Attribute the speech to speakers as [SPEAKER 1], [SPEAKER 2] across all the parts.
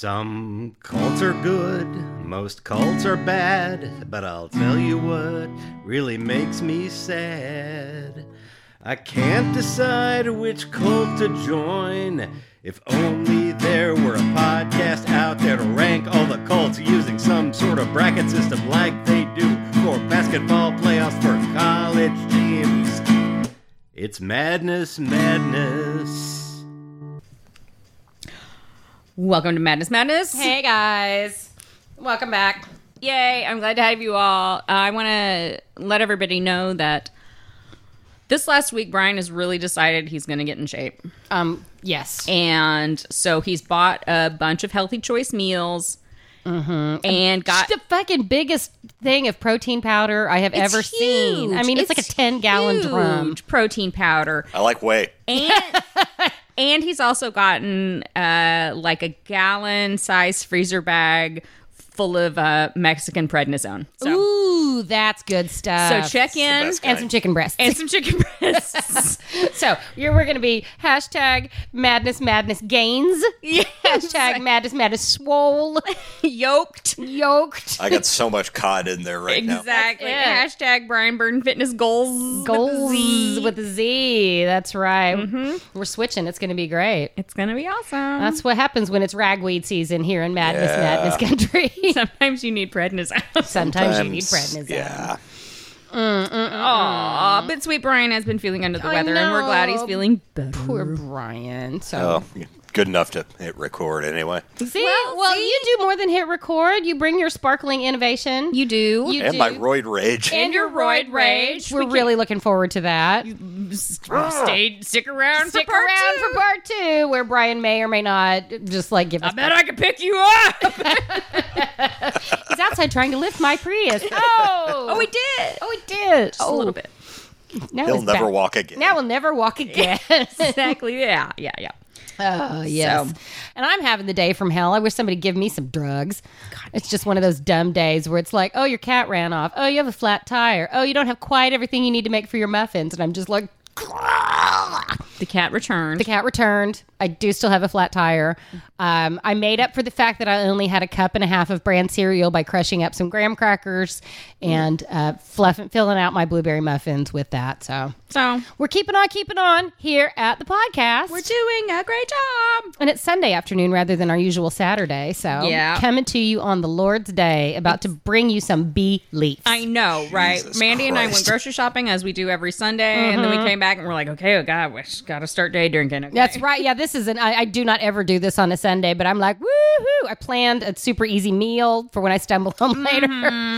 [SPEAKER 1] Some cults are good, most cults are bad, but I'll tell you what really makes me sad. I can't decide which cult to join. If only there were a podcast out there to rank all the cults using some sort of bracket system like they do for basketball playoffs for college teams. It's madness, madness.
[SPEAKER 2] Welcome to Madness Madness.
[SPEAKER 3] Hey guys, welcome back.
[SPEAKER 2] Yay. I'm glad to have you all. Uh, I want to let everybody know that this last week, Brian has really decided he's going to get in shape.
[SPEAKER 3] Um, yes,
[SPEAKER 2] And so he's bought a bunch of healthy choice meals Mm-hmm. and got.
[SPEAKER 3] the fucking biggest thing of protein powder I have ever
[SPEAKER 2] It's
[SPEAKER 3] seen.
[SPEAKER 2] huge.
[SPEAKER 3] I mean, it's, like a ten gallon drum.
[SPEAKER 2] huge protein powder.
[SPEAKER 4] I like whey.
[SPEAKER 2] and and he's also gotten uh like a gallon size freezer bag full of uh Mexican prednisone. So
[SPEAKER 3] Ooh, that's good stuff.
[SPEAKER 2] so check in
[SPEAKER 4] best kind.
[SPEAKER 3] and some chicken breasts.
[SPEAKER 2] and some chicken breasts.
[SPEAKER 3] so you're, we're going to be hashtag madness madness gains. Hashtag madness madness swole
[SPEAKER 2] Yoked.
[SPEAKER 3] yoked.
[SPEAKER 4] I got so much cod in there right now.
[SPEAKER 2] Exactly.
[SPEAKER 3] That's
[SPEAKER 2] Hashtag Brian Burton Fitness Goals.
[SPEAKER 3] Goals with a Z. That's right.
[SPEAKER 2] Mm-hmm.
[SPEAKER 3] We're switching. It's going to be great.
[SPEAKER 2] It's gonna be awesome.
[SPEAKER 3] That's what happens when it's ragweed season here in Madness Madness Country.
[SPEAKER 2] Sometimes you need prednisone.
[SPEAKER 3] Sometimes you need
[SPEAKER 4] Times-
[SPEAKER 3] prednisone.
[SPEAKER 4] Yeah.
[SPEAKER 2] Aw, but sweet Brian has been feeling under the
[SPEAKER 3] I
[SPEAKER 2] weather, and we're glad he's
[SPEAKER 3] know.
[SPEAKER 2] feeling better.
[SPEAKER 3] Poor Brian. So
[SPEAKER 4] Oh, good enough to hit record anyway.
[SPEAKER 3] see,
[SPEAKER 2] Well,
[SPEAKER 3] well,
[SPEAKER 2] see?
[SPEAKER 3] you do more than hit record. You bring your sparkling innovation.
[SPEAKER 2] You do.
[SPEAKER 3] You
[SPEAKER 4] And
[SPEAKER 3] do.
[SPEAKER 4] my roid rage.
[SPEAKER 2] And your roid rage.
[SPEAKER 3] We're really looking forward to that.
[SPEAKER 2] stay, stick around.
[SPEAKER 3] Stick
[SPEAKER 2] for part
[SPEAKER 3] around
[SPEAKER 2] two.
[SPEAKER 3] for part two, where Brian may or may not just like give us.
[SPEAKER 2] I bet I could pick you up.
[SPEAKER 3] He's outside trying to lift my Prius. Oh,
[SPEAKER 2] oh, we did.
[SPEAKER 3] oh, he did.
[SPEAKER 2] A
[SPEAKER 3] oh,
[SPEAKER 2] little bit.
[SPEAKER 3] Now
[SPEAKER 4] He'll
[SPEAKER 3] he's
[SPEAKER 4] never
[SPEAKER 3] back.
[SPEAKER 4] walk again.
[SPEAKER 3] Now we'll never walk again.
[SPEAKER 2] Oh. Exactly. Yeah. Yeah. Yeah.
[SPEAKER 3] Oh yes.
[SPEAKER 2] So-
[SPEAKER 3] And I'm having the day from hell. I wish somebody give me some drugs. it's just one of those dumb days where it's like, oh, your cat ran off. Oh, you have a flat tire. Oh, you don't have quite everything you need to make for your muffins. And I'm just like,
[SPEAKER 2] The cat returned.
[SPEAKER 3] the cat returned. I do still have a flat tire. Um, I made up for the fact that I only had a cup and a half of bran cereal by crushing up some graham crackers and uh, fluffing, filling out my blueberry muffins with that. So
[SPEAKER 2] so
[SPEAKER 3] we're keeping on, keeping on here at the podcast.
[SPEAKER 2] we're doing a great job.
[SPEAKER 3] And it's Sunday afternoon rather than our usual Saturday. So
[SPEAKER 2] Yeah.
[SPEAKER 3] coming to you on the Lord's Day, about to bring you some belief.
[SPEAKER 2] I know, right?
[SPEAKER 4] Jesus
[SPEAKER 2] Mandy and I went
[SPEAKER 4] Christ.
[SPEAKER 2] grocery shopping as we do every Sunday, and then we came back and we're like, okay, oh God, we got to start day drinking. okay?
[SPEAKER 3] Mm-hmm. That's right. Yeah, this is an I, I do not ever do this on a Sunday, but I'm like, woohoo. I planned a super easy meal for when I stumble home later.
[SPEAKER 2] Mm-hmm.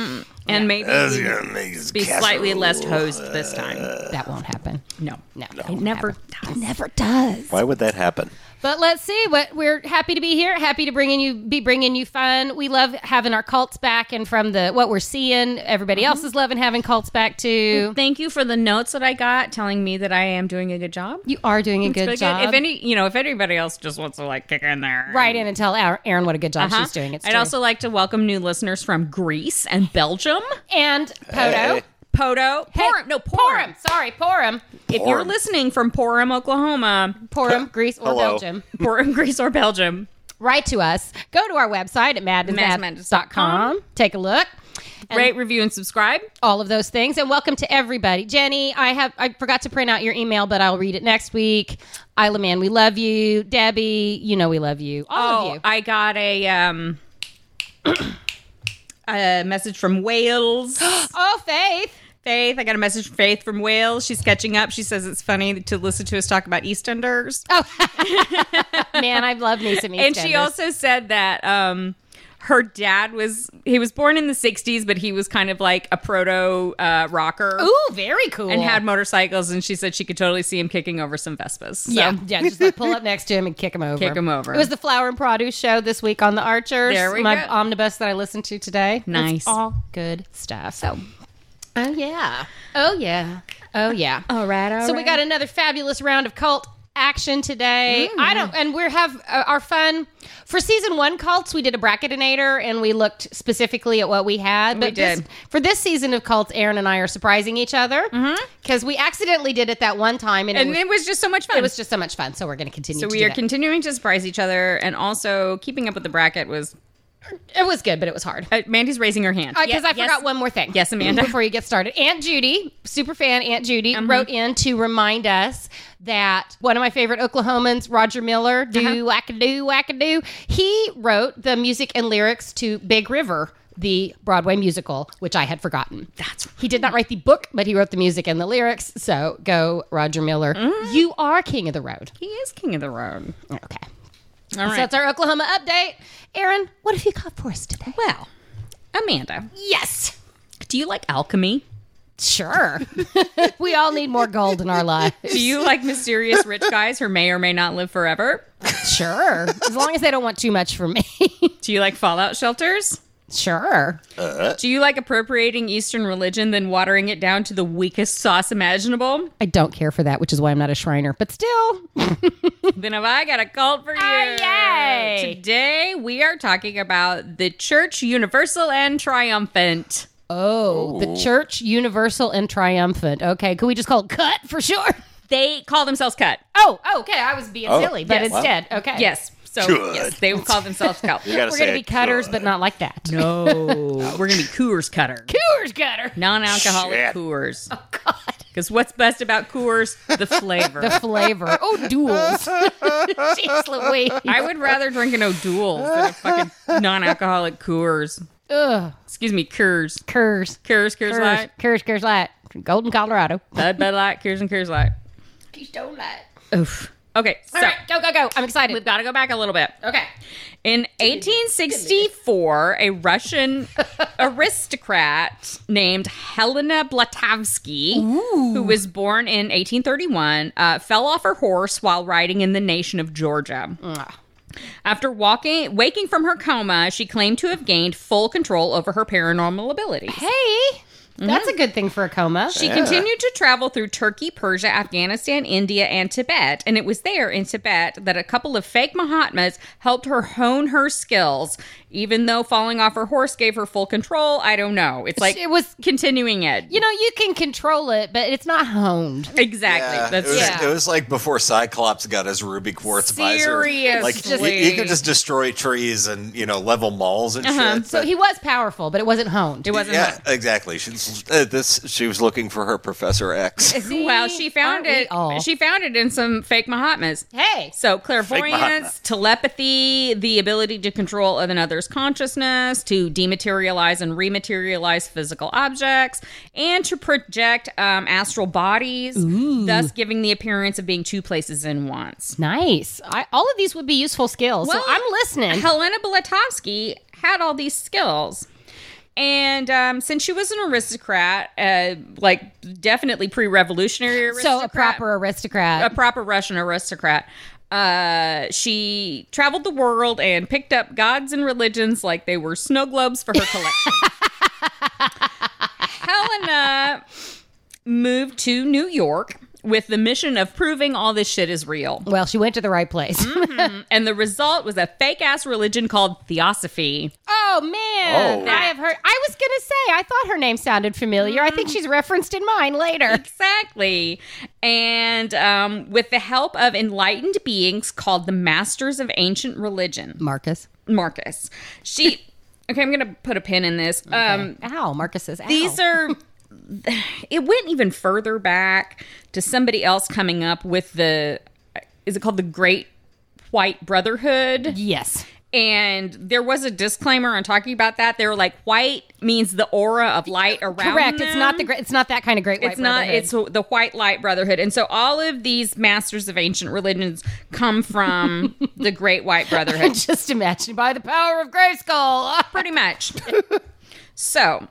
[SPEAKER 2] and maybe
[SPEAKER 4] That's
[SPEAKER 2] we
[SPEAKER 4] gonna make his
[SPEAKER 2] be
[SPEAKER 4] casserole.
[SPEAKER 2] slightly less hosed this time.
[SPEAKER 3] That won't happen.
[SPEAKER 2] No,
[SPEAKER 3] No.
[SPEAKER 2] it never does.
[SPEAKER 3] Never does.
[SPEAKER 4] Why would that happen?
[SPEAKER 3] But let's see what we're happy to be here. Happy to bringing you be bringing you fun. We love having our cults back, and from the what we're seeing, everybody
[SPEAKER 2] Mm-hmm.
[SPEAKER 3] else is loving having cults back too.
[SPEAKER 2] Thank you for the notes that I got telling me that I am doing a good job.
[SPEAKER 3] You are doing a
[SPEAKER 2] It's
[SPEAKER 3] good
[SPEAKER 2] really
[SPEAKER 3] job.
[SPEAKER 2] If any, you know, if anybody else just wants to like kick in there,
[SPEAKER 3] right in and tell Ar- Aaron what a good job
[SPEAKER 2] Huh?
[SPEAKER 3] she's doing. It's
[SPEAKER 2] I'd
[SPEAKER 3] true.
[SPEAKER 2] Uh-huh. also like to welcome new listeners from Greece and Belgium.
[SPEAKER 3] and Poto.
[SPEAKER 4] Hey.
[SPEAKER 2] Poto, Porum, no Porum.
[SPEAKER 3] Porum. Sorry, Porum.
[SPEAKER 2] If you're
[SPEAKER 4] Porum.
[SPEAKER 2] listening from Porum, Oklahoma,
[SPEAKER 3] Porum, Greece, or
[SPEAKER 4] Hello.
[SPEAKER 3] Belgium.
[SPEAKER 2] Porum, Greece, or Belgium,
[SPEAKER 3] Write to us. Go to our website at madnessmadness.com. Take a look.
[SPEAKER 2] rate, review, and subscribe.
[SPEAKER 3] All of those things. And welcome to everybody. Jenny, I have I forgot to print out your email, but I'll read it next week. Isla Man, we love you. Debbie, you know we love you. All
[SPEAKER 2] oh,
[SPEAKER 3] of you.
[SPEAKER 2] I got a um a message from Wales.
[SPEAKER 3] oh, Faith.
[SPEAKER 2] Faith, I got a message from Faith from Wales. She's catching up. She says it's funny to listen to us talk about EastEnders.
[SPEAKER 3] Man, I love me some
[SPEAKER 2] and she
[SPEAKER 3] Oh, EastEnders.
[SPEAKER 2] also said that um her dad was he was born in the 60s but he was kind of like a proto uh, rocker
[SPEAKER 3] Ooh, very cool.
[SPEAKER 2] and had motorcycles and she said she could totally see him kicking over some vespas so
[SPEAKER 3] Yeah, yeah. Just like pull up next to him and kick him over.
[SPEAKER 2] Kick him over.
[SPEAKER 3] It was the flower and produce show this week on the Archers.
[SPEAKER 2] There we
[SPEAKER 3] my
[SPEAKER 2] go.
[SPEAKER 3] omnibus that I listened to today. It's
[SPEAKER 2] Nice.
[SPEAKER 3] all good stuff. So, oh yeah, oh yeah, oh yeah.
[SPEAKER 2] all right all
[SPEAKER 3] so we got another fabulous round of cult action today.
[SPEAKER 2] Mm.
[SPEAKER 3] I don't, and we have uh, our fun for season one cults. We did a bracketinator and we looked specifically at what we had. But
[SPEAKER 2] did.
[SPEAKER 3] this- for this season of cults, Aaron and I are surprising each other because we accidentally did it that one time, and, it,
[SPEAKER 2] Mm-hmm. And
[SPEAKER 3] was,
[SPEAKER 2] it was just so much fun.
[SPEAKER 3] it was just so much fun. So we're going to continue.
[SPEAKER 2] so
[SPEAKER 3] to
[SPEAKER 2] we
[SPEAKER 3] do
[SPEAKER 2] are
[SPEAKER 3] that.
[SPEAKER 2] continuing to surprise each other, and also keeping up with the bracket was.
[SPEAKER 3] it was good, but it was hard.
[SPEAKER 2] Uh, Mandy's raising her hand.
[SPEAKER 3] because
[SPEAKER 2] Yes,
[SPEAKER 3] I
[SPEAKER 2] yes.
[SPEAKER 3] forgot one more thing.
[SPEAKER 2] Yes, Amanda.
[SPEAKER 3] Before you get started, Aunt Judy, super fan Aunt Judy,
[SPEAKER 2] Uh-huh.
[SPEAKER 3] wrote in to remind us that one of my favorite Oklahomans, Roger Miller,
[SPEAKER 2] Uh-huh.
[SPEAKER 3] do wackadoo wackadoo, he wrote the music and lyrics to Big River. The Broadway musical, which I had forgotten. That's he did not write the book, but he wrote the music and the lyrics. So go, Roger Miller.
[SPEAKER 2] Mm.
[SPEAKER 3] You are king of the road.
[SPEAKER 2] He is king of the road.
[SPEAKER 3] Okay,
[SPEAKER 2] All
[SPEAKER 3] so
[SPEAKER 2] right.
[SPEAKER 3] that's our Oklahoma update. Aaron, what have you got for us today?
[SPEAKER 2] well, Amanda,
[SPEAKER 3] Yes,
[SPEAKER 2] do you like alchemy?
[SPEAKER 3] Sure. we all need more gold in our lives.
[SPEAKER 2] Do you like mysterious rich guys who may or may not live forever?
[SPEAKER 3] Sure. As long as they don't want too much from me.
[SPEAKER 2] Do you like fallout shelters?
[SPEAKER 3] sure.
[SPEAKER 2] Do you like appropriating Eastern religion, then watering it down to the weakest sauce imaginable?
[SPEAKER 3] I don't care for that, which is why I'm not a Shriner, but still.
[SPEAKER 2] Then have I got a cult for you?
[SPEAKER 3] Oh, yay.
[SPEAKER 2] Today we are talking about the Church Universal and Triumphant.
[SPEAKER 3] Oh, the church, universal and triumphant. Okay. Could we just call it cut for sure?
[SPEAKER 2] They call themselves Cut.
[SPEAKER 3] Oh, okay. I was being
[SPEAKER 4] Oh,
[SPEAKER 3] silly, but
[SPEAKER 4] yes. Wow.
[SPEAKER 3] instead, okay.
[SPEAKER 2] Yes. So
[SPEAKER 4] Good.
[SPEAKER 2] yes, they would call themselves Cut.
[SPEAKER 4] You gotta
[SPEAKER 3] We're
[SPEAKER 4] say
[SPEAKER 3] going to be
[SPEAKER 4] it
[SPEAKER 3] cutters,
[SPEAKER 4] good.
[SPEAKER 3] but not like that.
[SPEAKER 2] no, we're gonna be Coors Cutter.
[SPEAKER 3] Coors cutter.
[SPEAKER 2] Non-alcoholic
[SPEAKER 4] Shit.
[SPEAKER 2] Coors.
[SPEAKER 3] God.
[SPEAKER 2] Because what's best about Coors? The flavor.
[SPEAKER 3] The flavor. Oh, duels. Jeez Louise.
[SPEAKER 2] I would rather drink an O'Doul than a fucking non-alcoholic Coors.
[SPEAKER 3] Ugh.
[SPEAKER 2] Excuse me, Coors.
[SPEAKER 3] Curs.
[SPEAKER 2] Coors, Coors
[SPEAKER 3] Curs.
[SPEAKER 2] Light.
[SPEAKER 3] Curs, Curs Light. Golden, Colorado.
[SPEAKER 2] Bud, Bud Light, Coors, and Coors Light.
[SPEAKER 3] Keystone Light.
[SPEAKER 2] Oof. Okay, so
[SPEAKER 3] All right, go, go, go. I'm excited.
[SPEAKER 2] we've got to go back a little bit.
[SPEAKER 3] okay.
[SPEAKER 2] In 1864, a Russian aristocrat named Helena Blavatsky, who was born in 1831, uh, fell off her horse while riding in the nation of Georgia. After walking, waking from her coma, she claimed to have gained full control over her paranormal abilities.
[SPEAKER 3] Hey,
[SPEAKER 2] Mhm.
[SPEAKER 3] that's a good thing for a coma.
[SPEAKER 2] She continued to travel through Turkey, Persia, Afghanistan, India, and Tibet. And it was there in Tibet that a couple of fake Mahatmas helped her hone her skills. Even though falling off her horse gave her full control, I don't know. It's like
[SPEAKER 3] It was-
[SPEAKER 2] continuing it.
[SPEAKER 3] you know, you can control it, but it's not honed.
[SPEAKER 2] exactly.
[SPEAKER 4] Yeah,
[SPEAKER 2] That's
[SPEAKER 4] it, was,
[SPEAKER 2] yeah.
[SPEAKER 4] it was like before Cyclops got his ruby quartz
[SPEAKER 2] Seriously.
[SPEAKER 4] visor. Like you, you could just destroy trees and you know level malls and shit.
[SPEAKER 3] So
[SPEAKER 4] but-
[SPEAKER 3] he was powerful, but it wasn't honed.
[SPEAKER 2] It Uh-huh. wasn't.
[SPEAKER 4] yeah, exactly. She's uh, this. She was looking for her Professor X.
[SPEAKER 3] See?
[SPEAKER 2] Well, she found
[SPEAKER 3] Aren't we
[SPEAKER 2] it.
[SPEAKER 3] all?
[SPEAKER 2] She found it in some fake Mahatmas.
[SPEAKER 3] hey,
[SPEAKER 2] So
[SPEAKER 4] Mahatma.
[SPEAKER 2] clairvoyance, telepathy, the ability to control another's consciousness, to dematerialize and rematerialize physical objects, and to project um, astral bodies, thus giving the appearance of being two places in once.
[SPEAKER 3] nice. I, all of these would be useful skills.
[SPEAKER 2] Well,
[SPEAKER 3] so I'm listening.
[SPEAKER 2] Helena Blavatsky had all these skills. And um, since she was an aristocrat, uh, like definitely pre-revolutionary aristocrat,
[SPEAKER 3] so a proper aristocrat.
[SPEAKER 2] a proper Russian aristocrat. Uh, she traveled the world and picked up gods and religions like they were snow globes for her collection. Helena moved to New York with the mission of proving all this shit is real.
[SPEAKER 3] well, she went to the right place.
[SPEAKER 2] And the result was a fake ass religion called Theosophy.
[SPEAKER 3] oh man,
[SPEAKER 4] Oh.
[SPEAKER 3] I have heard. I was gonna say I thought her name sounded familiar. I think she's referenced in mine later.
[SPEAKER 2] Exactly. And um, with the help of enlightened beings called the Masters of Ancient Religion.
[SPEAKER 3] Marcus.
[SPEAKER 2] Marcus. She okay, I'm gonna put a pin in this. Um
[SPEAKER 3] Ow, Marcus says. Ow.
[SPEAKER 2] these are it went even further back to somebody else coming up with the is it called the Great White Brotherhood?
[SPEAKER 3] yes.
[SPEAKER 2] And there was a disclaimer on talking about that. They were like, white means the aura of light around.
[SPEAKER 3] Correct. It's
[SPEAKER 2] them
[SPEAKER 3] not the. gra- It's not that kind of great. White
[SPEAKER 2] it's not
[SPEAKER 3] Brotherhood.
[SPEAKER 2] it's the white light brotherhood and so all of these masters of ancient religions come from the great white brotherhood
[SPEAKER 3] just imagine by the power of Grayskull.
[SPEAKER 2] pretty much so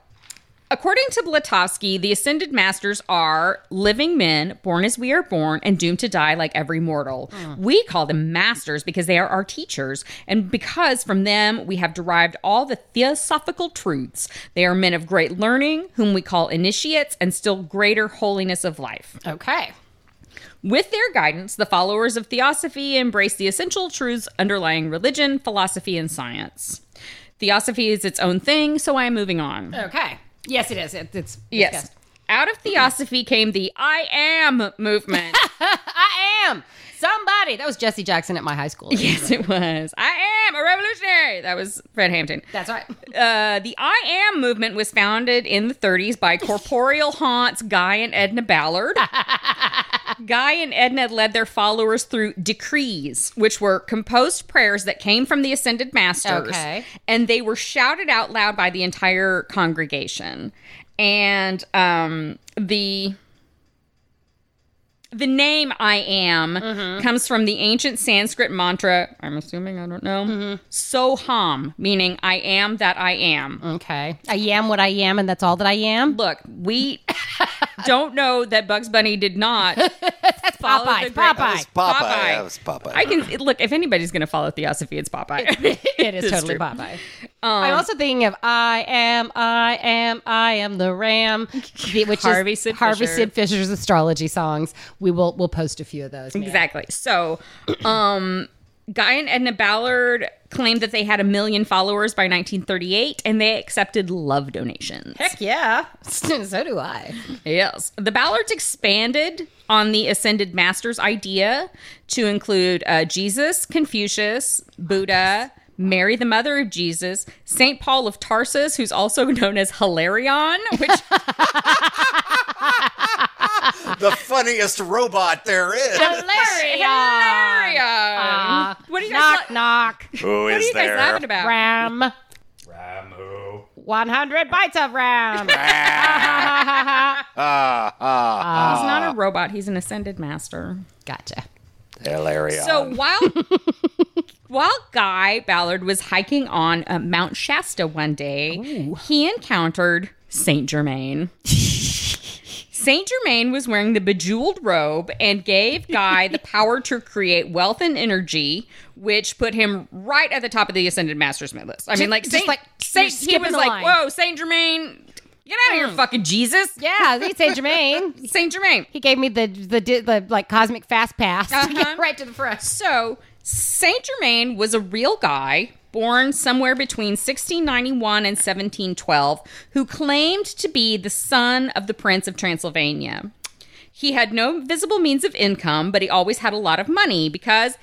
[SPEAKER 2] according to blavatsky the ascended masters are living men born as we are born and doomed to die like every mortal we call them masters because they are our teachers and because from them we have derived all the theosophical truths they are men of great learning whom we call initiates and still greater holiness of life
[SPEAKER 3] Okay.
[SPEAKER 2] With their guidance, the followers of Theosophy embrace the essential truths underlying religion, philosophy, and science. Theosophy is its own thing, so I am moving on.
[SPEAKER 3] Okay. Yes, it is. It, it's
[SPEAKER 2] Uh, yes. Out of Theosophy came the I am movement.
[SPEAKER 3] I am somebody. That was Jesse Jackson at my high school.
[SPEAKER 2] yes, it was. I am a revolutionary. That was Fred Hampton.
[SPEAKER 3] That's right.
[SPEAKER 2] Uh, the I Am movement was founded in the 30s by Corporeal Haunts Guy and Edna Ballard. Guy and Edna led their followers through decrees, which were composed prayers that came from the ascended masters.
[SPEAKER 3] Okay.
[SPEAKER 2] And they were shouted out loud by the entire congregation. And um, the the name I am comes from the ancient Sanskrit mantra, I'm assuming, I don't know, Soham, meaning I am that I am.
[SPEAKER 3] Okay. I am what I am, and that's all that I am.
[SPEAKER 2] Look, we don't know that Bugs Bunny did not. That's
[SPEAKER 3] Popeye. Popeye.
[SPEAKER 4] It's Popeye. Yeah, it was Popeye.
[SPEAKER 2] I can look if anybody's going to follow Theosophy, it's Popeye.
[SPEAKER 3] It is
[SPEAKER 2] It's
[SPEAKER 3] totally
[SPEAKER 2] true. Um,
[SPEAKER 3] Popeye. I'm also thinking of I am, I am, I am the Ram, the- which
[SPEAKER 2] Harvey
[SPEAKER 3] is
[SPEAKER 2] Sid
[SPEAKER 3] Harvey
[SPEAKER 2] Fisher.
[SPEAKER 3] Sid Fisher's astrology songs. We will we'll post a few of those. man.
[SPEAKER 2] Exactly. So, um, Guy and Edna Ballard claimed that they had a million followers by 1938, and they accepted love donations.
[SPEAKER 3] Heck yeah. so do I.
[SPEAKER 2] Yes. The Ballards expanded on the Ascended Masters idea to include uh, Jesus, Confucius, Buddha, Mary, the mother of Jesus, St. Paul of Tarsus, who's also known as Hilarion, which
[SPEAKER 4] the funniest robot there is.
[SPEAKER 3] Hilarion.
[SPEAKER 2] Hilarion. What do you guys,
[SPEAKER 3] Knock knock.
[SPEAKER 4] Who
[SPEAKER 2] what are
[SPEAKER 4] is
[SPEAKER 2] you guys
[SPEAKER 4] there?
[SPEAKER 2] laughing about?
[SPEAKER 3] Ram.
[SPEAKER 1] Ramu.
[SPEAKER 3] 100 bites of ram.
[SPEAKER 4] Ah, ah,
[SPEAKER 2] He's not a robot. He's an ascended master.
[SPEAKER 3] gotcha.
[SPEAKER 4] hilarious.
[SPEAKER 2] So while while Guy Ballard was hiking on uh, Mount Shasta one day, he encountered Saint Germain. Saint Germain was wearing the bejeweled robe and gave Guy the power to create wealth and energy, which put him right at the top of the Ascended Masters mid list. I mean, like
[SPEAKER 3] just
[SPEAKER 2] Saint,
[SPEAKER 3] like you're
[SPEAKER 2] Saint he
[SPEAKER 3] skipping
[SPEAKER 2] was
[SPEAKER 3] the
[SPEAKER 2] like,
[SPEAKER 3] line. Mm.
[SPEAKER 2] "Whoa, Saint Germain, get out of here, fucking Jesus,
[SPEAKER 3] Yeah, they say Jermaine.
[SPEAKER 2] Saint Germain."
[SPEAKER 3] He gave me the the di- the like cosmic fast pass to get
[SPEAKER 2] Uh-huh.
[SPEAKER 3] right to the front.
[SPEAKER 2] So, Saint Germain was a real guy born somewhere between 1691 and 1712 who claimed to be the son of the Prince of Transylvania. He had no visible means of income, but he always had a lot of money because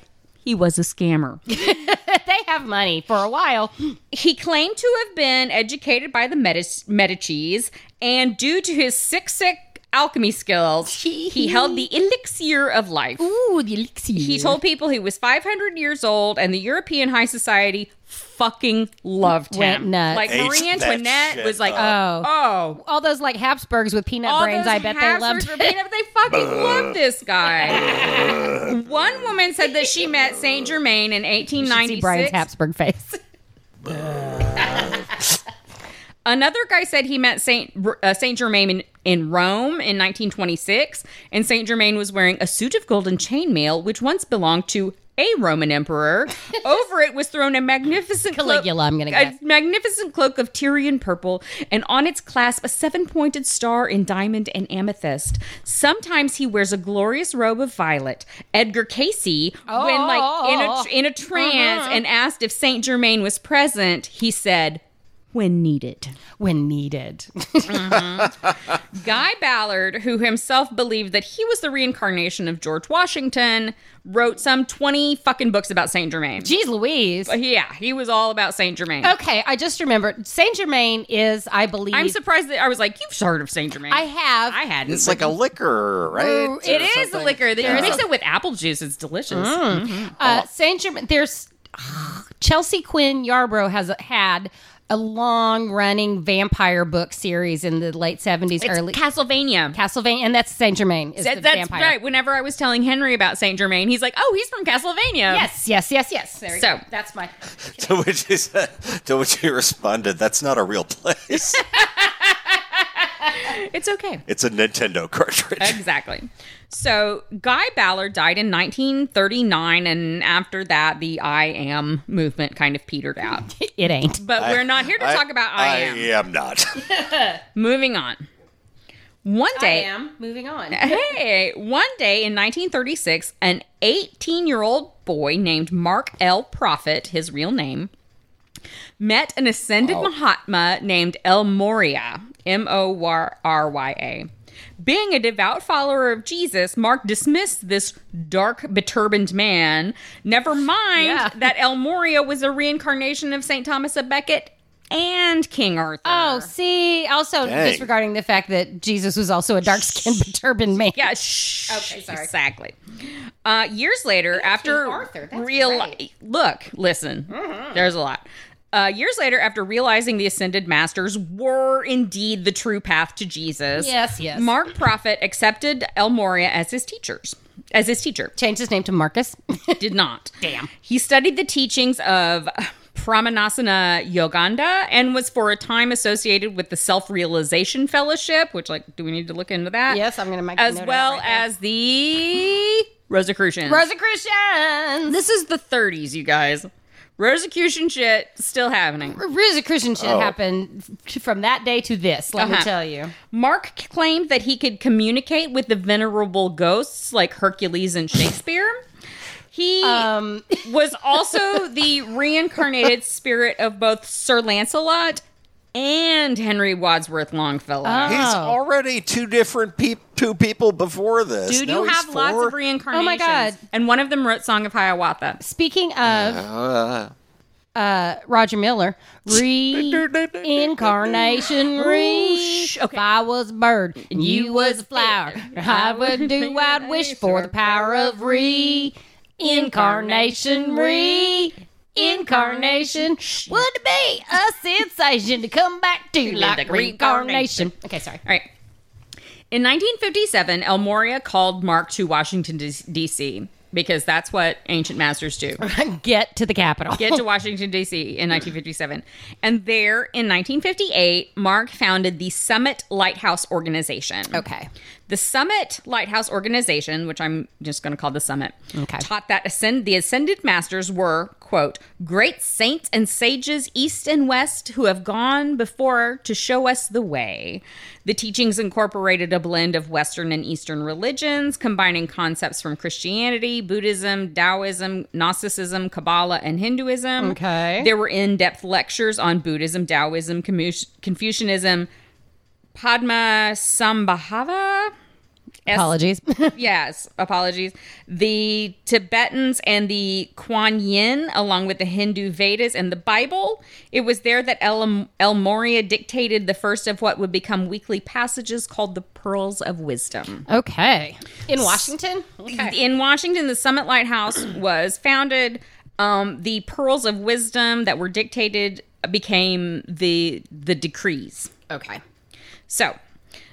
[SPEAKER 2] he was a scammer.
[SPEAKER 3] They have money for a while.
[SPEAKER 2] He claimed to have been educated by the Medici- Medicis, and due to his sick, sick alchemy skills, he held the elixir of life.
[SPEAKER 3] Ooh, the elixir.
[SPEAKER 2] He told people he was 500 years old, and the European high society fucking loved him.
[SPEAKER 3] Went nuts.
[SPEAKER 2] Like
[SPEAKER 4] Ate
[SPEAKER 2] Marie
[SPEAKER 4] that
[SPEAKER 2] Antoinette
[SPEAKER 4] shit
[SPEAKER 2] was like,
[SPEAKER 3] up.
[SPEAKER 2] oh,
[SPEAKER 3] all those like Habsburgs with peanut
[SPEAKER 2] all
[SPEAKER 3] brains.
[SPEAKER 2] those
[SPEAKER 3] I bet they
[SPEAKER 2] Habsburgs
[SPEAKER 3] loved.
[SPEAKER 2] were being up- They fucking loved this guy. One woman said that she met Saint Germain in
[SPEAKER 3] See
[SPEAKER 2] 1896.
[SPEAKER 3] Brian's Habsburg face.
[SPEAKER 2] Another guy said he met Saint uh, Saint Germain in, in Rome in 1926, and Saint Germain was wearing a suit of golden chainmail, which once belonged to a Roman emperor. Over it was thrown a magnificent clo-
[SPEAKER 3] Caligula, I'm gonna
[SPEAKER 2] a
[SPEAKER 3] guess.
[SPEAKER 2] magnificent cloak of Tyrian purple, and on its clasp a seven-pointed star in diamond and amethyst. Sometimes he wears a glorious robe of violet. Edgar Casey, when like in
[SPEAKER 3] Oh.
[SPEAKER 2] a tr- in a trance
[SPEAKER 3] Uh-huh.
[SPEAKER 2] and asked if Saint Germain was present, he said. When needed.
[SPEAKER 3] when needed.
[SPEAKER 2] Guy Ballard, who himself believed that he was the reincarnation of George Washington, wrote some 20 fucking books about Saint Germain.
[SPEAKER 3] Jeez Louise.
[SPEAKER 2] Yeah, he was all about Saint Germain.
[SPEAKER 3] Okay, I just remembered. Saint Germain is, I believe.
[SPEAKER 2] I'm surprised that I was like, you've heard of Saint Germain.
[SPEAKER 3] I have.
[SPEAKER 2] I hadn't.
[SPEAKER 4] it's like a liquor, right?
[SPEAKER 3] Ooh,
[SPEAKER 2] it
[SPEAKER 4] Or
[SPEAKER 2] is
[SPEAKER 4] something.
[SPEAKER 2] a liquor. That
[SPEAKER 4] Yeah.
[SPEAKER 2] You mix it with apple juice. It's delicious.
[SPEAKER 3] uh, Saint Germain. There's Chelsea Quinn Yarbrough has had a long running vampire book series in the late 70s,
[SPEAKER 2] It's
[SPEAKER 3] early
[SPEAKER 2] Castlevania.
[SPEAKER 3] Castlevania, and that's Saint Germain. Is the
[SPEAKER 2] That- that's
[SPEAKER 3] vampire.
[SPEAKER 2] right. Whenever I was telling Henry about Saint Germain, he's like, "Oh, he's from Castlevania."
[SPEAKER 3] Yes, yes, yes, yes. There we
[SPEAKER 2] So-
[SPEAKER 3] go. that's my.
[SPEAKER 4] To which is to which he responded, "That's not a real place.
[SPEAKER 2] it's okay.
[SPEAKER 4] it's a Nintendo cartridge."
[SPEAKER 2] Exactly. So Guy Ballard died in 1939, and after that, the I Am movement kind of petered out.
[SPEAKER 3] It ain't.
[SPEAKER 2] But we're not here to talk about I, Am.
[SPEAKER 4] I am not.
[SPEAKER 2] Moving on. One
[SPEAKER 5] I
[SPEAKER 2] day,
[SPEAKER 5] am moving on.
[SPEAKER 2] hey, one day in 1936, an 18 year old boy named Mark L. Prophet, his real name, met an ascended Mahatma named El Moria, M O R Y A. Being a devout follower of Jesus, Mark dismissed this dark, beturbaned man. Never mind
[SPEAKER 3] Yeah.
[SPEAKER 2] that El Moria was a reincarnation of St. Thomas a Becket and King Arthur.
[SPEAKER 3] Oh, see, also
[SPEAKER 4] Dang.
[SPEAKER 3] disregarding the fact that Jesus was also a dark skinned, turban man.
[SPEAKER 2] Yeah. Shh.
[SPEAKER 5] Okay, sorry.
[SPEAKER 2] Exactly. Uh, years later, after
[SPEAKER 5] Arthur, that's
[SPEAKER 2] real
[SPEAKER 5] right.
[SPEAKER 2] look, listen, there's a lot. Uh, years later, after realizing the ascended masters were indeed the true path to Jesus,
[SPEAKER 3] Yes, yes.
[SPEAKER 2] Mark Prophet accepted El Moria as his teachers, as his teacher
[SPEAKER 3] Changed his name to Marcus.
[SPEAKER 2] did not. Damn. He studied the teachings of Pramanasana Yoganda and was for a time associated with the Self Realization Fellowship, which, like, do we need to look into that?
[SPEAKER 3] Yes, I'm gonna make a
[SPEAKER 2] As
[SPEAKER 3] note of that
[SPEAKER 2] well
[SPEAKER 3] right there.
[SPEAKER 2] as the Rosicrucians.
[SPEAKER 3] Rosicrucians.
[SPEAKER 2] this is the 30s, you guys. Rosicrucian shit still happening.
[SPEAKER 3] Rosicrucian shit happened f- from that day to this. Let me
[SPEAKER 2] Uh-huh.
[SPEAKER 3] tell you.
[SPEAKER 2] Mark claimed that he could communicate with the venerable ghosts like Hercules and Shakespeare. He
[SPEAKER 3] Um,
[SPEAKER 2] was also the reincarnated spirit of both Sir Lancelot and Henry Wadsworth Longfellow.
[SPEAKER 3] Oh.
[SPEAKER 4] He's already two different peop two people before this.
[SPEAKER 2] Dude,
[SPEAKER 4] Now
[SPEAKER 2] you
[SPEAKER 4] he's
[SPEAKER 2] have lots
[SPEAKER 4] four?
[SPEAKER 2] of reincarnations.
[SPEAKER 3] Oh God.
[SPEAKER 2] And one of them wrote Song of Hiawatha.
[SPEAKER 3] Speaking of
[SPEAKER 4] Uh,
[SPEAKER 3] Roger Miller, reincarnation, re. If I was a bird and Oh, you was a flower, I would do I'd wish for the power of reincarnation, re. Incarnation would be a sensation to come back to like reincarnation. Okay, sorry.
[SPEAKER 2] All right. In 1957, El Moria called Mark to Washington, D.C., because that's what ancient masters do.
[SPEAKER 3] Get to the capital.
[SPEAKER 2] get to Washington, D.C. in 1957. And there, in 1958, Mark founded the Summit Lighthouse Organization.
[SPEAKER 3] okay.
[SPEAKER 2] The Summit Lighthouse Organization, which I'm just going to call the Summit,
[SPEAKER 3] Okay.
[SPEAKER 2] taught that ascend- the ascended masters were, quote, great saints and sages east and west who have gone before to show us the way. The teachings incorporated a blend of Western and Eastern religions, combining concepts from Christianity, Buddhism, Taoism, Gnosticism, Kabbalah, and Hinduism.
[SPEAKER 3] Okay.
[SPEAKER 2] There were in depth lectures on Buddhism, Taoism, Commu- Confucianism, Padma Sambhava. S-
[SPEAKER 3] Apologies.
[SPEAKER 2] Yes, apologies. The Tibetans and the Kuan Yin, along with the Hindu Vedas and the Bible. It was there that El, El Moria dictated the first of what would become weekly passages called the Pearls of Wisdom.
[SPEAKER 3] okay. In Washington? Okay.
[SPEAKER 2] In Washington, the Summit Lighthouse was founded. Um, the Pearls of Wisdom that were dictated became the the decrees.
[SPEAKER 3] Okay.
[SPEAKER 2] So,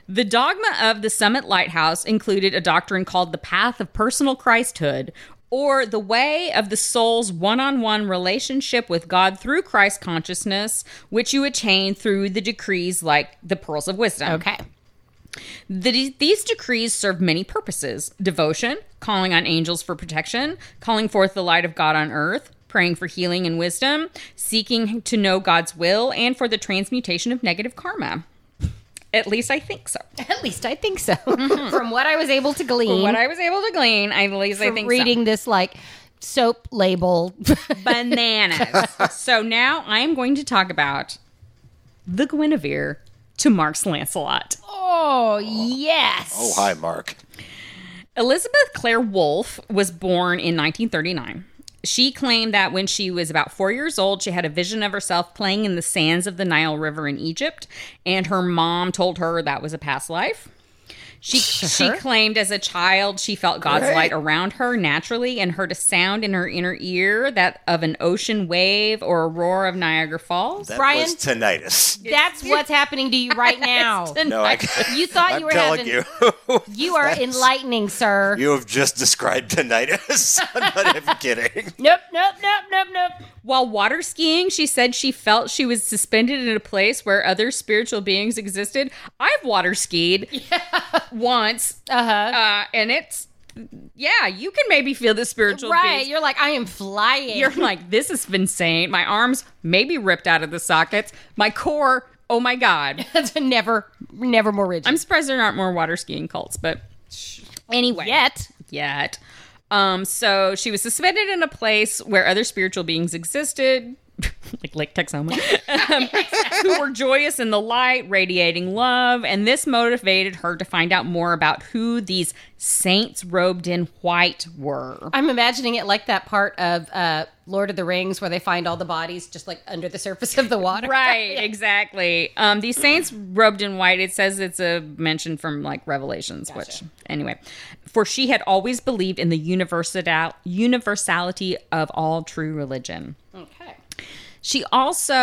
[SPEAKER 2] the dogma of the Summit Lighthouse included a doctrine called the path of personal Christhood, or the way of the soul's one on one relationship with God through Christ consciousness, which you attain through the decrees like the pearls of wisdom.
[SPEAKER 3] Okay.
[SPEAKER 2] The, these decrees serve many purposes devotion, calling on angels for protection, calling forth the light of God on earth, praying for healing and wisdom, seeking to know God's will, and for the transmutation of negative karma. At least I think so.
[SPEAKER 3] At least I think so. From Mm-hmm. what I was able to glean
[SPEAKER 2] What I was able to glean, I- at least I
[SPEAKER 3] from
[SPEAKER 2] think so.
[SPEAKER 3] reading this like soap label.
[SPEAKER 2] bananas. so now I am going to talk about the Guinevere to Mark's Lancelot.
[SPEAKER 3] oh yes.
[SPEAKER 4] oh, hi, Mark.
[SPEAKER 2] Elizabeth Clare Wolfe was born in 1939. She claimed that when she was about four years old, she had a vision of herself playing in the sands of the Nile River in Egypt, and her mom told her that was a past life. She, she claimed as a child she felt God's light around her naturally and heard a sound in her inner ear that of an ocean wave or a roar of Niagara Falls.
[SPEAKER 4] That
[SPEAKER 3] Brian?
[SPEAKER 4] was tinnitus.
[SPEAKER 3] That's what's happening to you right now.
[SPEAKER 4] No, I,
[SPEAKER 3] You thought
[SPEAKER 4] I'm
[SPEAKER 3] you were
[SPEAKER 4] telling
[SPEAKER 3] having
[SPEAKER 4] you,
[SPEAKER 3] you are enlightening, sir.
[SPEAKER 4] you have just described tinnitus. I'm not even kidding.
[SPEAKER 3] nope, nope, nope, nope, nope.
[SPEAKER 2] While water skiing, she said she felt she was suspended in a place where other spiritual beings existed. I've water skied once,
[SPEAKER 3] Uh-huh.
[SPEAKER 2] uh, and it's yeah, you can maybe feel the spiritual
[SPEAKER 3] right.
[SPEAKER 2] beings.
[SPEAKER 3] You're like, I am flying.
[SPEAKER 2] You're like, this is insane. My arms may be ripped out of the sockets. My core oh my god.
[SPEAKER 3] That's never, never more rigid.
[SPEAKER 2] I'm surprised there aren't more water skiing cults, but anyway.
[SPEAKER 3] yet.
[SPEAKER 2] Yet. Um, so she was suspended in a place where other spiritual beings existed, like Lake Texoma, um, who were joyous in the light, radiating love, and this motivated her to find out more about who these saints robed in white were.
[SPEAKER 3] I'm imagining it like that part of uh, Lord of the Rings where they find all the bodies just like under the surface of the water.
[SPEAKER 2] Right, exactly. Um, these saints robed in white. It says it's a mention from like Revelations, which anyway, for she had always believed in the universal universality of all true religion.
[SPEAKER 3] Okay.
[SPEAKER 2] She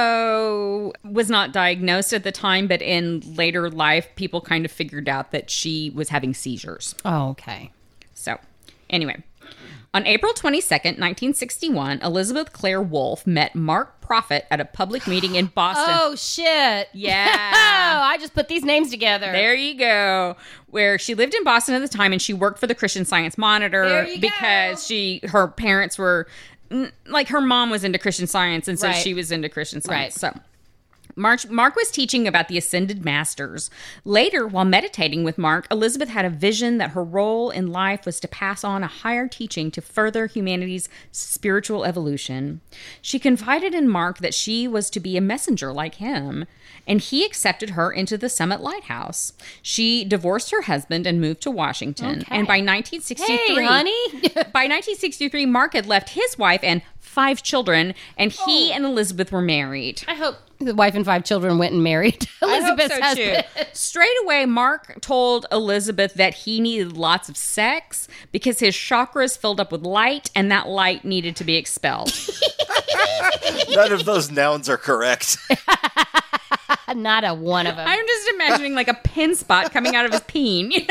[SPEAKER 2] also was not diagnosed at the time, but in later life, people kind of figured out that she was having seizures.
[SPEAKER 3] Oh, okay.
[SPEAKER 2] So, anyway, on April 22nd, 1961, Elizabeth Clare Wolfe met Mark Prophet at a public meeting in Boston.
[SPEAKER 3] Oh shit.
[SPEAKER 2] Yeah.
[SPEAKER 3] oh, I just put these names together.
[SPEAKER 2] There you go. Where she lived in Boston at the time, and she worked for the Christian Science Monitor
[SPEAKER 3] There you
[SPEAKER 2] because
[SPEAKER 3] go.
[SPEAKER 2] she her parents were n- like her mom was into Christian Science, and so
[SPEAKER 3] Right.
[SPEAKER 2] she was into Christian Science. So. Mark, Mark was teaching about the ascended masters. Later, while meditating with Mark, Elizabeth had a vision that her role in life was to pass on a higher teaching to further humanity's spiritual evolution. She confided in Mark that she was to be a messenger like him, and he accepted her into the Summit Lighthouse. She divorced her husband and moved to Washington. And by 1963,
[SPEAKER 3] Hey, honey.
[SPEAKER 2] by 1963, Mark had left his wife and five children, and he
[SPEAKER 3] Oh.
[SPEAKER 2] and Elizabeth were married.
[SPEAKER 3] I hope the wife and five children went and married Elizabeth's
[SPEAKER 2] I hope so, too.
[SPEAKER 3] husband.
[SPEAKER 2] Straight away, Mark told Elizabeth that he needed lots of sex because his chakras filled up with light, and that light needed to be expelled.
[SPEAKER 4] None of those nouns are correct.
[SPEAKER 3] Not a one of them.
[SPEAKER 2] I'm just imagining like a pin spot coming out of his peen.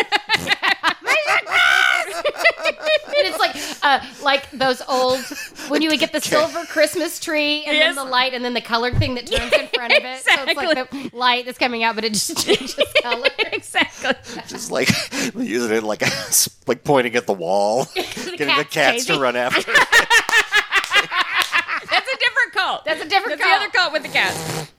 [SPEAKER 3] And it's like uh, like those old when you would get the silver Christmas tree and
[SPEAKER 2] Yes.
[SPEAKER 3] then the light and then the colored thing that turns in front of it. So it's like the light that's coming out, but it just changes color.
[SPEAKER 2] exactly.
[SPEAKER 4] Just like using it like like pointing at the wall, getting the
[SPEAKER 3] cat's
[SPEAKER 4] cats to
[SPEAKER 3] chasing.
[SPEAKER 4] run after.
[SPEAKER 2] That's a different cult.
[SPEAKER 3] That's a different
[SPEAKER 2] That's the other cult with the cats.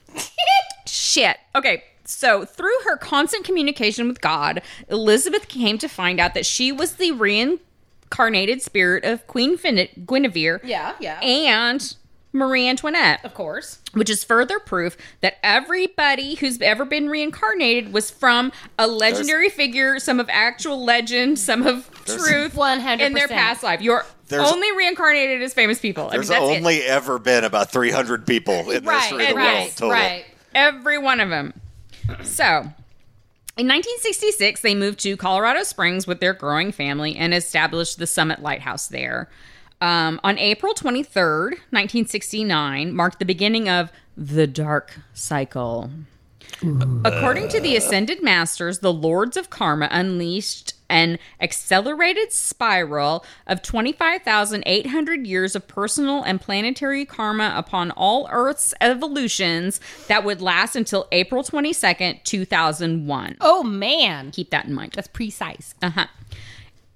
[SPEAKER 2] Shit. Okay. So, through her constant communication with God, Elizabeth came to find out that she was the reincarnated spirit of Queen Fin- Guinevere
[SPEAKER 3] Yeah, yeah.
[SPEAKER 2] and Marie Antoinette,
[SPEAKER 3] of course.
[SPEAKER 2] which is further proof that everybody who's ever been reincarnated was from a legendary figure, some of actual legend, some of truth
[SPEAKER 3] 100%.
[SPEAKER 2] in their past life. You're
[SPEAKER 4] There's-
[SPEAKER 2] only reincarnated as famous people. I mean,
[SPEAKER 4] There's
[SPEAKER 2] that's it.
[SPEAKER 4] only ever been about 300 people in the
[SPEAKER 3] Right,
[SPEAKER 4] history of the
[SPEAKER 2] right,
[SPEAKER 4] world total.
[SPEAKER 3] Right.
[SPEAKER 2] Every one of them. So, in 1966, they moved to Colorado Springs with their growing family and established the Summit Lighthouse there. Um, on April 23rd, 1969, marked the beginning of the Dark Cycle. According to the Ascended Masters, the Lords of Karma unleashed an accelerated spiral of 25,800 years of personal and planetary karma upon all Earth's evolutions that would last until April 22nd, 2001.
[SPEAKER 3] Oh man.
[SPEAKER 2] Keep that in mind.
[SPEAKER 3] That's precise.
[SPEAKER 2] Uh-huh.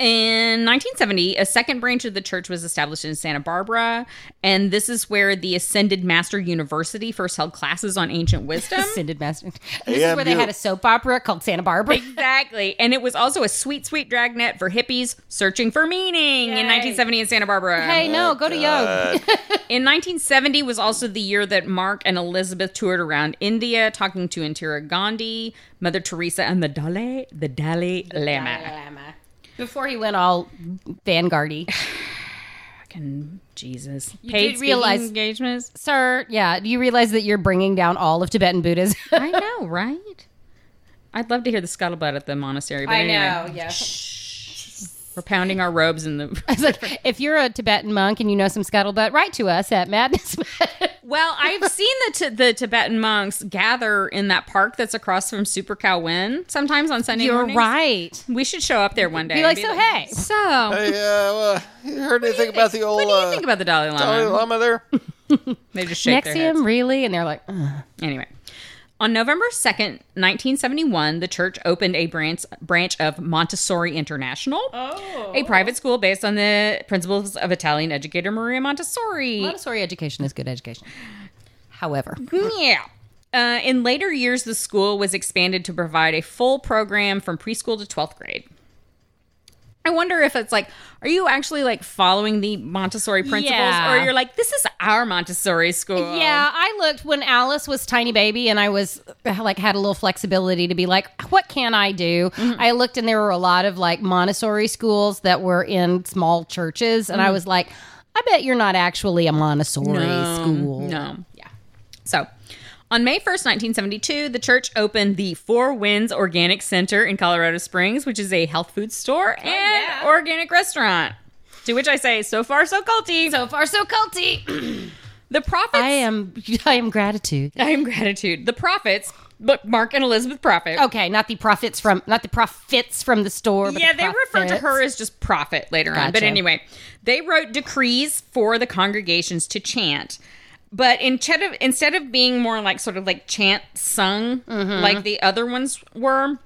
[SPEAKER 2] In 1970, a second branch of the church was established in Santa Barbara, and this is where the Ascended Master University first held classes on ancient wisdom.
[SPEAKER 3] Ascended Master. This is where they
[SPEAKER 4] AMU.
[SPEAKER 3] had a soap opera called Santa Barbara.
[SPEAKER 2] Exactly. And it was also a sweet, sweet dragnet for hippies searching for meaning in 1970 in Santa Barbara.
[SPEAKER 3] Hey, no, go to Yoga.
[SPEAKER 2] In 1970 was also the year that Mark and Elizabeth toured around India talking to Indira Gandhi, Mother Teresa, and the Dalai, the Dalai Lama.
[SPEAKER 3] Before he went all vanguardy.
[SPEAKER 2] Fucking Jesus. You
[SPEAKER 3] did realize-
[SPEAKER 2] engagements.
[SPEAKER 3] Sir, yeah, do you realize that you're bringing down all of Tibetan Buddhism?
[SPEAKER 2] I know, right? I'd love to hear the scuttlebutt at the monastery. But anyway,
[SPEAKER 3] yeah.
[SPEAKER 2] We're pounding our robes in the
[SPEAKER 3] It's like, if you're a Tibetan monk and you know some scuttlebutt, write to us at madness.
[SPEAKER 2] Well, I've seen the t- the Tibetan monks gather in that park that's across from Super Cow Win sometimes on Sunday
[SPEAKER 3] you're
[SPEAKER 2] mornings.
[SPEAKER 3] right.
[SPEAKER 2] We should show up there one day.
[SPEAKER 3] Be
[SPEAKER 2] and
[SPEAKER 3] like, so hey.
[SPEAKER 2] So, what
[SPEAKER 4] Hey, uh, well, you heard anything about the old uh,
[SPEAKER 2] do you think about the Dalai Lama?
[SPEAKER 4] there?
[SPEAKER 2] They just shake their heads.
[SPEAKER 3] Nexium, really? And they're like, "Ugh."
[SPEAKER 2] Anyway, on November 2nd, 1971, the church opened a branch branch of Montessori International,
[SPEAKER 3] Oh.
[SPEAKER 2] a private school based on the principles of Italian educator Maria Montessori.
[SPEAKER 3] Montessori education is good education. However,
[SPEAKER 2] Yeah. Uh, in later years, the school was expanded to provide a full program from preschool to 12th grade. I wonder if it's like, are you actually like following the Montessori principles
[SPEAKER 3] Yeah.
[SPEAKER 2] or you're like, this is our Montessori school?
[SPEAKER 3] Yeah, I looked when Alice was tiny baby, and I was like had a little flexibility to be like, what can I do?
[SPEAKER 2] Mm-hmm.
[SPEAKER 3] I looked, and there were a lot of like Montessori schools that were in small churches,
[SPEAKER 2] Mm-hmm.
[SPEAKER 3] and I was like, I bet you're not actually a Montessori school.
[SPEAKER 2] No. Yeah. So, on May 1st, 1972, the church opened the Four Winds Organic Center in Colorado Springs, which is a health food store and
[SPEAKER 3] Oh, yeah.
[SPEAKER 2] organic restaurant. To which I say, so far, so culty.
[SPEAKER 3] So far, so culty.
[SPEAKER 2] the profits.
[SPEAKER 3] I am. I am gratitude.
[SPEAKER 2] I am gratitude. The profits, but Mark and Elizabeth Profit.
[SPEAKER 3] Okay, not the profits from not the profits from the store. But
[SPEAKER 2] yeah,
[SPEAKER 3] the
[SPEAKER 2] they refer to
[SPEAKER 3] profits.
[SPEAKER 2] her as just Profit later on. But
[SPEAKER 3] Gotcha.
[SPEAKER 2] anyway, they wrote decrees for the congregations to chant. But instead of instead of being more like sort of like chant sung like the other ones were,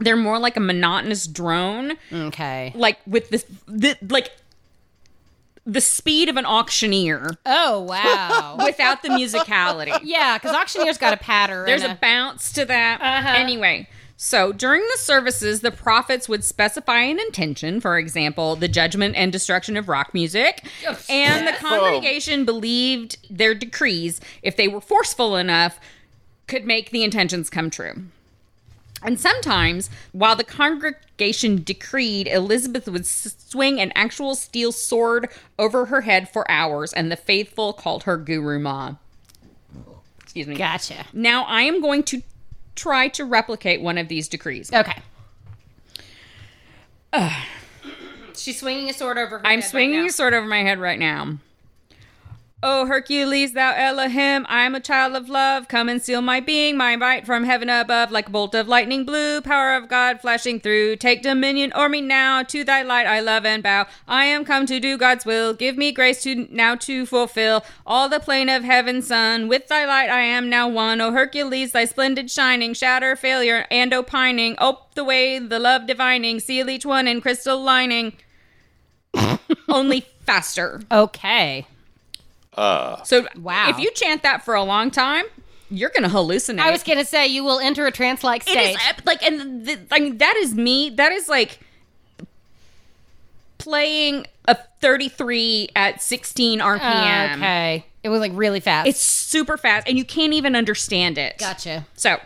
[SPEAKER 2] they're more like a monotonous drone,
[SPEAKER 3] Okay.
[SPEAKER 2] like with this the like the speed of an auctioneer
[SPEAKER 3] Oh wow.
[SPEAKER 2] without the musicality.
[SPEAKER 3] yeah, because auctioneer's got a patter.
[SPEAKER 2] There's
[SPEAKER 3] and
[SPEAKER 2] a bounce to that. Anyway, so during the services, the prophets would specify an intention, for example, the judgment and destruction of rock music. And the congregation believed their decrees, if they were forceful enough, could make the intentions come true. And sometimes, while the congregation decreed, Elizabeth would s- swing an actual steel sword over her head for hours, and the faithful called her Guru Ma. Excuse me.
[SPEAKER 3] gotcha.
[SPEAKER 2] Now I am going to try to replicate one of these decrees.
[SPEAKER 3] Okay. She's swinging a sword over her.
[SPEAKER 2] I'm swinging a sword over my head right now. Oh Hercules, thou Elohim, I'm a child of love. Come and seal my being, my might from heaven above, like a bolt of lightning blue, power of God flashing through. Take dominion o'er me now, to thy light I love and bow. I am come to do God's will. Give me grace to now to fulfill all the plain of heaven's sun. With thy light I am now one. O Hercules, thy splendid shining, shatter failure and opining. Ope the way, the love divining, seal each one in crystal lining. Only faster.
[SPEAKER 3] Okay.
[SPEAKER 4] Uh,
[SPEAKER 2] So
[SPEAKER 3] Wow.
[SPEAKER 2] if you chant that for a long time, you're gonna hallucinate.
[SPEAKER 3] I was gonna say you will enter a trance-like
[SPEAKER 2] it is
[SPEAKER 3] state.
[SPEAKER 2] ep- like, and the, I mean, that is me. That is like playing a 33 at 16 RPM.
[SPEAKER 3] okay. It was like really fast.
[SPEAKER 2] It's super fast, and you can't even understand it.
[SPEAKER 3] gotcha.
[SPEAKER 2] So,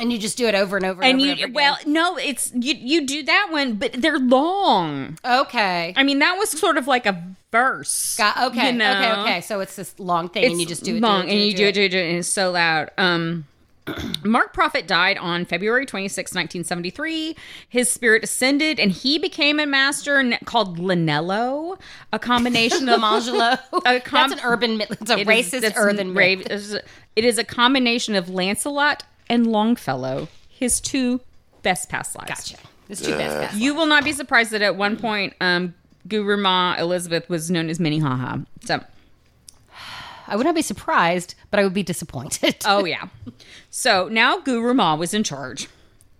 [SPEAKER 3] And you just do it over and over.
[SPEAKER 2] and
[SPEAKER 3] over
[SPEAKER 2] you
[SPEAKER 3] over again.
[SPEAKER 2] well, no, it's you. You do that one, but they're long.
[SPEAKER 3] Okay.
[SPEAKER 2] I mean, that was sort of like a verse.
[SPEAKER 3] Got, okay.
[SPEAKER 2] you know?
[SPEAKER 3] Okay. Okay. So it's this long thing, and you just do it. do
[SPEAKER 2] long
[SPEAKER 3] it, do
[SPEAKER 2] and
[SPEAKER 3] it,
[SPEAKER 2] you do it, do it, do it, and it's so loud. Um, Mark Prophet died on February 26, 1973. His spirit ascended and he became a master n- called Lanello, a combination of
[SPEAKER 3] Mangelo.
[SPEAKER 2] A com-
[SPEAKER 3] that's an urban myth. It's a
[SPEAKER 2] It is-
[SPEAKER 3] racist
[SPEAKER 2] that's
[SPEAKER 3] urban
[SPEAKER 2] ra-
[SPEAKER 3] myth.
[SPEAKER 2] is- It is a combination of Lancelot and Longfellow, his two best past lives.
[SPEAKER 3] Gotcha. It's too bad. fast.
[SPEAKER 2] You will not be surprised that at one point, um, Guru Ma Elizabeth was known as Minnehaha. So.
[SPEAKER 3] I would not be surprised, but I would be disappointed.
[SPEAKER 2] Oh yeah. So now Guru Ma was in charge.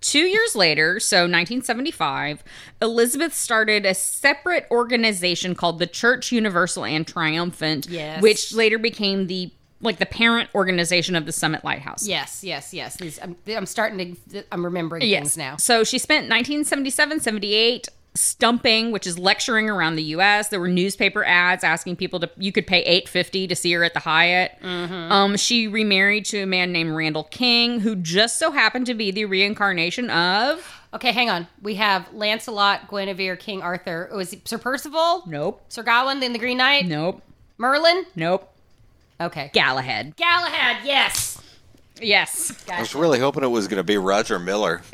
[SPEAKER 2] Two years later, so 1975, Elizabeth started a separate organization called the Church Universal and Triumphant,
[SPEAKER 3] Yes.
[SPEAKER 2] which later became the like the parent organization of the Summit Lighthouse.
[SPEAKER 3] Yes, yes, yes. These, I'm, I'm starting to. I'm remembering things now.
[SPEAKER 2] Mm. So she spent 1977, 78 stumping, which is lecturing around the U.S. There were newspaper ads asking people to you could pay 850 to see her at the Hyatt. Um, she remarried to a man named Randall King, who just so happened to be the reincarnation of
[SPEAKER 3] Okay, hang on. We have Lancelot, Guinevere, King Arthur. Was it Sir Percival?
[SPEAKER 2] nope,
[SPEAKER 3] Sir Gawain, then the Green Knight.
[SPEAKER 2] nope,
[SPEAKER 3] Merlin.
[SPEAKER 2] nope,
[SPEAKER 3] Okay.
[SPEAKER 2] Galahad.
[SPEAKER 3] Galahad. Yes.
[SPEAKER 2] Yes.
[SPEAKER 4] I was really hoping it was going to be Roger Miller.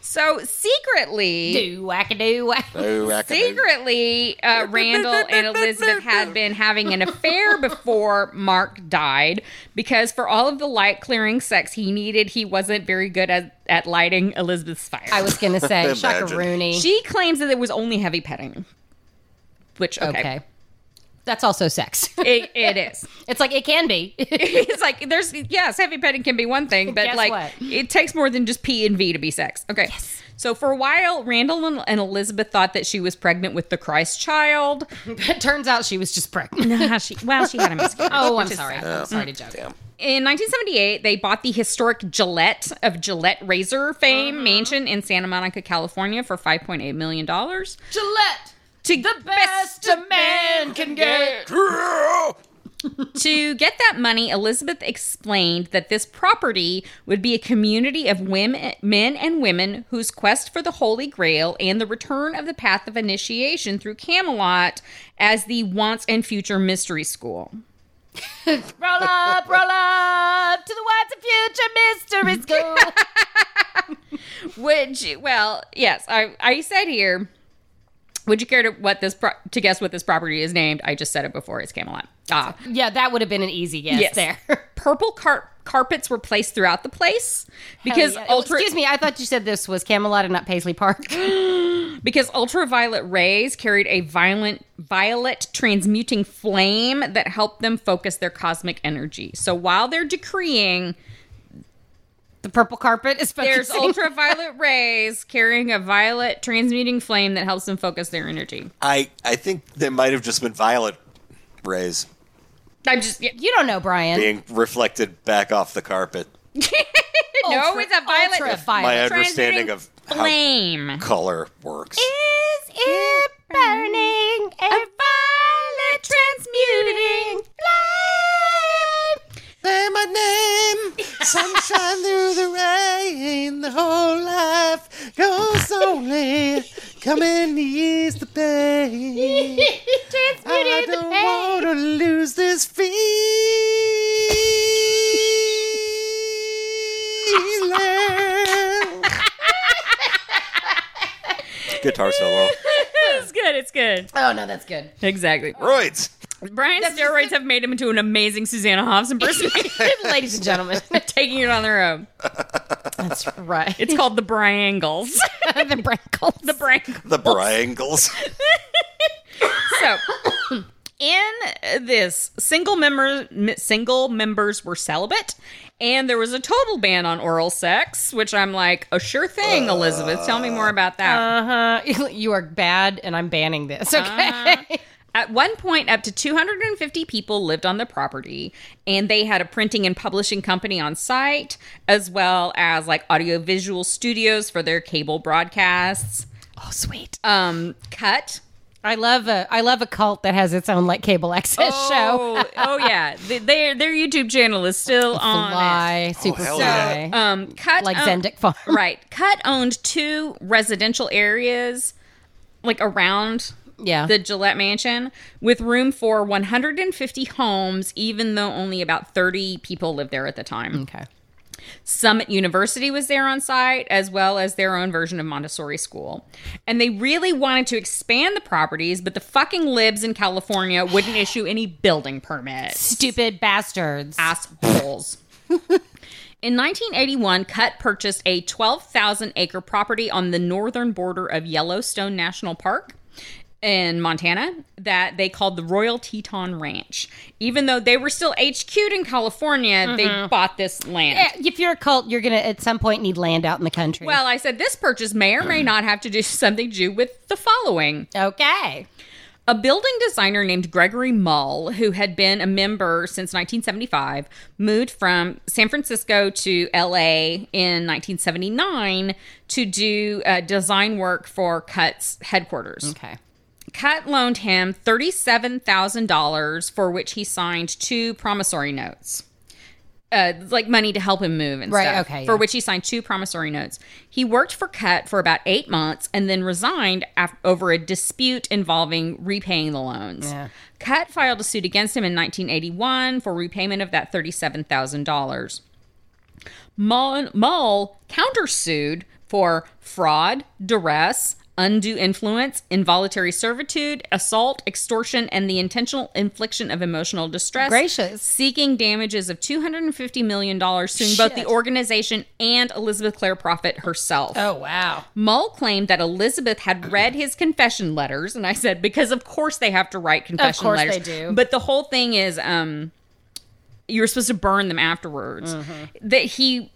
[SPEAKER 2] so secretly,
[SPEAKER 3] Do wackadoo wack.
[SPEAKER 4] Oh, I can do-
[SPEAKER 2] Secretly, uh, Randall and Elizabeth had been having an affair before Mark died because for all of the light clearing sex he needed, he wasn't very good at, at lighting Elizabeth's fire.
[SPEAKER 3] I was gonna say
[SPEAKER 4] Imagine.
[SPEAKER 3] Shakarooney.
[SPEAKER 2] she claims that it was only heavy petting, which, okay.
[SPEAKER 3] okay. That's also sex.
[SPEAKER 2] It, it is.
[SPEAKER 3] it's like it can be.
[SPEAKER 2] It's like there's yes, heavy petting can be one thing, but
[SPEAKER 3] Guess
[SPEAKER 2] like
[SPEAKER 3] what?
[SPEAKER 2] it takes more than just P and V to be sex. Okay. So for a while, Randall and- and Elizabeth thought that she was pregnant with the Christ child.
[SPEAKER 3] It turns out she was just pregnant.
[SPEAKER 2] Nah, she, well, she had a miscarriage.
[SPEAKER 3] Oh,
[SPEAKER 2] which
[SPEAKER 3] I'm
[SPEAKER 2] is
[SPEAKER 3] sorry.
[SPEAKER 2] sad.
[SPEAKER 3] I'm sorry to joke.
[SPEAKER 2] In 1978, they bought the historic Gillette of Gillette Razor fame mansion in Santa Monica, California for $5.8 million. To
[SPEAKER 3] Gillette,
[SPEAKER 2] the
[SPEAKER 3] best a man can get.
[SPEAKER 2] to get that money, Elizabeth explained that this property would be a community of women, men and women whose quest for the Holy Grail and the return of the path of initiation through Camelot as the once and future mystery school.
[SPEAKER 3] Roll up, roll up to the wide future mystery school.
[SPEAKER 2] Would you, well, yes, I, I said here, would you care to what this pro- to guess what this property is named? I just said it before. It's Camelot. Ah,
[SPEAKER 3] yeah, that would have been an easy guess
[SPEAKER 2] Yes.
[SPEAKER 3] there.
[SPEAKER 2] purple car- carpets were placed throughout the place because
[SPEAKER 3] Yeah.
[SPEAKER 2] ultra
[SPEAKER 3] Excuse me, I thought you said this was Camelot and not Paisley Park.
[SPEAKER 2] because ultraviolet rays carried a violent violet transmuting flame that helped them focus their cosmic energy. So while they're decreeing,
[SPEAKER 3] the purple carpet is
[SPEAKER 2] there's
[SPEAKER 3] focusing-
[SPEAKER 2] ultraviolet rays carrying a violet transmuting flame that helps them focus their energy.
[SPEAKER 4] I I think they might have just been violet rays
[SPEAKER 2] I'm just yeah,
[SPEAKER 3] You don't know, Brian.
[SPEAKER 4] being reflected back off the carpet.
[SPEAKER 2] no, it's a violet
[SPEAKER 4] My
[SPEAKER 3] Ultraviolet.
[SPEAKER 4] understanding of
[SPEAKER 3] Oh.
[SPEAKER 4] how
[SPEAKER 2] flame.
[SPEAKER 4] color works.
[SPEAKER 2] Is it burning a violet transmuting flame?
[SPEAKER 1] Say my name, sunshine through the rain. The whole life goes only. Come and ease the pain. I don't want to lose this feeling.
[SPEAKER 4] Guitar solo.
[SPEAKER 2] it's good. It's good.
[SPEAKER 3] Oh no, that's good.
[SPEAKER 2] Exactly.
[SPEAKER 4] Roids.
[SPEAKER 2] Brian's steroids have made him into an amazing Susanna Hoffs impersonator,
[SPEAKER 3] Ladies and gentlemen,
[SPEAKER 2] taking it on their own.
[SPEAKER 3] that's right.
[SPEAKER 2] It's called the Briangles.
[SPEAKER 3] the Brinkles.
[SPEAKER 2] the Briangles.
[SPEAKER 4] The Briangles.
[SPEAKER 2] So, in this, single member m- single members were celibate, and there was a total ban on oral sex, which I'm like, a sure thing, Elizabeth. Tell me more about that.
[SPEAKER 3] Uh huh. You are bad, and I'm banning this. Okay.
[SPEAKER 2] Uh-huh. At one point, up to 250 people lived on the property, and they had a printing and publishing company on site, as well as like audiovisual studios for their cable broadcasts.
[SPEAKER 3] Oh sweet.
[SPEAKER 2] Um, cut.
[SPEAKER 3] I love a I love a cult that has its own like cable access show.
[SPEAKER 2] Oh, oh yeah, Th- their their YouTube channel is still on. it.
[SPEAKER 3] Fly, super
[SPEAKER 4] Oh, hell
[SPEAKER 3] fly.
[SPEAKER 2] Um, cut
[SPEAKER 3] Like
[SPEAKER 2] own-
[SPEAKER 3] Zendik Farm.
[SPEAKER 2] right? Cut owned two residential areas, like around
[SPEAKER 3] Yeah.
[SPEAKER 2] the Gillette Mansion, with room for 150 homes, even though only about 30 people lived there at the time.
[SPEAKER 3] okay.
[SPEAKER 2] Summit University was there on site, as well as their own version of Montessori School. And they really wanted to expand the properties, but the fucking libs in California wouldn't issue any building permits
[SPEAKER 3] Stupid bastards.
[SPEAKER 2] assholes. In 1981, Cut purchased a 12,000 acre property on the northern border of Yellowstone National Park in Montana that they called the Royal Teton Ranch. Even though they were still HQ'd in California, they bought this land.
[SPEAKER 3] Eh, If you're a cult, you're gonna at some point need land out in the country.
[SPEAKER 2] Well, I said this purchase may or may not have to do something to do with the following.
[SPEAKER 3] okay.
[SPEAKER 2] A building designer named Gregory Mull, who had been a member since 1975, moved from San Francisco to LA in 1979 to do uh, design work for Cut's headquarters.
[SPEAKER 3] Okay.
[SPEAKER 2] Cut loaned him $37,000, for which he signed two promissory notes. Uh, like money to help him move and
[SPEAKER 3] Right,
[SPEAKER 2] stuff.
[SPEAKER 3] okay,
[SPEAKER 2] For
[SPEAKER 3] yeah.
[SPEAKER 2] which he signed two promissory notes. He worked for Cut for about eight months and then resigned af- over a dispute involving repaying the loans.
[SPEAKER 3] Yeah.
[SPEAKER 2] Cut filed a suit against him in 1981 for repayment of that $37,000. Mull, Mull countersued for fraud, duress, undue influence, involuntary servitude, assault, extortion, and the intentional infliction of emotional distress.
[SPEAKER 3] Gracious.
[SPEAKER 2] Seeking damages of $250 million, suing both the
[SPEAKER 3] Shit.
[SPEAKER 2] organization and Elizabeth Clare Prophet herself.
[SPEAKER 3] Oh wow.
[SPEAKER 2] Mull claimed that Elizabeth had read his confession letters, and I said because of course they have to write confession
[SPEAKER 3] course
[SPEAKER 2] letters.
[SPEAKER 3] they do.
[SPEAKER 2] But the whole thing is, um, you're supposed to burn them
[SPEAKER 3] Mm-hmm.
[SPEAKER 2] afterwards. That he,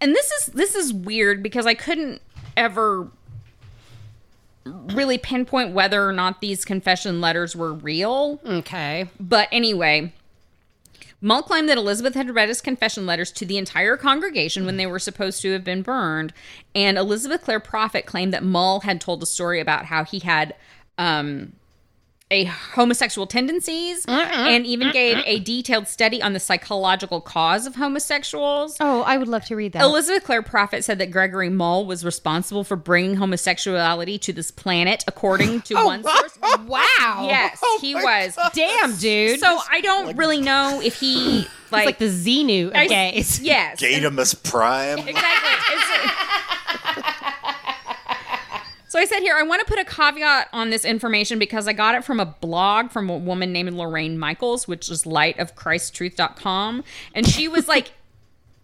[SPEAKER 2] and this is this is weird because I couldn't ever really pinpoint whether or not these confession letters were real.
[SPEAKER 3] Okay.
[SPEAKER 2] But anyway, Mull claimed that Elizabeth had read his confession letters to the entire congregation when they were supposed to have been burned. And Elizabeth Clare Prophet claimed that Mull had told a story about how he had um, a homosexual tendencies and even gave a detailed study on the psychological cause of homosexuals.
[SPEAKER 3] Oh, I would love to read that.
[SPEAKER 2] Elizabeth Clare Prophet said that Gregory Mull was responsible for bringing homosexuality to this planet, according to one source.
[SPEAKER 3] Oh, wow. Oh,
[SPEAKER 2] Yes, he was.
[SPEAKER 3] Damn, dude.
[SPEAKER 2] So I don't really know if he like,
[SPEAKER 3] it's like the Xenu of
[SPEAKER 2] I-
[SPEAKER 3] gays.
[SPEAKER 2] yes
[SPEAKER 4] Gatamus Prime.
[SPEAKER 2] exactly. so I said here I want to put a caveat on this information because I got it from a blog from a woman named Lorraine Michaels, which is lightofchriststruth.com, and she was like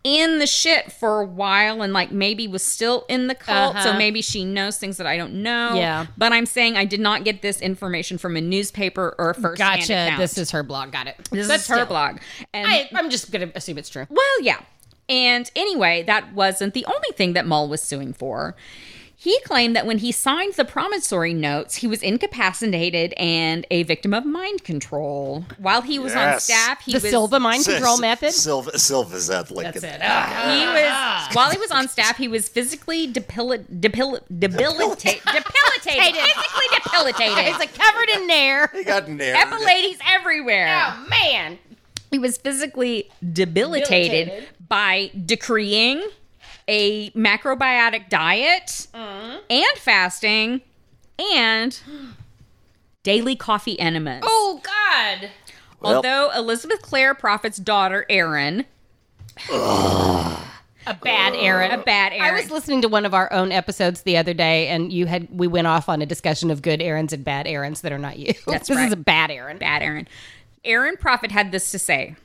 [SPEAKER 2] in the shit for a while and like maybe was still in the cult so
[SPEAKER 3] Uh-huh.
[SPEAKER 2] maybe she knows things that I don't know.
[SPEAKER 3] Yeah.
[SPEAKER 2] But I'm saying I did not get this information from a newspaper or a first
[SPEAKER 3] Gotcha. This is her blog. Got it.
[SPEAKER 2] this
[SPEAKER 3] But
[SPEAKER 2] is her
[SPEAKER 3] still,
[SPEAKER 2] blog. And
[SPEAKER 3] I, I'm just going to assume it's true.
[SPEAKER 2] well, yeah. And anyway, that wasn't the only thing that Mull was suing for. He claimed that when he signed the promissory notes, he was incapacitated and a victim of mind control. While he was on
[SPEAKER 4] Yes.
[SPEAKER 2] staff, he
[SPEAKER 3] the
[SPEAKER 2] was
[SPEAKER 3] Silva mind control method.
[SPEAKER 4] Silva, Silva's that like
[SPEAKER 3] That's it.
[SPEAKER 2] he was while he was on staff, he was physically depil- depil- debilita- debilitated, physically debilitated.
[SPEAKER 3] It's like covered in nair.
[SPEAKER 4] He got an error.
[SPEAKER 2] Epiladies everywhere.
[SPEAKER 3] Oh man.
[SPEAKER 2] He was physically debilitated,
[SPEAKER 3] Debilitated.
[SPEAKER 2] by decreeing a macrobiotic diet
[SPEAKER 3] Uh-huh.
[SPEAKER 2] and fasting and daily coffee enemas.
[SPEAKER 3] Oh God.
[SPEAKER 4] Well,
[SPEAKER 2] Although Elizabeth Clare Prophet's daughter, Erin,
[SPEAKER 3] A bad Aaron.
[SPEAKER 2] a bad Erin.
[SPEAKER 3] I was listening to one of our own episodes the other day, and you had we went off on a discussion of good errands and bad errands that are not you.
[SPEAKER 2] That's
[SPEAKER 3] this
[SPEAKER 2] right.
[SPEAKER 3] is a bad errand.
[SPEAKER 2] bad Aaron. Aaron Prophet had this to say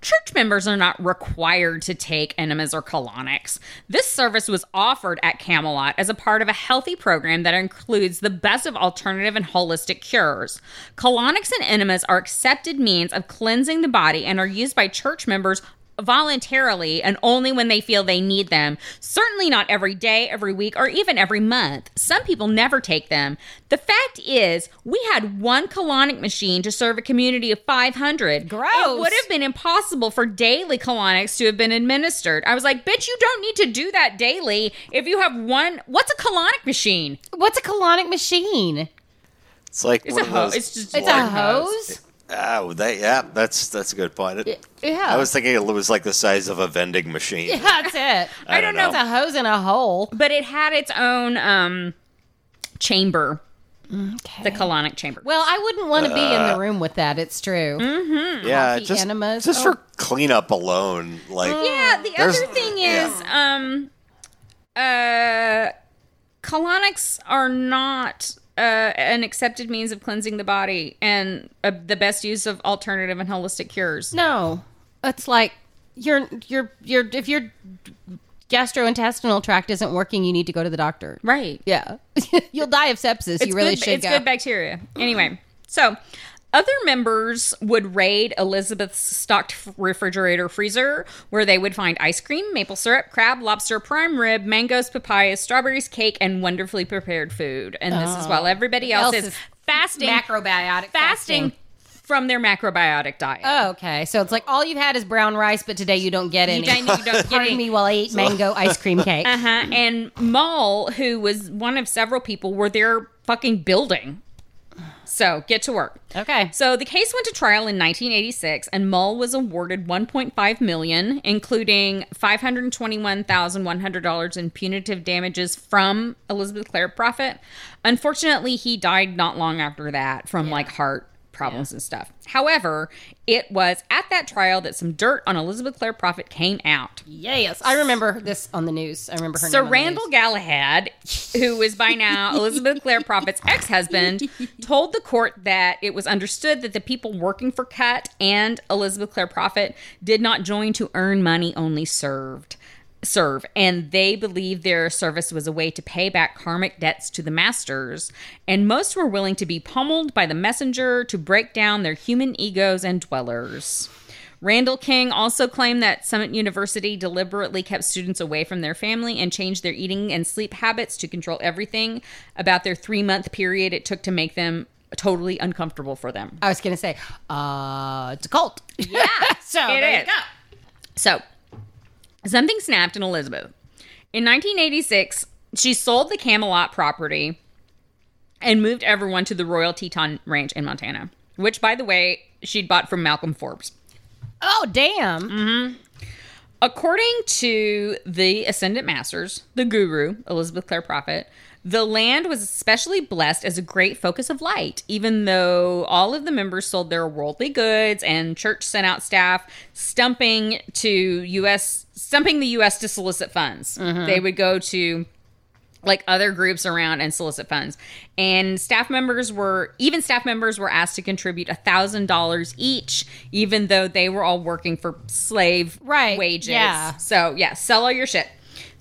[SPEAKER 2] Church members are not required to take enemas or colonics. This service was offered at Camelot as a part of a healthy program that includes the best of alternative and holistic cures. Colonics and enemas are accepted means of cleansing the body and are used by church members voluntarily and only when they feel they need them. Certainly not every day, every week, or even every month. Some people never take them. The fact is, we had one colonic machine to serve a community of 500. It
[SPEAKER 3] Gross.
[SPEAKER 2] would have been impossible for daily colonics to have been administered. I was like, bitch, you don't need to do that daily if you have one. What's a colonic machine?
[SPEAKER 3] What's a colonic machine?
[SPEAKER 4] it's like
[SPEAKER 2] It's
[SPEAKER 4] one
[SPEAKER 2] a
[SPEAKER 4] of
[SPEAKER 2] hose.
[SPEAKER 4] those-
[SPEAKER 2] It's just
[SPEAKER 3] It's a
[SPEAKER 2] like-
[SPEAKER 3] hose.
[SPEAKER 4] Oh, that, yeah, that's that's a good point. It-
[SPEAKER 3] Yeah.
[SPEAKER 4] I was thinking it was like the size of a vending machine.
[SPEAKER 3] That's it.
[SPEAKER 4] I I don't don't know. know.
[SPEAKER 3] It's a hose in a hole.
[SPEAKER 2] But it had its own um, chamber, the colonic chamber.
[SPEAKER 3] Well, I wouldn't want to be in
[SPEAKER 4] Uh.
[SPEAKER 3] the room with that. It's true.
[SPEAKER 2] Hmm?
[SPEAKER 4] yeah,
[SPEAKER 3] Coffee
[SPEAKER 4] just
[SPEAKER 3] enemas.
[SPEAKER 4] just
[SPEAKER 3] Oh.
[SPEAKER 4] for cleanup alone. Like,
[SPEAKER 2] Yeah, the
[SPEAKER 4] There's-
[SPEAKER 2] other thing is, um, uh, colonics are not uh, an accepted means of cleansing the body and uh, the best use of alternative and holistic cures.
[SPEAKER 3] No, it's like your your your if your gastrointestinal tract isn't working, you need to go to the doctor.
[SPEAKER 2] Right.
[SPEAKER 3] Yeah, you'll die of sepsis. you really
[SPEAKER 2] good,
[SPEAKER 3] should
[SPEAKER 2] It's
[SPEAKER 3] go.
[SPEAKER 2] good bacteria. Anyway, so other members would raid Elizabeth's stocked f- refrigerator freezer, where they would find ice cream, maple syrup, crab, lobster, prime rib, mangoes, papayas, strawberries, cake, and wonderfully prepared food. And this is while everybody else,
[SPEAKER 3] Oh. Else
[SPEAKER 2] is,
[SPEAKER 3] is
[SPEAKER 2] fasting,
[SPEAKER 3] Macrobiotic
[SPEAKER 2] fasting from their macrobiotic diet.
[SPEAKER 3] Oh, okay, so it's like all you've had is brown rice, but today you don't get any.
[SPEAKER 2] You don't- you don't get
[SPEAKER 3] Pardon
[SPEAKER 2] any.
[SPEAKER 3] me while I eat mango ice cream cake.
[SPEAKER 2] Uh-huh. And Maul, who was one of several people, were there fucking building. So get to work.
[SPEAKER 3] Okay.
[SPEAKER 2] So the case went to trial in 1986, and Mull was awarded 1.5 million, including 521,100 dollars in punitive damages from Elizabeth Clare Prophet. Unfortunately, he died not long after that from like heart problems and stuff. However, it was at that trial that some dirt on Elizabeth Clare Prophet came out.
[SPEAKER 3] Yes, I remember this on the news. I remember her.
[SPEAKER 2] So
[SPEAKER 3] name on the
[SPEAKER 2] Randall Galahad, who is by now Elizabeth Clare Prophet's ex-husband, told the court that it was understood that the people working for Cut and Elizabeth Clare Prophet did not join to earn money, only served serve and they believed their service was a way to pay back karmic debts to the masters and most were willing to be pummeled by the messenger to break down their human egos and dwellers Randall King also claimed that Summit University deliberately kept students away from their family and changed their eating and sleep habits to control everything about their three month period it took to make them totally uncomfortable for them.
[SPEAKER 3] I was going to say, uh, it's a cult. Yeah. so
[SPEAKER 2] It
[SPEAKER 3] Oh, there
[SPEAKER 2] is.
[SPEAKER 3] you go.
[SPEAKER 2] So, something snapped in Elizabeth. In 1986, she sold the Camelot property and moved everyone to the Royal Teton Ranch in Montana, which, by the way, she'd bought from Malcolm Forbes.
[SPEAKER 3] Oh, damn.
[SPEAKER 2] Mm. According to the Ascendant Masters, the guru, Elizabeth Clare Prophet, the land was especially blessed as a great focus of light, even though all of the members sold their worldly goods and church sent out staff stumping to US stumping the US to solicit funds. They would go to like other groups around and solicit funds. And staff members were even staff members were asked to contribute a thousand dollars each, even though they were all working for slave
[SPEAKER 3] Right,
[SPEAKER 2] wages.
[SPEAKER 3] yeah.
[SPEAKER 2] So yeah, sell all your shit.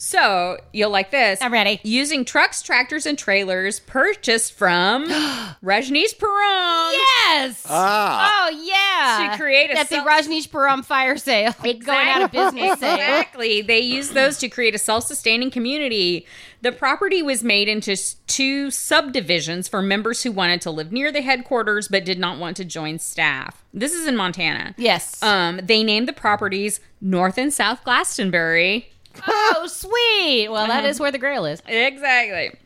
[SPEAKER 2] So you'll like this.
[SPEAKER 3] I'm ready.
[SPEAKER 2] Using trucks, tractors, and trailers purchased from Rajneesh Perron.
[SPEAKER 3] Yes.
[SPEAKER 4] Ah,
[SPEAKER 3] oh, yeah.
[SPEAKER 2] To create a
[SPEAKER 3] That's
[SPEAKER 2] self-
[SPEAKER 3] the Rajneesh Baram fire sale. Going out of business sale.
[SPEAKER 2] Exactly. They used those to create a self-sustaining community. The property was made into s- two subdivisions for members who wanted to live near the headquarters but did not want to join staff. This is in Montana.
[SPEAKER 3] Yes.
[SPEAKER 2] Um, they named the properties North and South Glastonbury.
[SPEAKER 3] oh, sweet. Well,
[SPEAKER 2] Uh-huh.
[SPEAKER 3] that is where the grail is.
[SPEAKER 2] Exactly.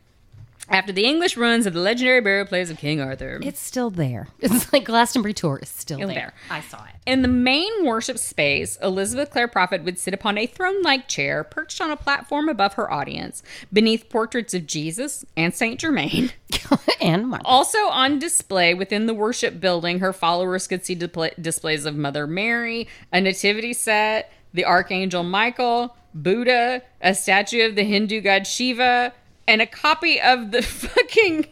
[SPEAKER 2] After the English ruins of the legendary burial place of King Arthur.
[SPEAKER 3] It's still there. It's like Glastonbury Tour is still there.
[SPEAKER 2] there.
[SPEAKER 3] I saw it.
[SPEAKER 2] In the main worship space, Elizabeth Clare Prophet would sit upon a throne like chair perched on a platform above her audience, beneath portraits of Jesus and Saint Germain.
[SPEAKER 3] and Mark.
[SPEAKER 2] Also on display within the worship building, her followers could see dipl- displays of Mother Mary, a nativity set, the Archangel Michael, Buddha, a statue of the Hindu god Shiva, and a copy of the fucking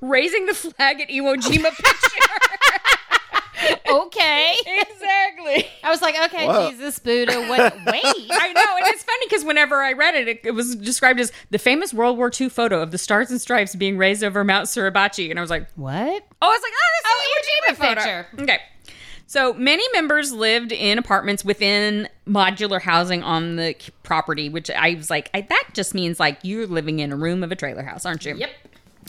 [SPEAKER 2] raising the flag at Iwo Jima picture.
[SPEAKER 3] Okay.
[SPEAKER 2] exactly.
[SPEAKER 3] I was like, okay,
[SPEAKER 4] Whoa.
[SPEAKER 3] Jesus, Buddha, what? Wait.
[SPEAKER 2] I know, and it's funny because whenever I read it, it, it was described as the famous World War II photo of the stars and stripes being raised over Mount Suribachi, and I was like,
[SPEAKER 3] What?
[SPEAKER 2] oh, I was like, oh, that's the Iwo Jima
[SPEAKER 3] picture.
[SPEAKER 2] photo. Okay, so many members lived in apartments within modular housing on the c- property, which I was like, I, that just means like you're living in a room of a trailer house, aren't you? Yep.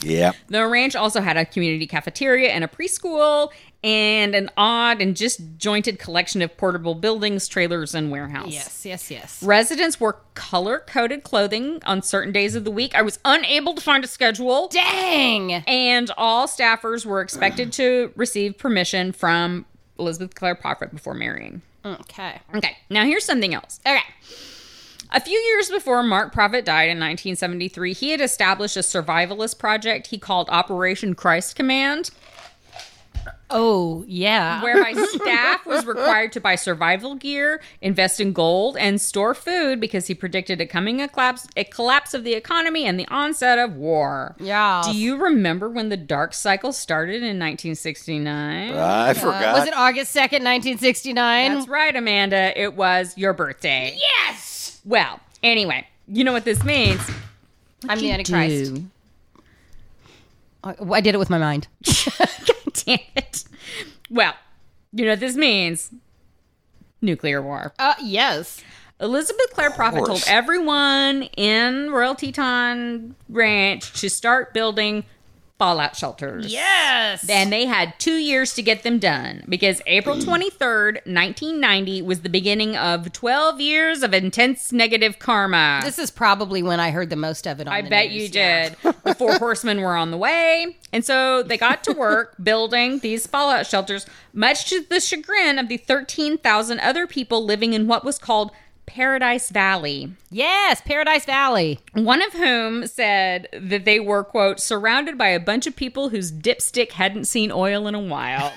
[SPEAKER 4] yeah.
[SPEAKER 2] The ranch also had a community cafeteria and a preschool and an odd and disjointed collection of portable buildings, trailers, and warehouse.
[SPEAKER 3] yes, yes.
[SPEAKER 2] Residents wore color coded clothing on certain days of the week. I was unable to find a schedule.
[SPEAKER 3] Dang.
[SPEAKER 2] And all staffers were expected to receive permission from Elizabeth Clare Prophet before marrying.
[SPEAKER 3] Okay.
[SPEAKER 2] Okay, now here's something else.
[SPEAKER 3] Okay.
[SPEAKER 2] A few years before Mark Prophet died in 1973, he had established a survivalist project he called Operation Christ Command,
[SPEAKER 3] Oh, yeah.
[SPEAKER 2] whereby staff was required to buy survival gear, invest in gold, and store food because he predicted a coming collapse, a collapse of the economy and the onset of war.
[SPEAKER 3] Yeah.
[SPEAKER 2] Do you remember when the dark cycle started in 1969?
[SPEAKER 4] I forgot.
[SPEAKER 3] Was it August 2nd, 1969?
[SPEAKER 2] That's right, Amanda. It was your birthday.
[SPEAKER 3] yes.
[SPEAKER 2] Well, anyway, you know what this means.
[SPEAKER 3] I'm the Antichrist. I I did it with my mind.
[SPEAKER 2] Damn it. Well, you know what this means. Nuclear war.
[SPEAKER 3] Uh, yes.
[SPEAKER 2] Elizabeth Clare Prophet told
[SPEAKER 4] course.
[SPEAKER 2] everyone in Royal Teton Ranch to start building fallout shelters.
[SPEAKER 3] Yes.
[SPEAKER 2] And they had two years to get them done because
[SPEAKER 3] Mm.
[SPEAKER 2] April 23rd, 1990, was the beginning of 12 years of intense negative karma.
[SPEAKER 3] This is probably when I heard the most of it on
[SPEAKER 2] I
[SPEAKER 3] the
[SPEAKER 2] bet
[SPEAKER 3] news.
[SPEAKER 2] you did. The four horsemen were on the way. And so they got to work building these fallout shelters, much to the chagrin of the 13,000 other people living in what was called Paradise Valley.
[SPEAKER 3] Yes, Paradise Valley.
[SPEAKER 2] One of whom said that they were, quote, surrounded by a bunch of people whose dipstick hadn't seen oil in a while.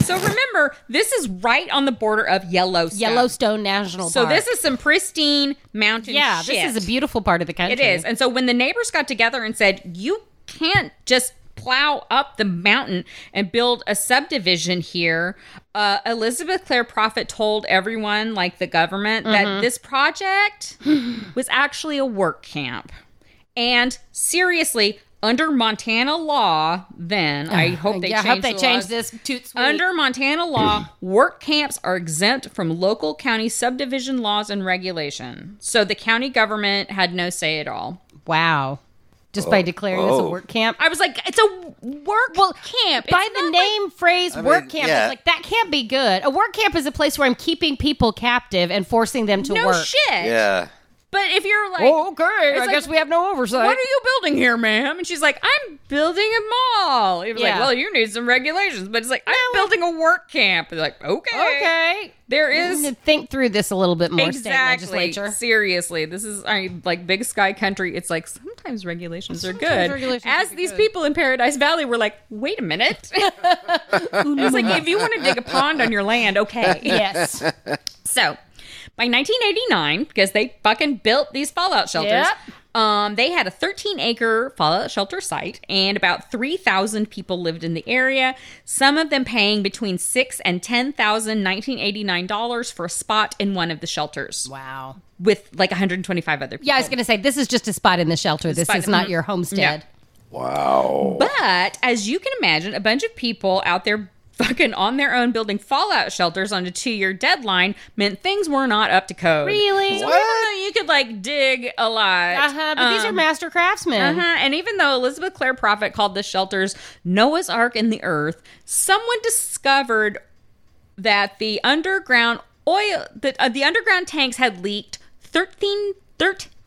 [SPEAKER 2] so remember, this is right on the border of Yellowstone.
[SPEAKER 3] Yellowstone National
[SPEAKER 2] So
[SPEAKER 3] Park.
[SPEAKER 2] this is some pristine mountain
[SPEAKER 3] yeah,
[SPEAKER 2] shit.
[SPEAKER 3] this is a beautiful part of the country.
[SPEAKER 2] It is. And so when the neighbors got together and said, you can't just plow up the mountain and build a subdivision here, uh, Elizabeth Clare Prophet told everyone, like the government,
[SPEAKER 3] Mm-hmm.
[SPEAKER 2] that this project was actually a work camp. And seriously, Under Montana law, then I hope they
[SPEAKER 3] yeah, I
[SPEAKER 2] change
[SPEAKER 3] hope they
[SPEAKER 2] the
[SPEAKER 3] change
[SPEAKER 2] laws.
[SPEAKER 3] this toot sweet.
[SPEAKER 2] Under Montana law, work camps are exempt from local county subdivision laws and regulation. So the county government had no say at all.
[SPEAKER 3] wow. Just by declaring this a
[SPEAKER 4] Oh.
[SPEAKER 3] work camp.
[SPEAKER 2] I was like, it's a work camp. It's
[SPEAKER 3] by the
[SPEAKER 2] not
[SPEAKER 3] name phrase work
[SPEAKER 4] mean,
[SPEAKER 3] camp,
[SPEAKER 4] yeah.
[SPEAKER 3] it's like that can't be good. A work camp is a place where I'm keeping people captive and forcing them to
[SPEAKER 2] like, no
[SPEAKER 3] work.
[SPEAKER 2] shit.
[SPEAKER 4] Yeah.
[SPEAKER 2] But if you're like,
[SPEAKER 3] Oh, okay. I
[SPEAKER 2] like,
[SPEAKER 3] guess we have no oversight.
[SPEAKER 2] what are you building here, ma'am? And she's like, I'm building a mall. It was like,
[SPEAKER 3] Yeah.
[SPEAKER 2] well, you need some regulations. But it's like, I'm building a work camp. They're like, okay.
[SPEAKER 3] okay?
[SPEAKER 2] There
[SPEAKER 3] I
[SPEAKER 2] is
[SPEAKER 3] need to think through this a little bit more. State
[SPEAKER 2] exactly.
[SPEAKER 3] legislature.
[SPEAKER 2] Seriously, this is I mean, like big sky country. It's like sometimes regulations are good.
[SPEAKER 3] Sometimes regulations
[SPEAKER 2] As
[SPEAKER 3] can be
[SPEAKER 2] these
[SPEAKER 3] good.
[SPEAKER 2] people in Paradise Valley were like, wait a minute. it's like if you want to dig a pond on your land, okay.
[SPEAKER 3] Yes.
[SPEAKER 2] So by 1989, because they fucking built these fallout shelters.
[SPEAKER 3] Yep.
[SPEAKER 2] Um, they had a 13 acre fallout shelter site, and about 3,000 people lived in the area. Some of them paying between six and ten thousand 1989 dollars for a spot in one of the shelters
[SPEAKER 3] wow.
[SPEAKER 2] with like 125 other people.
[SPEAKER 3] Yeah, I was going to say this is just a spot in the shelter. This
[SPEAKER 2] spot-
[SPEAKER 3] is not your homestead.
[SPEAKER 4] Wow.
[SPEAKER 2] But as you can imagine, a bunch of people out there fucking on their own building fallout shelters on a two year deadline meant things were not up to code.
[SPEAKER 3] Really?
[SPEAKER 2] So even though you could like dig a lot.
[SPEAKER 3] Uh-huh, but these are
[SPEAKER 2] um,
[SPEAKER 3] master craftsmen.
[SPEAKER 2] Uh-huh. And even though Elizabeth Clare Prophet called the shelters Noah's Ark in the Earth, someone discovered that the underground oil, that uh, the underground tanks had leaked 13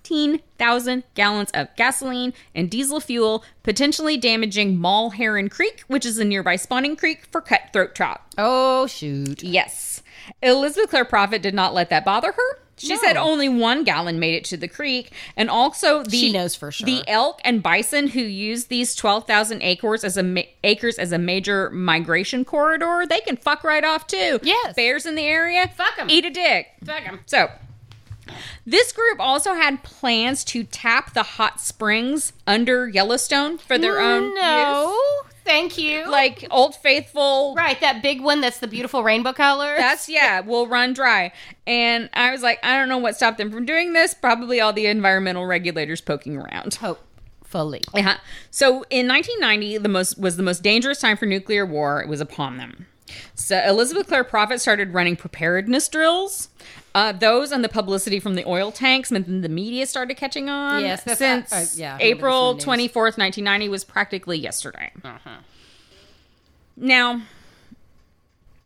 [SPEAKER 2] 13,000 gallons of gasoline and diesel fuel, potentially damaging Mall Heron Creek, which is a nearby spawning creek for cutthroat trout.
[SPEAKER 3] Oh shoot.
[SPEAKER 2] Yes. Elizabeth Clare Prophet did not let that bother her. She said only one gallon made it to the creek, and also the
[SPEAKER 3] She knows for sure.
[SPEAKER 2] the elk and bison who use these twelve thousand acres as a ma- acres as a major migration corridor. They can fuck right off too.
[SPEAKER 3] Yes.
[SPEAKER 2] bears in the area,
[SPEAKER 3] Fuck 'em.
[SPEAKER 2] eat a dick. So, this group also had plans to tap the hot springs under Yellowstone for their own
[SPEAKER 3] Mm, No,
[SPEAKER 2] use.
[SPEAKER 3] thank you.
[SPEAKER 2] like Old Faithful,
[SPEAKER 3] right, that big one that's the beautiful rainbow color.
[SPEAKER 2] That's yeah, will run dry. And I was like, I don't know what stopped them from doing this. Probably all the environmental regulators poking around.
[SPEAKER 3] hopefully.
[SPEAKER 2] Yeah. Uh-huh. So in 1990, the most was the most dangerous time for nuclear war. It was upon them. So Elizabeth Clare Prophet started running preparedness drills. Uh, those and the publicity from the oil tanks meant that the media started catching on.
[SPEAKER 3] Yes, that's-
[SPEAKER 2] since
[SPEAKER 3] uh, yeah, I remember
[SPEAKER 2] April
[SPEAKER 3] this in the
[SPEAKER 2] 24th, 1990 was practically yesterday.
[SPEAKER 3] Uh-huh.
[SPEAKER 2] Now,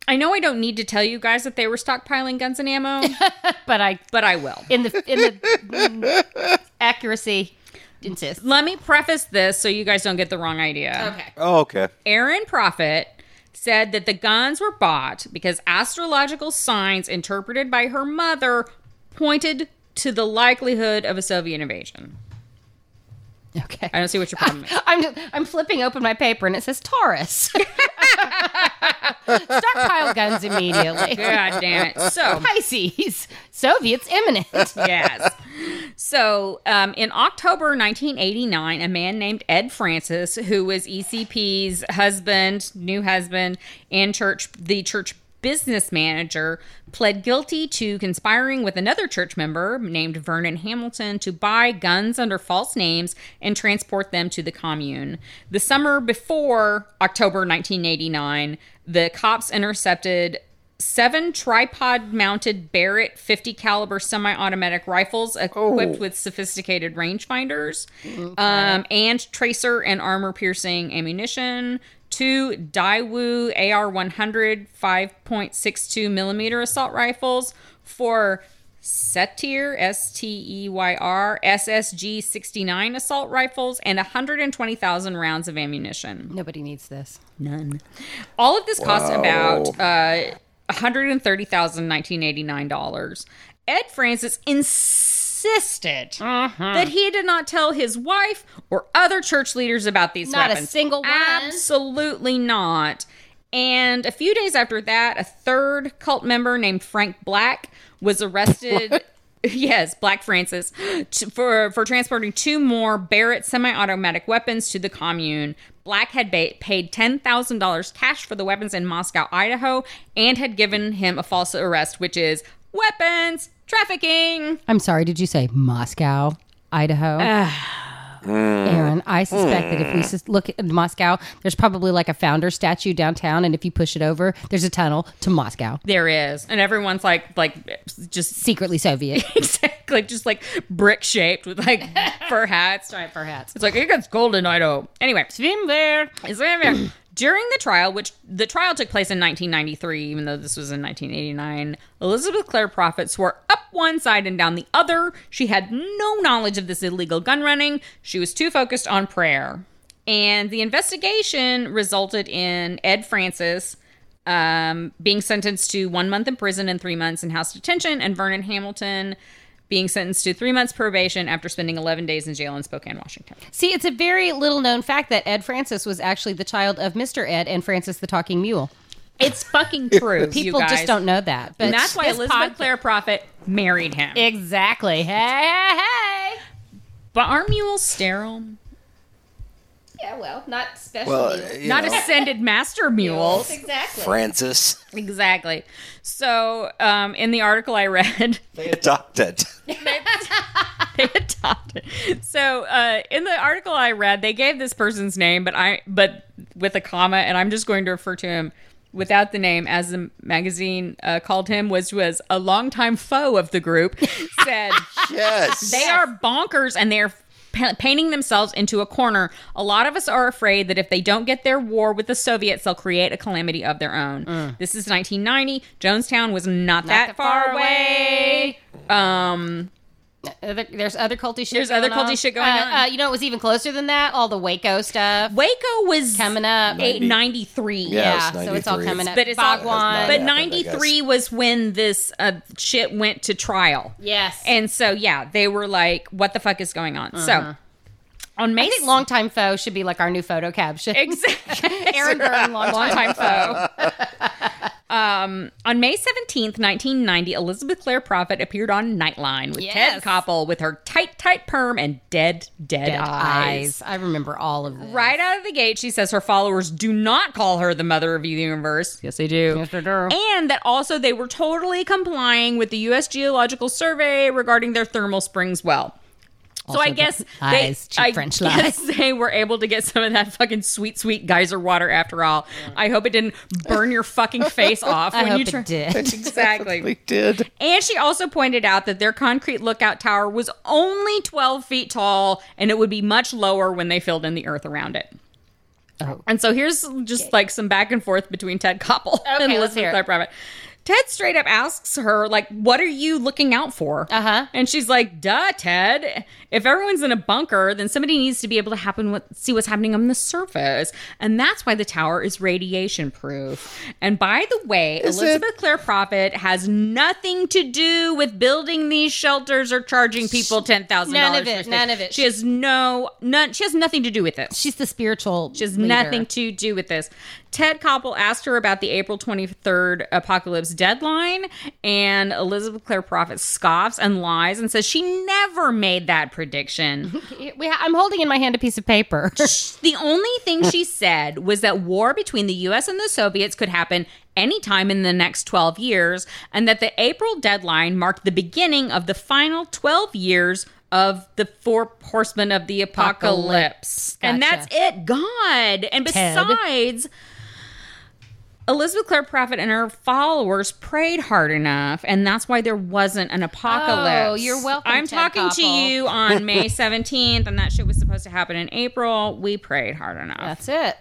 [SPEAKER 2] I know I don't need to tell you guys that they were stockpiling guns and ammo,
[SPEAKER 3] But I
[SPEAKER 2] but I will.
[SPEAKER 3] in the in the mm, accuracy insist.
[SPEAKER 2] Let me preface this so you guys don't get the wrong idea.
[SPEAKER 4] Oh, okay.
[SPEAKER 2] Aaron Prophet said that the guns were bought because astrological signs interpreted by her mother pointed to the likelihood of a Soviet invasion.
[SPEAKER 3] Okay.
[SPEAKER 2] I don't see what your problem is.
[SPEAKER 3] I'm just, I'm flipping open my paper and it says Taurus. Stockpile guns immediately.
[SPEAKER 2] God damn it. So,
[SPEAKER 3] Pisces, Soviets imminent.
[SPEAKER 2] yes. So, um, in October 1989, a man named Ed Francis, who was ECP's husband, new husband, and church, the church business manager, pled guilty to conspiring with another church member named Vernon Hamilton to buy guns under false names and transport them to the commune. The summer before October 1989, the cops intercepted seven tripod mounted Barrett 50 caliber semi-automatic rifles equipped with sophisticated rangefinders um, and tracer and armor piercing ammunition two Daewoo AR100 5.62 millimeter assault rifles four Setir S T E Y R SSG 69 assault rifles and 120,000 rounds of ammunition.
[SPEAKER 3] Nobody needs this.
[SPEAKER 2] None. All of this cost about uh, $130,1989. Ed Francis insisted
[SPEAKER 3] Hmm.
[SPEAKER 2] that he did not tell his wife or other church leaders about these
[SPEAKER 3] Not a
[SPEAKER 2] weapons.
[SPEAKER 3] single one.
[SPEAKER 2] Absolutely not. And a few days after that, a third cult member named Frank Black was arrested. yes, Black Francis t- for for transporting two more Barrett semi-automatic weapons to the commune. Black had ba- paid ten thousand dollars cash for the weapons in Moscow, Idaho, and had given him a false arrest, which is weapons trafficking. Uh,
[SPEAKER 3] I'm sorry, did you say Moscow, Idaho?
[SPEAKER 2] hmm.
[SPEAKER 3] Aaron, I suspect that if we sus- look at Moscow, there's probably like a founder statue downtown, and if you push it over, there's a tunnel to Moscow.
[SPEAKER 2] There is, and everyone's like, like just
[SPEAKER 3] Secretly Soviet.
[SPEAKER 2] exactly, just like brick shaped with like fur hats, giant fur
[SPEAKER 3] hats.
[SPEAKER 2] It's like it gets cold in Idaho. Anyway,
[SPEAKER 3] Swim there.
[SPEAKER 2] Is there ever- During the trial, which the trial took place in 1993, even though this was in 1989, Elizabeth Clare Prophet swore up one side and down the other. She had no knowledge of this illegal gun running. She was too focused on prayer. And the investigation resulted in Ed Francis um, being sentenced to one month in prison and three months in house detention, and Vernon Hamilton being sentenced to three months probation after spending 11 days in jail in Spokane, Washington.
[SPEAKER 3] See, it's a very little known fact that Ed Francis was actually the child of Mr. Ed and Francis the Talking Mule.
[SPEAKER 2] It's fucking true.
[SPEAKER 3] People
[SPEAKER 2] you
[SPEAKER 3] just
[SPEAKER 2] guys.
[SPEAKER 3] don't know that. But
[SPEAKER 2] And that's why
[SPEAKER 3] this
[SPEAKER 2] Elizabeth
[SPEAKER 3] pod-
[SPEAKER 2] Clare Prophet married him.
[SPEAKER 3] Exactly. Hey, hey, hey.
[SPEAKER 2] but are mules sterile?
[SPEAKER 3] Yeah, well, not special.
[SPEAKER 4] Well, you
[SPEAKER 2] Not
[SPEAKER 4] know,
[SPEAKER 2] ascended master mules.
[SPEAKER 3] Exactly.
[SPEAKER 4] Francis
[SPEAKER 2] Exactly. So, um, in the article I read,
[SPEAKER 4] they adopted.
[SPEAKER 2] they adopted. So, uh, in the article I read, they gave this person's name, but I but with a comma, and I'm just going to refer to him without the name, as the magazine uh, called him, which was a longtime foe of the group. Said.
[SPEAKER 4] yes,
[SPEAKER 2] They are bonkers and they're pa- painting themselves into a corner. A lot of us are afraid that if they don't get their war with the Soviets, they'll create a calamity of their own. This is 1990. Jonestown was Mm. not, that,
[SPEAKER 3] that
[SPEAKER 2] far,
[SPEAKER 3] far
[SPEAKER 2] away.
[SPEAKER 3] Other, there's other culty shit.
[SPEAKER 2] Um, There's other
[SPEAKER 3] going
[SPEAKER 2] culty
[SPEAKER 3] on.
[SPEAKER 2] shit going
[SPEAKER 3] Uh,
[SPEAKER 2] on.
[SPEAKER 3] uh, you know, it was even closer than that. All the Waco stuff
[SPEAKER 2] Waco was
[SPEAKER 3] coming up.
[SPEAKER 4] Nice.
[SPEAKER 2] 893.
[SPEAKER 4] Yeah.
[SPEAKER 3] Yeah, so it's all
[SPEAKER 4] 93.
[SPEAKER 3] coming up.
[SPEAKER 2] But it's all-
[SPEAKER 3] Bhagwan.
[SPEAKER 2] But
[SPEAKER 4] Yeah, I think I guess.
[SPEAKER 2] 93 was when this uh, shit went to trial.
[SPEAKER 3] yes, and
[SPEAKER 2] And so, yeah, they were like, what the fuck is going on? So, on May
[SPEAKER 3] I think longtime foe should be like our new photo caption.
[SPEAKER 2] Exactly.
[SPEAKER 3] Aaron Burr, long
[SPEAKER 2] long time foe. um, on May 17th, 1990, Elizabeth Clare Prophet appeared on Nightline with
[SPEAKER 3] Yes.
[SPEAKER 2] Ted Koppel with her tight, tight perm and dead, dead,
[SPEAKER 3] Dead
[SPEAKER 2] eyes.
[SPEAKER 3] eyes. I remember all of this.
[SPEAKER 2] Right out of the gate, she says her followers do not call her the mother of the universe. Yes, they do.
[SPEAKER 3] Yes, they do.
[SPEAKER 2] And that also they were totally complying with the U.S. Geological Survey regarding their thermal springs well. So I
[SPEAKER 3] the
[SPEAKER 2] guess
[SPEAKER 3] lies, cheap
[SPEAKER 2] they, I
[SPEAKER 3] French
[SPEAKER 2] guess they were able to get some of that fucking sweet, sweet geyser water. After all, I hope it didn't burn your fucking face off
[SPEAKER 3] I
[SPEAKER 2] when
[SPEAKER 3] hope
[SPEAKER 2] you try-
[SPEAKER 3] it did.
[SPEAKER 2] Exactly.
[SPEAKER 4] did.
[SPEAKER 2] And she also pointed out that their concrete lookout tower was only 12 feet tall and it would be much lower when they filled in the earth around it.
[SPEAKER 3] Oh.
[SPEAKER 2] And so here's just like some back and forth between Ted Koppel and
[SPEAKER 3] let's
[SPEAKER 2] Elizabeth
[SPEAKER 3] hear it.
[SPEAKER 2] Clare Private. Ted straight up asks her, like, what are you looking out for? Uh
[SPEAKER 3] Uh-huh.
[SPEAKER 2] And she's like, duh, Ted. If everyone's in a bunker, then somebody needs to be able to happen what, see what's happening on the surface. And that's why the tower is radiation proof. And by the way,
[SPEAKER 4] it?
[SPEAKER 2] Elizabeth Clare Prophet has nothing to do with building these shelters or charging people ten thousand dollars.
[SPEAKER 3] None of it, none of it.
[SPEAKER 2] She has no none she has nothing to do with this.
[SPEAKER 3] She's the spiritual.
[SPEAKER 2] She has nothing to do with this. Ted Koppel asked her about the April 23rd apocalypse deadline, and Elizabeth Clare Prophet scoffs and lies and says she never made that prediction.
[SPEAKER 3] We ha- I'm holding in my hand a piece of paper.
[SPEAKER 2] the only thing she said was that war between the US and the Soviets could happen anytime in the next 12 years, and that the April deadline marked the beginning of the final 12 years of the four horsemen of the apocalypse. And
[SPEAKER 3] Gotcha.
[SPEAKER 2] that's it, God. And
[SPEAKER 3] Ted.
[SPEAKER 2] besides, Elizabeth Clare Prophet and her followers prayed hard enough, and that's why there wasn't an apocalypse.
[SPEAKER 3] Oh, you're welcome,
[SPEAKER 2] I'm
[SPEAKER 3] Ted
[SPEAKER 2] talking to
[SPEAKER 3] Koppel.
[SPEAKER 2] you on May 17th, and that shit was supposed to happen in April. We prayed hard enough.
[SPEAKER 3] That's it.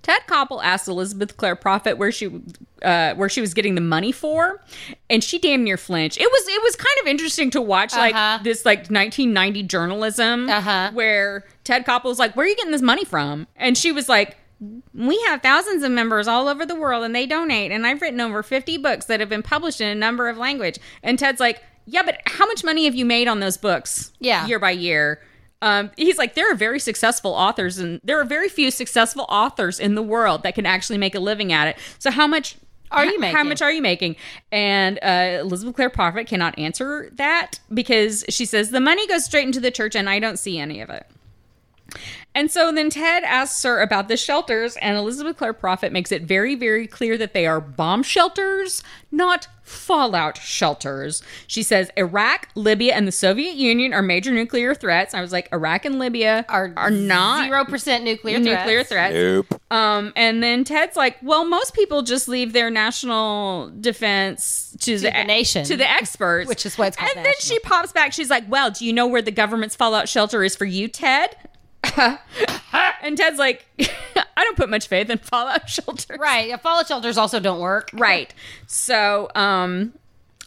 [SPEAKER 2] Ted Koppel asked Elizabeth Clare Prophet where she uh, where she was getting the money for, and she damn near flinched. It was it was kind of interesting to watch like
[SPEAKER 3] Uh-huh.
[SPEAKER 2] this like 1990 journalism
[SPEAKER 3] Uh-huh.
[SPEAKER 2] where Ted Koppel was like, "Where are you getting this money from?" And she was like. We have thousands of members all over the world and they donate and I've written over 50 books that have been published in a number of language. And Ted's like, "Yeah, but how much money have you made on those books?"
[SPEAKER 3] Yeah.
[SPEAKER 2] year by year. Um, he's like, there are very successful authors, and there are very few successful authors in the world that can actually make a living at it. So how much
[SPEAKER 3] Are you
[SPEAKER 2] h- How
[SPEAKER 3] making?
[SPEAKER 2] much are you making? And uh, Elizabeth Clare Prophet cannot answer that because she says the money goes straight into the church, and I don't see any of it. And so then Ted asks her about the shelters, and Elizabeth Clare Prophet makes it very, very clear that they are bomb shelters, not fallout shelters. She says Iraq, Libya, and the Soviet Union are major nuclear threats. I was like, Iraq and Libya are, are not
[SPEAKER 3] Zero percent nuclear
[SPEAKER 2] nuclear
[SPEAKER 3] threats.
[SPEAKER 2] threats.
[SPEAKER 4] Nope.
[SPEAKER 2] Um, and then Ted's like, well, most people just leave their national defense to, the,
[SPEAKER 3] the nation.
[SPEAKER 2] to the experts,
[SPEAKER 3] Which is why it's called
[SPEAKER 2] And then she pops back. She's like, well, do you know where the government's fallout shelter is for you, Ted? and Ted's like, I don't put much faith in fallout shelter.
[SPEAKER 3] Right. uh, Fallout shelters also don't work.
[SPEAKER 2] Right. So, um,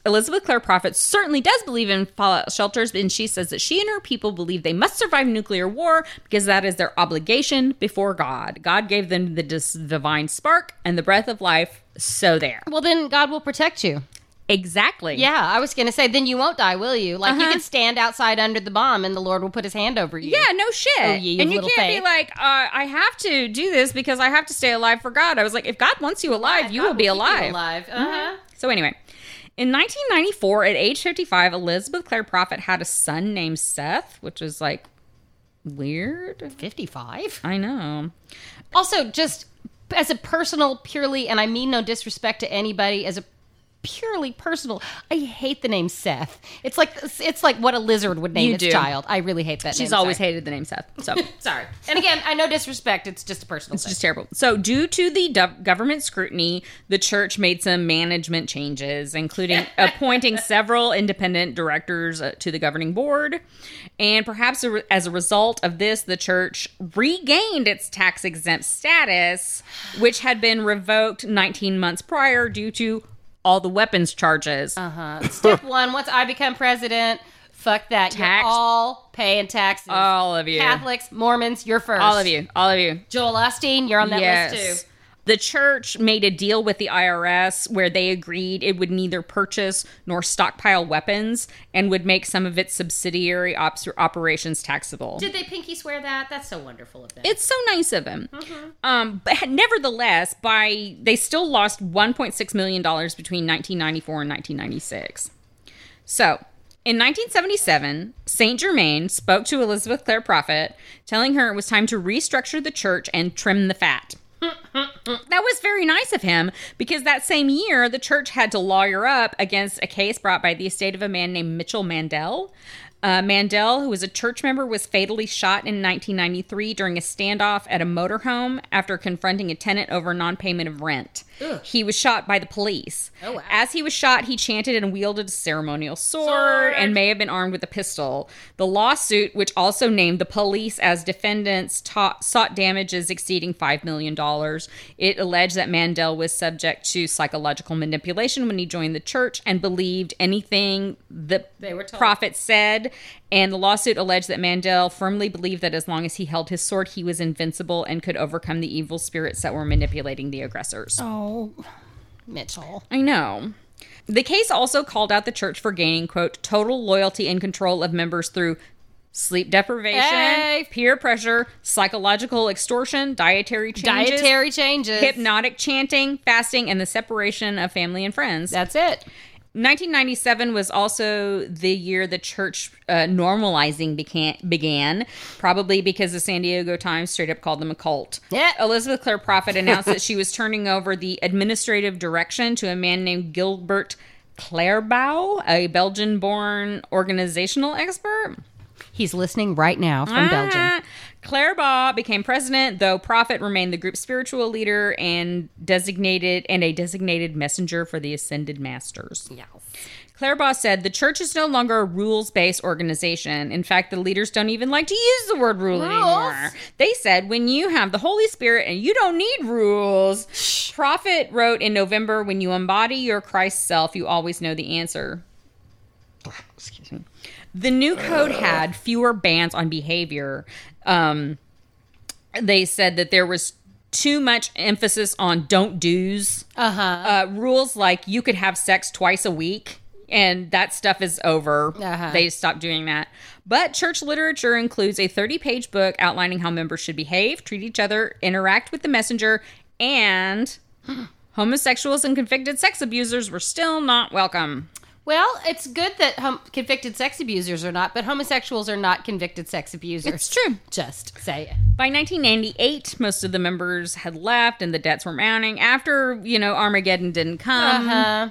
[SPEAKER 2] Elizabeth Clare Prophet certainly does believe in fallout shelters, and she says that she and her people believe they must survive nuclear war because that is their obligation before God. God gave them the dis- divine spark and the breath of life, so there.
[SPEAKER 3] Well, then God will protect you.
[SPEAKER 2] Exactly.
[SPEAKER 3] Yeah, I was going to say, then you won't die, will you? Like, you
[SPEAKER 2] Uh-huh.
[SPEAKER 3] can stand outside under the bomb and the Lord will put his hand over you.
[SPEAKER 2] Yeah, no shit.
[SPEAKER 3] ye of
[SPEAKER 2] and Oh, you
[SPEAKER 3] little
[SPEAKER 2] can't
[SPEAKER 3] faith.
[SPEAKER 2] be like, uh, I have to do this because I have to stay alive for God. I was like, if God wants you alive, you
[SPEAKER 3] God
[SPEAKER 2] will be
[SPEAKER 3] keep you
[SPEAKER 2] alive. Mm-hmm.
[SPEAKER 3] alive. Uh-huh.
[SPEAKER 2] So anyway, in 1994, at age 55, Elizabeth Clare Prophet had a son named Seth, which is like weird.
[SPEAKER 3] 55.
[SPEAKER 2] I know.
[SPEAKER 3] Also, just as a personal, purely, and I mean no disrespect to anybody, as a purely personal, I hate the name Seth. It's like it's like what a lizard would name
[SPEAKER 2] You
[SPEAKER 3] its
[SPEAKER 2] do.
[SPEAKER 3] child. I really hate that.
[SPEAKER 2] She's
[SPEAKER 3] name.
[SPEAKER 2] always
[SPEAKER 3] Sorry.
[SPEAKER 2] hated the name Seth. So sorry.
[SPEAKER 3] And again, I know disrespect. It's just a personal
[SPEAKER 2] It's
[SPEAKER 3] thing.
[SPEAKER 2] just terrible. So, due to the dov- government scrutiny, the church made some management changes, including appointing several independent directors uh, to the governing board. And perhaps a re- as a result of this, the church regained its tax exempt status, which had been revoked 19 months prior due to all the weapons charges.
[SPEAKER 3] Step one: Once I become president, fuck that.
[SPEAKER 2] Tax.
[SPEAKER 3] You're all paying taxes.
[SPEAKER 2] All of you.
[SPEAKER 3] Catholics, Mormons, you're first.
[SPEAKER 2] All of you. All of you.
[SPEAKER 3] Joel Osteen, you're on that list too.
[SPEAKER 2] The church made a deal with the IRS where they agreed it would neither purchase nor stockpile weapons and would make some of its subsidiary ops- operations taxable.
[SPEAKER 3] Did they pinky swear that? That's so wonderful of them.
[SPEAKER 2] it's so nice of him. Um, but nevertheless, by they still lost 1.6 million dollars between 1994 and 1996. So, in 1977, Saint Germain spoke to Elizabeth Clare Prophet, telling her it was time to restructure the church and trim the fat. That was very nice of him because that same year, the church had to lawyer up against a case brought by the estate of a man named Mitchell Mandel. Uh, Mandel, who was a church member, was fatally shot in 1993 during a standoff at a motorhome after confronting a tenant over non payment of rent. He was shot by the police.
[SPEAKER 3] Oh, wow.
[SPEAKER 2] As he was shot, he chanted and wielded a ceremonial sword,
[SPEAKER 3] Sword.
[SPEAKER 2] and may have been armed with a pistol. The lawsuit, which also named the police as defendants, taught, sought damages exceeding $5 million. It alleged that Mandel was subject to psychological manipulation when he joined the church and believed anything the
[SPEAKER 3] They were told.
[SPEAKER 2] prophet said. And the lawsuit alleged that Mandel firmly believed that as long as he held his sword, he was invincible and could overcome the evil spirits that were manipulating the aggressors.
[SPEAKER 3] Oh, Mitchell.
[SPEAKER 2] I know. The case also called out the church for gaining, quote, total loyalty and control of members through sleep deprivation,
[SPEAKER 3] Hey.
[SPEAKER 2] peer pressure, psychological extortion, dietary changes,
[SPEAKER 3] Dietary changes.
[SPEAKER 2] hypnotic chanting, fasting, and the separation of family and friends.
[SPEAKER 3] That's it.
[SPEAKER 2] 1997 was also the year the church uh, normalizing began, began, probably because the San Diego Times straight up called them a cult.
[SPEAKER 3] Yeah.
[SPEAKER 2] Elizabeth Clare Prophet announced that she was turning over the administrative direction to a man named Gilbert Clairbow, a Belgian born organizational expert.
[SPEAKER 3] He's listening right now from Belgium.
[SPEAKER 2] Ah. Claire Baugh became president, though Prophet remained the group's spiritual leader and designated and a designated messenger for the ascended masters. Yeah. Claire Baugh said the church is no longer a rules-based organization. In fact, the leaders don't even like to use the word rule
[SPEAKER 3] Rules?
[SPEAKER 2] anymore. They said when you have the Holy Spirit and you don't need rules. Prophet wrote in November, when you embody your Christ self, you always know the answer. The new code had fewer bans on behavior. Um, they said that there was too much emphasis on don't do's.
[SPEAKER 3] Uh-huh.
[SPEAKER 2] Uh, rules like you could have sex twice a week, and that stuff is over.
[SPEAKER 3] Uh-huh.
[SPEAKER 2] They stopped doing that. But church literature includes a 30 page book outlining how members should behave, treat each other, interact with the messenger, and homosexuals and convicted sex abusers were still not welcome.
[SPEAKER 3] Well, it's good that hom- convicted sex abusers are not, but homosexuals are not convicted sex abusers.
[SPEAKER 2] It's true.
[SPEAKER 3] Just say it.
[SPEAKER 2] By 1998, most of the members had left and the debts were mounting after, you know, Armageddon didn't come.
[SPEAKER 3] Uh,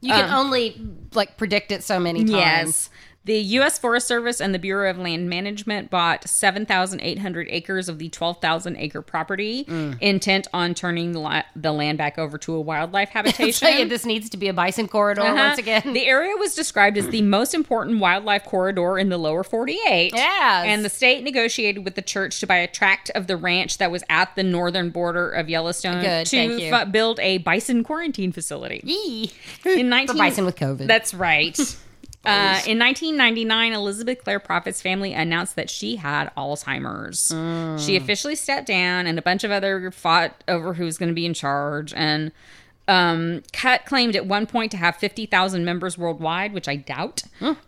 [SPEAKER 3] you can only like predict it so many times.
[SPEAKER 2] um, Yes. Um, The U.S. Forest Service and the Bureau of Land Management bought 7,800 acres of the 12,000 acre property,
[SPEAKER 3] Mm.
[SPEAKER 2] intent on turning the, la- the land back over to a wildlife habitation.
[SPEAKER 3] So yeah, this needs to be a bison corridor
[SPEAKER 2] Uh-huh.
[SPEAKER 3] once again.
[SPEAKER 2] The area was described as the most important wildlife corridor in the lower 48.
[SPEAKER 3] Yes.
[SPEAKER 2] And the state negotiated with the church to buy a tract of the ranch that was at the northern border of Yellowstone
[SPEAKER 3] Good,
[SPEAKER 2] to
[SPEAKER 3] thank you.
[SPEAKER 2] fu- build a bison quarantine facility.
[SPEAKER 3] Yee.
[SPEAKER 2] In 19-
[SPEAKER 3] For bison with COVID.
[SPEAKER 2] That's right. Uh, in 1999, Elizabeth Clare Prophet's family announced that she had Alzheimer's.
[SPEAKER 3] Mm.
[SPEAKER 2] She officially stepped down, and a bunch of other fought over who was going to be in charge. And um, Cut claimed at one point to have 50,000 members worldwide, which I doubt.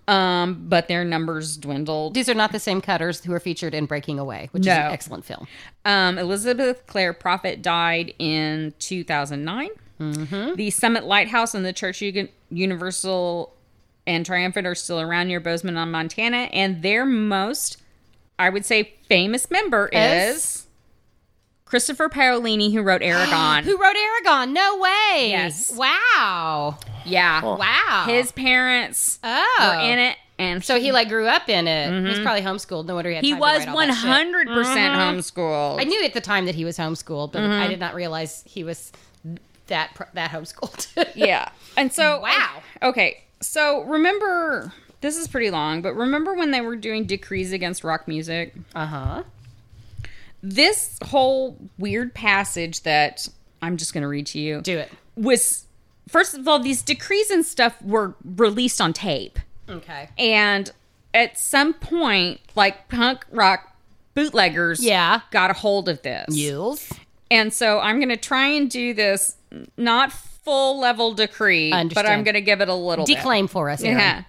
[SPEAKER 2] Um, but their numbers dwindled.
[SPEAKER 3] These are not the same cutters who are featured in Breaking Away, which is
[SPEAKER 2] No.
[SPEAKER 3] an excellent film.
[SPEAKER 2] Um, Elizabeth Clare Prophet died in 2009. The Summit Lighthouse and the Church Uni- Universal and Triumphant are still around near Bozeman, on Montana, and their most, I would say, famous member
[SPEAKER 3] Yes.
[SPEAKER 2] is Christopher Paolini, who wrote Aragon.
[SPEAKER 3] Who wrote Aragon? No way.
[SPEAKER 2] Yes.
[SPEAKER 3] Wow.
[SPEAKER 2] yeah,
[SPEAKER 3] Wow.
[SPEAKER 2] his parents
[SPEAKER 3] oh.
[SPEAKER 2] were in it, and
[SPEAKER 3] So he like grew up in it. He was probably homeschooled. No wonder he had
[SPEAKER 2] he
[SPEAKER 3] time to
[SPEAKER 2] was
[SPEAKER 3] write all that shit.
[SPEAKER 2] 100 percent homeschooled.
[SPEAKER 3] I knew at the time that he was homeschooled, but
[SPEAKER 2] Mm-hmm.
[SPEAKER 3] I did not realize he was that pr- that homeschooled.
[SPEAKER 2] yeah. And so
[SPEAKER 3] Wow.
[SPEAKER 2] Okay. So remember this is pretty long, but remember when they were doing decrees against rock music?
[SPEAKER 3] uh
[SPEAKER 2] Uh-huh.
[SPEAKER 3] huh.
[SPEAKER 2] This whole weird passage that I'm just going to read to you
[SPEAKER 3] Do it.
[SPEAKER 2] was first of all these decrees and stuff were released on tape.
[SPEAKER 3] Okay.
[SPEAKER 2] And at some point like punk rock bootleggers
[SPEAKER 3] Yeah.
[SPEAKER 2] got a hold of this.
[SPEAKER 3] Mules.
[SPEAKER 2] And so I'm going to try and do this not full level decree, but
[SPEAKER 3] Understand.
[SPEAKER 2] I'm going to give it a little bit.
[SPEAKER 3] Declaim for us. Aaron.
[SPEAKER 2] Yeah.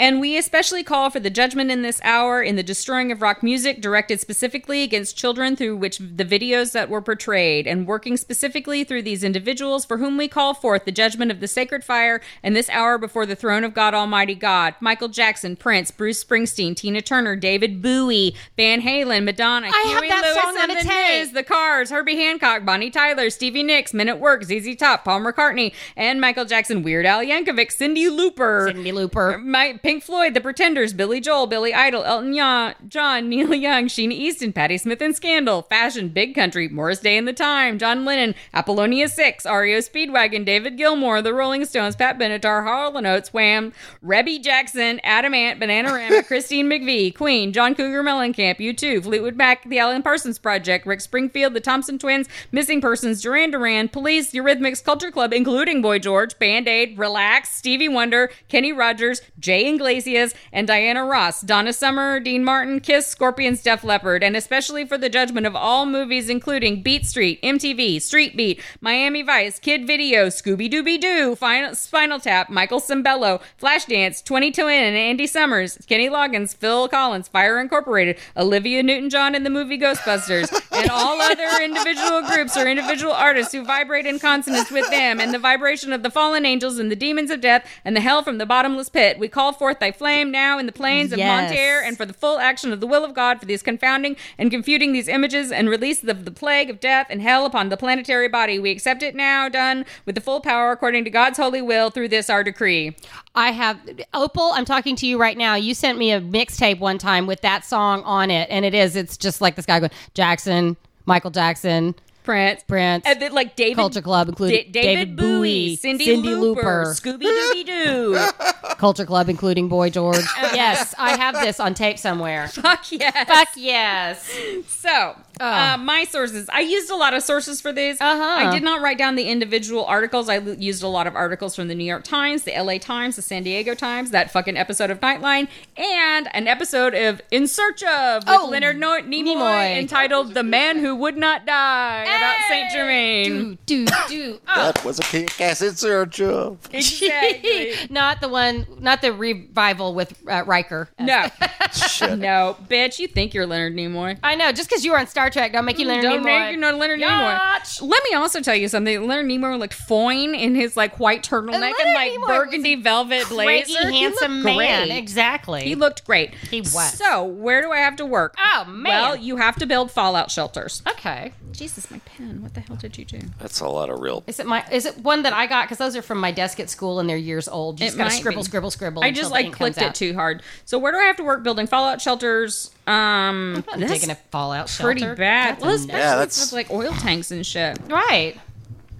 [SPEAKER 2] And we especially call for the judgment in this hour in the destroying of rock music directed specifically against children through which the videos that were portrayed and working specifically through these individuals for whom we call forth the judgment of the sacred fire and this hour before the throne of God Almighty God. Michael Jackson, Prince, Bruce Springsteen, Tina Turner, David Bowie, Van Halen, Madonna,
[SPEAKER 3] I have
[SPEAKER 2] Huey
[SPEAKER 3] that
[SPEAKER 2] Lewis
[SPEAKER 3] song
[SPEAKER 2] and
[SPEAKER 3] on a
[SPEAKER 2] the
[SPEAKER 3] tape.
[SPEAKER 2] News, The Cars, Herbie Hancock, Bonnie Tyler, Stevie Nicks, Men at Work, ZZ Top, Paul McCartney, and Michael Jackson, Weird Al Yankovic, Cindy Looper,
[SPEAKER 3] Cindy Looper.
[SPEAKER 2] my Pink Floyd, The Pretenders, Billy Joel, Billy Idol, Elton Young, John, Neil Young, Sheena Easton, Patti Smith and Scandal, Fashion, Big Country, Morris Day and the Time, John Lennon, Apollonia Six, REO Speedwagon, David Gilmour, The Rolling Stones, Pat Benatar, Harlan Oates, Wham, Rebby Jackson, Adam Ant, Bananarama, Christine McVie, Queen, John Cougar Mellencamp, U2, Fleetwood Mac, The Alan Parsons Project, Rick Springfield, The Thompson Twins, Missing Persons, Duran Duran, Police, Eurythmics, Culture Club, including Boy George, Band Aid, Relax, Stevie Wonder, Kenny Rogers, Jay Iglesias, and Diana Ross, Donna Summer, Dean Martin, Kiss, Scorpions, Def Leppard, and especially for the judgment of all movies, including Beat Street, MTV, Street Beat, Miami Vice, Kid Video, Scooby Dooby Doo, Final, Spinal Tap, Michael Cimbello, Flashdance, 22 In, and Andy Summers, Kenny Loggins, Phil Collins, Fire Incorporated, Olivia Newton John, and the movie Ghostbusters, and all other individual groups or individual artists who vibrate in consonance with them, and the vibration of the fallen angels and the demons of death and the hell from the bottomless pit. We call forth thy flame now in the plains of
[SPEAKER 3] Yes.
[SPEAKER 2] Monterre and for the full action of the will of God for these confounding and confuting these images and release of the plague of death and hell upon the planetary body. We accept it now, done with the full power according to God's holy will through this our decree.
[SPEAKER 3] I have Opal. I'm talking to you right now. You sent me a mixtape one time with that song on it, and it is. It's just like this guy going Jackson, Michael Jackson,
[SPEAKER 2] Prince.
[SPEAKER 3] Prince,
[SPEAKER 2] And then, like David
[SPEAKER 3] Culture Club, including
[SPEAKER 2] Da- David, Bowie, Cindy, Looper, Scooby Dooby Doo.
[SPEAKER 3] Culture Club, including Boy George. yes, I have this on tape somewhere.
[SPEAKER 2] Fuck yes.
[SPEAKER 3] Fuck yes. Oh.
[SPEAKER 2] So, uh, my sources. I used a lot of sources for these.
[SPEAKER 3] Uh-huh.
[SPEAKER 2] I did not write down the individual articles. I l- used a lot of articles from the New York Times, the LA Times, the San Diego Times, that fucking episode of Nightline, and an episode of In Search of with
[SPEAKER 3] Oh,
[SPEAKER 2] Leonard no- Nimoy,
[SPEAKER 3] Nimoy.
[SPEAKER 2] entitled The Man Who Would Not Die. about Saint Germain.
[SPEAKER 3] Do, do, do.
[SPEAKER 4] That was a kick-ass insert job.
[SPEAKER 2] Exactly.
[SPEAKER 3] not the one, not the revival with uh, Riker.
[SPEAKER 2] no,
[SPEAKER 4] Shit.
[SPEAKER 2] no, bitch. You think you're Leonard Nimoy?
[SPEAKER 3] I know. Just because you were on Star Trek, don't make you Leonard
[SPEAKER 2] Mm, Don't
[SPEAKER 3] Nimoy.
[SPEAKER 2] make you know Leonard
[SPEAKER 3] Yatch.
[SPEAKER 2] Nimoy. Let me also tell you something. Leonard Nimoy looked fine in his like white turtleneck and,
[SPEAKER 3] Leonard
[SPEAKER 2] like
[SPEAKER 3] Nimoy was
[SPEAKER 2] burgundy velvet
[SPEAKER 3] Cranky,
[SPEAKER 2] blazer. He
[SPEAKER 3] handsome
[SPEAKER 2] looked
[SPEAKER 3] man.
[SPEAKER 2] great.
[SPEAKER 3] Exactly.
[SPEAKER 2] He looked great.
[SPEAKER 3] He was.
[SPEAKER 2] So where do I have to work?
[SPEAKER 3] Oh, man.
[SPEAKER 2] Well, you have to build fallout shelters.
[SPEAKER 3] okay.
[SPEAKER 2] Jesus, my pen. What the hell did you do?
[SPEAKER 4] That's a lot of real.
[SPEAKER 3] Is it my? Is it one that I got? Because those are from my desk at school, and they're years old. You just
[SPEAKER 2] It
[SPEAKER 3] gotta
[SPEAKER 2] might
[SPEAKER 3] scribble,
[SPEAKER 2] be.
[SPEAKER 3] scribble, scribble.
[SPEAKER 2] I
[SPEAKER 3] until
[SPEAKER 2] just
[SPEAKER 3] the
[SPEAKER 2] like
[SPEAKER 3] ink comes
[SPEAKER 2] clicked it
[SPEAKER 3] out.
[SPEAKER 2] too hard. So where do I have to work building fallout shelters? Um,
[SPEAKER 3] I'm
[SPEAKER 2] that's
[SPEAKER 3] digging a fallout shelter.
[SPEAKER 2] pretty bad.
[SPEAKER 3] That's
[SPEAKER 2] Well,
[SPEAKER 3] a
[SPEAKER 2] especially
[SPEAKER 4] Yeah,
[SPEAKER 2] with,
[SPEAKER 4] that's-
[SPEAKER 2] like oil tanks and shit. I'm
[SPEAKER 3] no- right.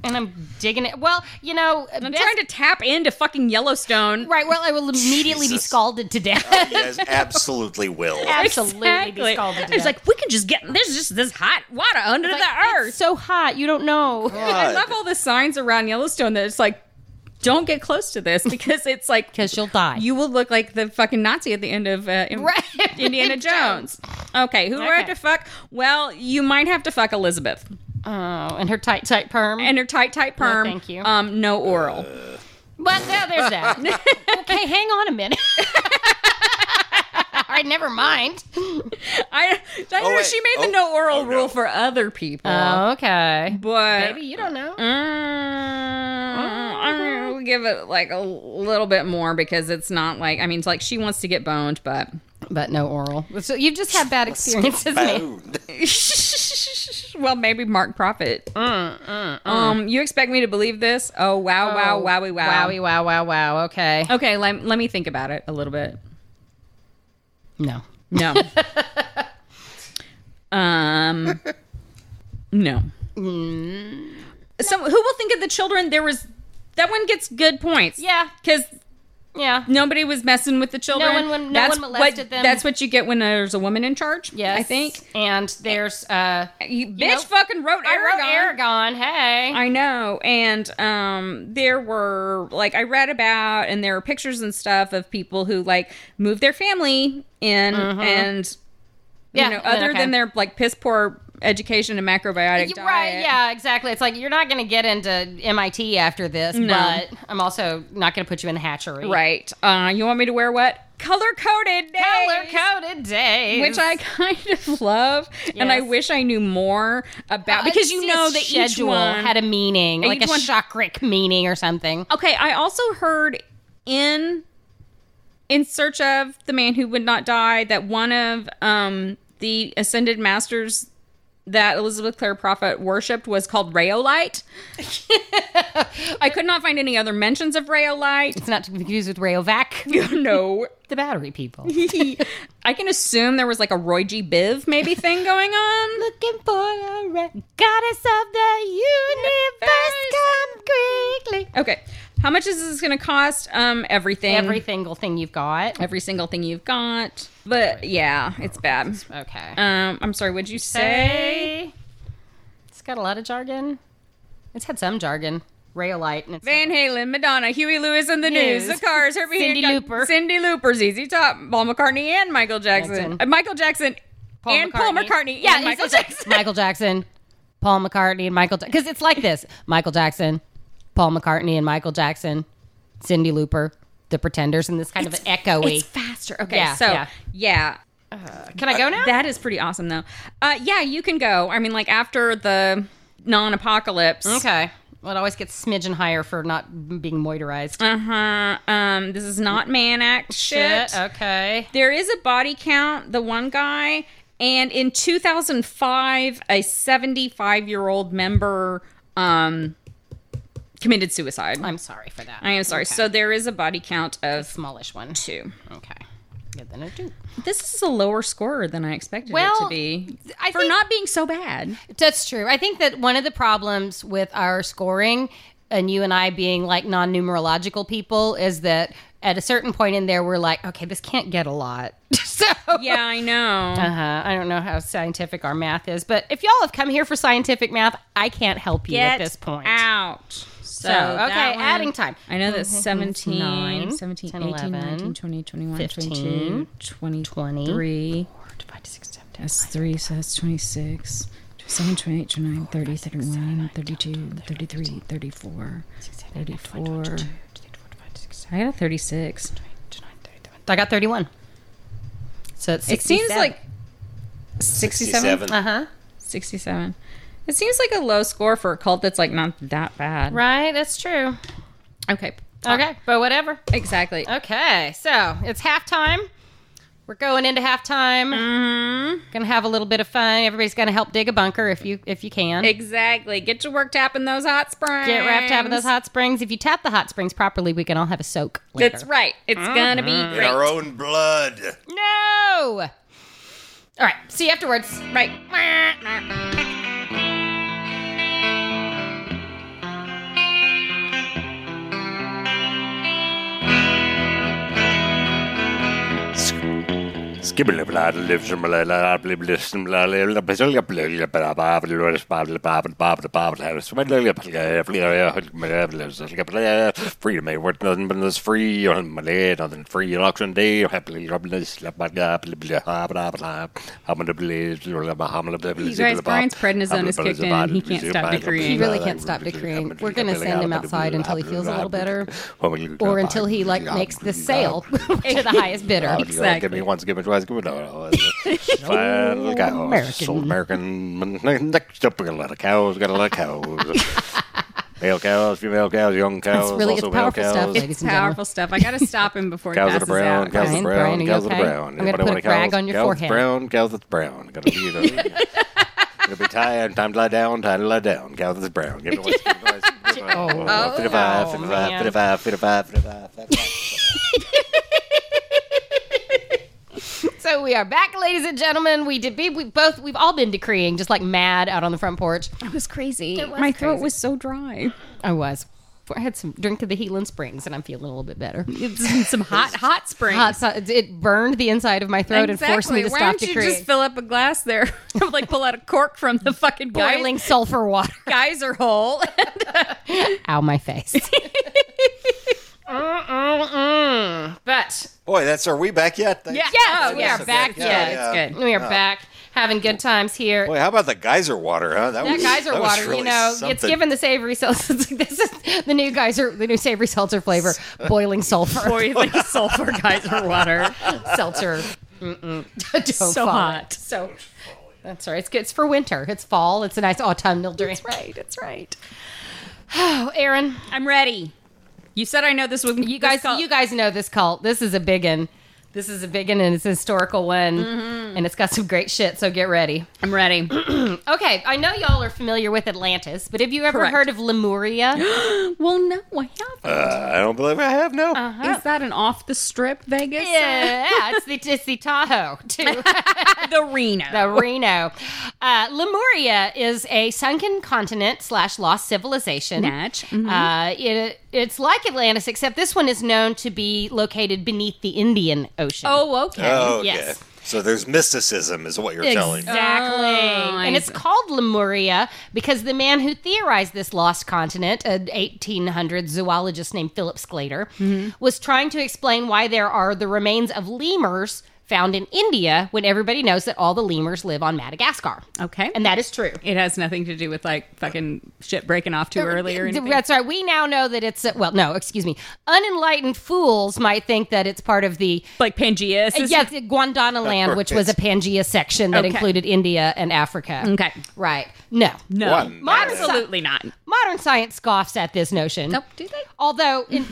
[SPEAKER 3] And I'm digging it. Well, you know, best-
[SPEAKER 2] trying to tap into fucking Yellowstone.
[SPEAKER 3] right. Well, I will immediately be
[SPEAKER 4] Jesus.
[SPEAKER 3] scalded to death.
[SPEAKER 4] Yes, absolutely will.
[SPEAKER 3] Absolutely be scalded to
[SPEAKER 2] It's
[SPEAKER 3] death.
[SPEAKER 2] like we can just get there's just this hot water under
[SPEAKER 3] Like,
[SPEAKER 2] the
[SPEAKER 3] It's
[SPEAKER 2] earth.
[SPEAKER 3] so hot, you don't know.
[SPEAKER 2] I love all the signs around Yellowstone that it's like, don't get close to this because it's like
[SPEAKER 3] Because you'll die.
[SPEAKER 2] you will look like the fucking Nazi at the end of uh, in-
[SPEAKER 3] Right.
[SPEAKER 2] Indiana Jones. Okay, who do I have
[SPEAKER 3] Okay.
[SPEAKER 2] to fuck? Well, you might have to fuck Elizabeth
[SPEAKER 3] oh, and her tight, tight perm.
[SPEAKER 2] and her tight, tight perm.
[SPEAKER 3] thank you.
[SPEAKER 2] Um, no oral.
[SPEAKER 4] Uh,
[SPEAKER 3] But now there's that. okay, hang on a minute. All right, never mind.
[SPEAKER 2] I, I don't know
[SPEAKER 4] wait.
[SPEAKER 2] she made the
[SPEAKER 4] Oh,
[SPEAKER 2] no oral
[SPEAKER 4] oh, no.
[SPEAKER 2] rule for other people,
[SPEAKER 3] okay.
[SPEAKER 2] but
[SPEAKER 3] Maybe you don't know.
[SPEAKER 2] Mm,
[SPEAKER 3] Mm.
[SPEAKER 2] I mean, we'll give it like a little bit more because it's not like I mean, it's like she wants to get boned, but
[SPEAKER 3] But no oral. So you've just had bad experiences, man.
[SPEAKER 4] Bound.
[SPEAKER 2] well, maybe Mark Profit.
[SPEAKER 3] Mm,
[SPEAKER 2] Um, you expect me to believe this? Oh wow, wow, wowie, wow.
[SPEAKER 3] Wowie, wow, wow, wow. Okay.
[SPEAKER 2] Okay, let, let me think about it a little bit.
[SPEAKER 3] No.
[SPEAKER 2] No. um, no.
[SPEAKER 3] Mm.
[SPEAKER 2] So, who will think of the children? There was that one gets good points.
[SPEAKER 3] Yeah.
[SPEAKER 2] because
[SPEAKER 3] Yeah.
[SPEAKER 2] nobody was messing with the children.
[SPEAKER 3] one- when- no one molested
[SPEAKER 2] what,
[SPEAKER 3] them.
[SPEAKER 2] That's what you get when there's a woman in charge.
[SPEAKER 3] Yes.
[SPEAKER 2] I think.
[SPEAKER 3] And there's uh
[SPEAKER 2] You, bitch,
[SPEAKER 3] know,
[SPEAKER 2] fucking wrote
[SPEAKER 3] I wrote
[SPEAKER 2] Aragon.
[SPEAKER 3] Aragon. Hey.
[SPEAKER 2] I know. And um there were like I read about and there were pictures and stuff of people who like moved their family in and
[SPEAKER 3] Mm-hmm. Yeah,
[SPEAKER 2] you know,
[SPEAKER 3] and then-
[SPEAKER 2] other
[SPEAKER 3] okay.
[SPEAKER 2] than their like piss poor education and macrobiotic diet.
[SPEAKER 3] Right, yeah, exactly. It's like you're not going to get into MIT after this, but I'm also not going to put you in hatchery.
[SPEAKER 2] Right. Uh you want me to wear what? Color coded
[SPEAKER 3] Color coded days.
[SPEAKER 2] which I kind of love, and I
[SPEAKER 3] Yes.
[SPEAKER 2] wish I knew more about
[SPEAKER 3] Like,
[SPEAKER 2] because you
[SPEAKER 3] see,
[SPEAKER 2] know
[SPEAKER 3] its
[SPEAKER 2] that each
[SPEAKER 3] schedule
[SPEAKER 2] one
[SPEAKER 3] had a meaning, like a
[SPEAKER 2] each one-
[SPEAKER 3] chakric meaning or something.
[SPEAKER 2] Okay, I also heard in in search of the man who would not die that one of um the ascended masters that Elizabeth Clare Prophet worshipped was called Raolite. I could not find any other mentions of Raolite.
[SPEAKER 3] It's not to be confused with Rayovac,
[SPEAKER 2] no.
[SPEAKER 3] the battery people.
[SPEAKER 2] I can assume there was like a Roy G. Biv maybe thing going on.
[SPEAKER 3] Looking for a re- goddess of the universe, come quickly.
[SPEAKER 2] Okay. How much is this going to cost? Um, everything.
[SPEAKER 3] Every single thing you've got.
[SPEAKER 2] Every single thing you've got. But yeah, it's bad.
[SPEAKER 3] Okay.
[SPEAKER 2] Um, I'm sorry. Would you say
[SPEAKER 3] Say. It's got a lot of jargon. It's had some jargon. Raolite and it's
[SPEAKER 2] Van Halen, Madonna, Huey Lewis and the News,
[SPEAKER 3] News.
[SPEAKER 2] The Cars, Herbie
[SPEAKER 3] Cindy
[SPEAKER 2] Hancock,
[SPEAKER 3] Lauper.
[SPEAKER 2] Cindy Looper, ZZ Top, Paul McCartney, and Michael Jackson,
[SPEAKER 3] Jackson.
[SPEAKER 2] Uh, Michael Jackson, and Paul McCartney, yeah,
[SPEAKER 3] it's
[SPEAKER 2] Michael
[SPEAKER 3] like
[SPEAKER 2] Jackson.
[SPEAKER 3] Michael Jackson, Paul McCartney, and Michael because it's like this: Michael Jackson, Paul McCartney, and Michael Jackson, Cindy Looper, The Pretenders, and this kind of an echoey.
[SPEAKER 2] It's faster. Okay,
[SPEAKER 3] Yeah,
[SPEAKER 2] so
[SPEAKER 3] yeah.
[SPEAKER 2] yeah.
[SPEAKER 3] Can I go now?
[SPEAKER 2] that is pretty awesome though. Uh, yeah, you can go. I mean, like after the non-apocalypse.
[SPEAKER 3] okay. Well, it always gets smidgen higher for not being moiterized.
[SPEAKER 2] Uh huh. Um, this is not man act shit.
[SPEAKER 3] Okay.
[SPEAKER 2] There is a body count, the one guy, and in 2005, a 75 year old member um, committed suicide.
[SPEAKER 3] I'm sorry for that.
[SPEAKER 2] I am sorry.
[SPEAKER 3] Okay.
[SPEAKER 2] So there is a body count of
[SPEAKER 3] smallish one.
[SPEAKER 2] two.
[SPEAKER 3] Okay. Good than a two.
[SPEAKER 2] This is a lower scorer than I expected it
[SPEAKER 3] Well,
[SPEAKER 2] to be
[SPEAKER 3] I
[SPEAKER 2] for
[SPEAKER 3] think-
[SPEAKER 2] not being so bad.
[SPEAKER 3] That's true. I think that one of the problems with our scoring and you and I being like non numerological people is that at a certain point in there, we're like, okay, this can't get a lot. so,
[SPEAKER 2] Yeah, I know.
[SPEAKER 3] uh, I don't know how scientific our math is, but if y'all have come here for scientific math, I can't help you at
[SPEAKER 2] Get
[SPEAKER 3] this point.
[SPEAKER 2] out. So,
[SPEAKER 3] So, okay,
[SPEAKER 2] that one-
[SPEAKER 3] adding time. Mm-hmm.
[SPEAKER 2] I know that 17,
[SPEAKER 3] Nine,
[SPEAKER 2] 17,
[SPEAKER 3] 10,
[SPEAKER 2] 18,
[SPEAKER 3] 11,
[SPEAKER 2] 19, 20, 21,
[SPEAKER 3] 15,
[SPEAKER 2] 22, 23.
[SPEAKER 3] Four divided by six, seven, ten.
[SPEAKER 2] That's three, so that's 26.
[SPEAKER 5] 27, 28, 29, 30, 31, 32, 33, 34, 34. I got a 36.
[SPEAKER 3] I got 31. So it's
[SPEAKER 2] It seems
[SPEAKER 3] 67.
[SPEAKER 2] like 67.
[SPEAKER 4] 67.
[SPEAKER 3] uh-huh.
[SPEAKER 2] 67. It seems like a low score for a cult that's like not that bad.
[SPEAKER 3] Right, that's true.
[SPEAKER 2] Okay.
[SPEAKER 3] Okay, but whatever.
[SPEAKER 2] Exactly.
[SPEAKER 3] Okay, so it's halftime. We're going into halftime. Mm-hmm. Gonna have a little bit of fun. Everybody's gonna help dig a bunker if you if you can.
[SPEAKER 2] Exactly. Get your work tapping those hot springs.
[SPEAKER 3] Get wrapped up in those hot springs. If you tap the hot springs properly, we can all have a soak later.
[SPEAKER 2] That's right. It's gonna be
[SPEAKER 4] In our
[SPEAKER 2] great.
[SPEAKER 4] own
[SPEAKER 3] Oh,
[SPEAKER 4] blood.
[SPEAKER 3] No. All right. See you afterwards.
[SPEAKER 2] Right.
[SPEAKER 6] Freedom ain't worth nothing but it's free on my day, nothing free on auction day. You
[SPEAKER 2] You guys, Brian's prednisone is kicked in and he can't stop decreeing.
[SPEAKER 3] He really can't stop decreeing. We're gonna send him outside until he feels a little better, or until he like makes the sale to the highest bidder.
[SPEAKER 2] Exactly.
[SPEAKER 6] Give me once, give me twice, give me no. Final cow. Sold American. Next up, we got a lot of cows. Got a lot of cows. Male cows, female cows, young cows.
[SPEAKER 3] really-
[SPEAKER 6] also
[SPEAKER 3] it's
[SPEAKER 6] male
[SPEAKER 3] powerful
[SPEAKER 6] cows.
[SPEAKER 3] stuff, ladies
[SPEAKER 2] It's
[SPEAKER 3] and gentlemen.
[SPEAKER 2] powerful stuff. I gotta stop him before
[SPEAKER 6] Cows
[SPEAKER 2] he
[SPEAKER 6] that are
[SPEAKER 2] passes
[SPEAKER 6] brown,
[SPEAKER 2] out.
[SPEAKER 6] cows that are
[SPEAKER 3] Brian,
[SPEAKER 6] brown,
[SPEAKER 3] Brian, are
[SPEAKER 6] cows
[SPEAKER 3] you
[SPEAKER 6] that are
[SPEAKER 3] okay?
[SPEAKER 6] brown.
[SPEAKER 3] I'm gonna
[SPEAKER 6] Anybody
[SPEAKER 3] put
[SPEAKER 6] want
[SPEAKER 3] a rag
[SPEAKER 6] cows?
[SPEAKER 3] on your
[SPEAKER 6] cows
[SPEAKER 3] forehead.
[SPEAKER 6] That's brown, cows that's brown. Gotta be the. Gonna be tired. Time to lie down. Time to lie down. Cows that's brown. Give it a voice. Give it a voice.
[SPEAKER 3] Oh,
[SPEAKER 6] 55, 55,
[SPEAKER 3] no, man.
[SPEAKER 6] 55, 55, 55, 55.
[SPEAKER 3] So we are back, ladies and gentlemen. We did. We, we both. We've all been decreeing, just like mad out on the front porch.
[SPEAKER 2] It was crazy. My throat was so dry.
[SPEAKER 3] I was. I had some drink of the Healing Springs, and I'm feeling a little bit better.
[SPEAKER 2] It's in some hot, hot springs.
[SPEAKER 3] Hot so- it burned the inside of my throat and forced me to
[SPEAKER 2] Why
[SPEAKER 3] stop
[SPEAKER 2] don't you
[SPEAKER 3] decreeing.
[SPEAKER 2] just fill up a glass there? like pull out a cork from the fucking
[SPEAKER 3] Boiling sulfur water.
[SPEAKER 2] geyser hole.
[SPEAKER 3] Ow, my face. But
[SPEAKER 4] Boy, that's are we back yet? Thanks.
[SPEAKER 2] yeah.
[SPEAKER 3] Yes,
[SPEAKER 2] oh,
[SPEAKER 3] we
[SPEAKER 2] yeah.
[SPEAKER 3] are back
[SPEAKER 4] Yeah,
[SPEAKER 3] yet.
[SPEAKER 4] yeah.
[SPEAKER 2] It's good.
[SPEAKER 3] we are back having good times here.
[SPEAKER 4] Oh. Boy, how about the geyser water, huh?
[SPEAKER 3] that
[SPEAKER 4] was-
[SPEAKER 3] geyser
[SPEAKER 4] that was
[SPEAKER 3] water,
[SPEAKER 4] really
[SPEAKER 3] you know, it's
[SPEAKER 4] something.
[SPEAKER 3] given the savory seltzer. it's like, this is the new geyser, the new savory seltzer flavor, boiling sulfur
[SPEAKER 2] Boiling sulfur geyser water.
[SPEAKER 3] seltzer. Mm-mm. Don't
[SPEAKER 2] So
[SPEAKER 3] fall.
[SPEAKER 2] hot.
[SPEAKER 3] So that's all right. It's good. It's for winter. It's fall. It's a nice autumnal drink. That's right. That's right. Oh, Aaron,
[SPEAKER 2] I'm ready. You said I know this was
[SPEAKER 3] you guys, you guys know this cult. This is a big one. This is a big one, and it's a historical one, and it's got some great shit. So get ready.
[SPEAKER 2] I'm ready.
[SPEAKER 3] Okay, I know y'all are familiar with Atlantis, but have you ever
[SPEAKER 2] Correct.
[SPEAKER 3] heard of Lemuria?
[SPEAKER 2] well, no, I haven't.
[SPEAKER 4] Uh, I don't believe I have no.
[SPEAKER 3] Uh-huh,
[SPEAKER 2] Is that an off the strip Vegas?
[SPEAKER 3] yeah, it's the it's the Tahoe to
[SPEAKER 2] The Reno.
[SPEAKER 3] the Reno. Uh, Lemuria is a sunken continent slash lost civilization.
[SPEAKER 2] Natch.
[SPEAKER 3] Uh, it, it's like Atlantis, except this one is known to be located beneath the Indian Ocean.
[SPEAKER 2] oh, okay.
[SPEAKER 4] Oh, okay.
[SPEAKER 3] yes.
[SPEAKER 4] So there's mysticism, is what you're telling me.
[SPEAKER 3] Exactly.
[SPEAKER 2] Oh, I
[SPEAKER 3] and it's
[SPEAKER 2] see.
[SPEAKER 3] called Lemuria because the man who theorized this lost continent, an 1800 zoologist named Philip Sclater,
[SPEAKER 2] Mm-hmm.
[SPEAKER 3] was trying to explain why there are the remains of lemurs found in India when everybody knows that all the lemurs live on Madagascar.
[SPEAKER 2] Okay.
[SPEAKER 3] And that is true.
[SPEAKER 2] it has nothing to do with like fucking shit breaking off too early or anything.
[SPEAKER 3] That's right. We now know that it's, a, well, no, excuse me. Unenlightened fools might think that it's part of the
[SPEAKER 2] like Pangea. system.
[SPEAKER 3] Yes, Gondwana land, which was a Pangea section that
[SPEAKER 2] Okay.
[SPEAKER 3] included India and Africa.
[SPEAKER 2] Okay.
[SPEAKER 3] Right. No.
[SPEAKER 2] No.
[SPEAKER 4] One.
[SPEAKER 3] Modern, sci-
[SPEAKER 2] Absolutely not.
[SPEAKER 3] modern science scoffs at this notion.
[SPEAKER 2] Nope. Do they?
[SPEAKER 3] Although, in,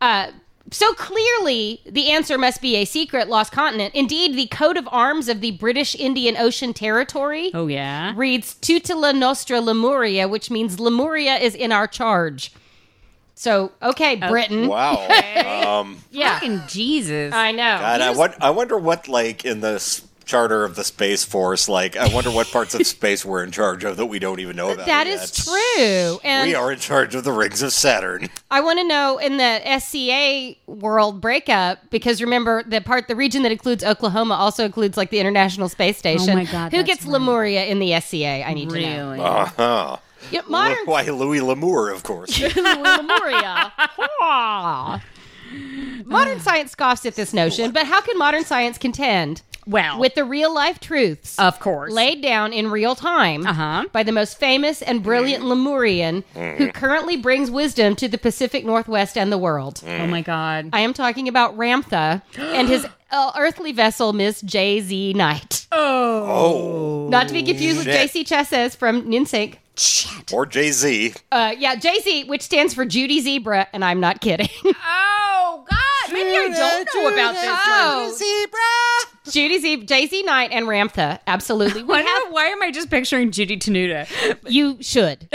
[SPEAKER 3] uh, so clearly the answer must be a secret lost continent. Indeed, the coat of arms of the British Indian Ocean Territory
[SPEAKER 2] Oh yeah.
[SPEAKER 3] reads Tutela Nostra Lemuria, which means Lemuria is in our charge. So, okay, Britain.
[SPEAKER 4] Oh, Wow. um,
[SPEAKER 3] Yeah.
[SPEAKER 2] Fucking Jesus.
[SPEAKER 3] I know.
[SPEAKER 4] God, I, won- I wonder what, like, in the s- charter of the Space Force, like, I wonder what parts of space we're in charge of that we don't even know about.
[SPEAKER 3] That
[SPEAKER 4] yet.
[SPEAKER 3] is true. And
[SPEAKER 4] we are in charge of the rings of Saturn.
[SPEAKER 3] I want to know in the SCA world breakup because remember the part the region that includes Oklahoma also includes like the International Space Station.
[SPEAKER 2] Oh my God,
[SPEAKER 3] who
[SPEAKER 2] that's
[SPEAKER 3] gets Lemuria in the SCA? I need to know.
[SPEAKER 2] Really?
[SPEAKER 4] Uh huh.
[SPEAKER 3] Yeah, modern
[SPEAKER 4] Why Louis L'Amour, of course.
[SPEAKER 3] Lemuria. Modern science scoffs at this notion, but how can modern science contend
[SPEAKER 2] Well,
[SPEAKER 3] with the real life truths
[SPEAKER 2] of course.
[SPEAKER 3] laid down in real time
[SPEAKER 2] Uh-huh. Mm.
[SPEAKER 3] by the most famous and brilliant Lemurian who currently brings wisdom to the Pacific Northwest and the world?
[SPEAKER 2] oh my god.
[SPEAKER 3] I am talking about Ramtha and his uh, earthly vessel, Miss Jay Z Knight.
[SPEAKER 4] Oh,
[SPEAKER 3] Not to be confused with
[SPEAKER 4] shit.
[SPEAKER 3] JC Chesses from NSYNC.
[SPEAKER 4] or Jay Z.
[SPEAKER 3] Uh, yeah, Jay Z, which stands for Judy Zebra, and I'm not kidding.
[SPEAKER 2] Oh god. Maybe I don't know about this.
[SPEAKER 3] Oh, Judy Zebra, Jay Z Knight, and Ramtha. Absolutely, we
[SPEAKER 2] Why,
[SPEAKER 3] have.
[SPEAKER 2] why am I just picturing Judy Tenuta?
[SPEAKER 3] You should.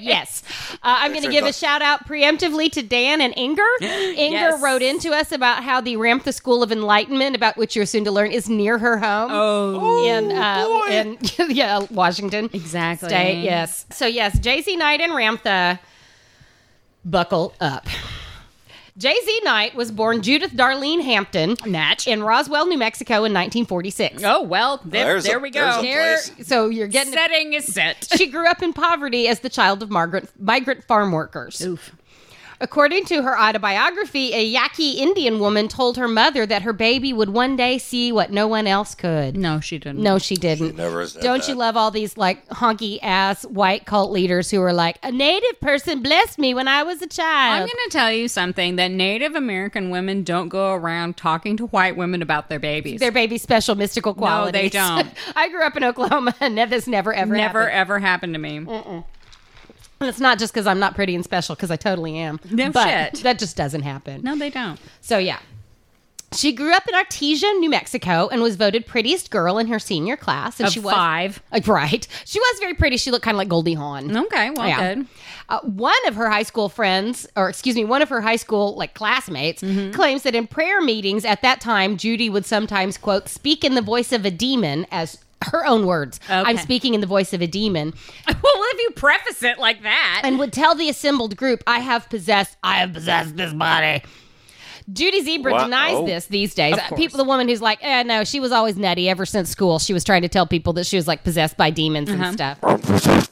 [SPEAKER 3] yes, uh, I'm going to give a shout out preemptively to Dan and Inger. Inger
[SPEAKER 2] Yes.
[SPEAKER 3] wrote into us about how the Ramtha School of Enlightenment, about which you're soon to learn, is near her home.
[SPEAKER 2] Oh.
[SPEAKER 3] in uh, in yeah Washington
[SPEAKER 2] Exactly.
[SPEAKER 3] state. Yes. So yes, Jay Z Knight and Ramtha. Buckle up. Jay Z Knight was born Judith Darlene Hampton
[SPEAKER 2] Natch.
[SPEAKER 3] in Roswell, New Mexico, in 1946.
[SPEAKER 2] Oh well, there,
[SPEAKER 4] There's a-
[SPEAKER 2] there we
[SPEAKER 4] there's
[SPEAKER 2] go.
[SPEAKER 4] a
[SPEAKER 2] There-
[SPEAKER 4] place.
[SPEAKER 3] So you're getting.
[SPEAKER 2] setting is set.
[SPEAKER 3] she grew up in poverty as the child of migrant migrant farm workers.
[SPEAKER 2] Oof.
[SPEAKER 3] According to her autobiography, a Yaqui Indian woman told her mother that her baby would one day see what no one else could.
[SPEAKER 2] No, she didn't.
[SPEAKER 3] No, she didn't.
[SPEAKER 4] Never said
[SPEAKER 3] Don't
[SPEAKER 4] that.
[SPEAKER 3] you love all these like honky ass white cult leaders who are like, a native person blessed me when I was a
[SPEAKER 2] I'm
[SPEAKER 3] child?
[SPEAKER 2] going to tell you something that Native American women don't go around talking to white women about their babies.
[SPEAKER 3] Their baby's special mystical qualities.
[SPEAKER 2] they don't.
[SPEAKER 3] I grew up in Oklahoma and this never ever
[SPEAKER 2] Never Mm.
[SPEAKER 3] happened.
[SPEAKER 2] ever happened to me.
[SPEAKER 3] And it's not just because I'm not pretty and special because I totally am.
[SPEAKER 2] No
[SPEAKER 3] but
[SPEAKER 2] shit.
[SPEAKER 3] That just doesn't happen.
[SPEAKER 2] No, they don't.
[SPEAKER 3] So yeah. She grew up in Artesia, New Mexico, and was voted prettiest girl in her senior class. And
[SPEAKER 2] Of
[SPEAKER 3] she was
[SPEAKER 2] five.
[SPEAKER 3] Uh, right. She was very pretty. She looked kind of like Goldie Hawn.
[SPEAKER 2] Okay, well, good.
[SPEAKER 3] Uh, one of her high school friends, or excuse me, one of her high school like classmates,
[SPEAKER 2] Mm-hmm.
[SPEAKER 3] claims that in prayer meetings at that time, Judy would sometimes quote speak in the voice of a demon as her own words. I'm speaking in the voice of a demon,
[SPEAKER 2] well, if you preface it like that.
[SPEAKER 3] and would tell the assembled group, "I have possessed. I have possessed this body." Judy Zebra
[SPEAKER 4] Wow.
[SPEAKER 3] denies this these days. Uh, People, the woman who's like, eh, no, she was always nutty ever since school. She was trying to tell people that she was like possessed by demons
[SPEAKER 2] Uh-huh.
[SPEAKER 3] and stuff.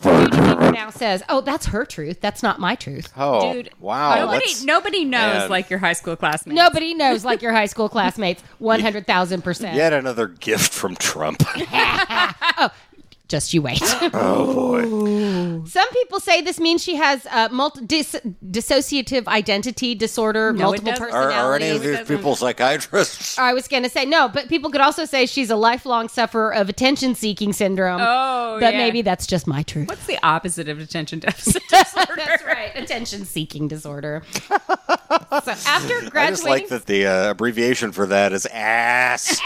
[SPEAKER 3] Judy Zebra now says, oh, that's her truth. That's not my truth.
[SPEAKER 6] Oh,
[SPEAKER 2] Dude,
[SPEAKER 6] wow.
[SPEAKER 2] nobody,
[SPEAKER 6] that's-
[SPEAKER 2] nobody knows
[SPEAKER 6] Man.
[SPEAKER 2] like your high school classmates.
[SPEAKER 3] Nobody knows like your high school classmates. One hundred thousand percent.
[SPEAKER 4] Yet another gift from Trump.
[SPEAKER 3] Just you wait. oh boy. Some people say this means she has uh, multi- dis- dissociative identity disorder,
[SPEAKER 2] No, it
[SPEAKER 3] multiple
[SPEAKER 2] doesn't.
[SPEAKER 4] are, are any
[SPEAKER 3] personalities.
[SPEAKER 4] of these people psychiatrists?
[SPEAKER 3] I was going to say no, but people could also say she's a lifelong sufferer of attention seeking syndrome.
[SPEAKER 2] Oh,
[SPEAKER 3] but
[SPEAKER 2] yeah.
[SPEAKER 3] maybe that's just my truth.
[SPEAKER 2] What's the opposite of attention deficit
[SPEAKER 3] That's
[SPEAKER 2] disorder?
[SPEAKER 3] right, attention seeking disorder. so after graduating,
[SPEAKER 4] I just like that the uh, abbreviation for that is ass.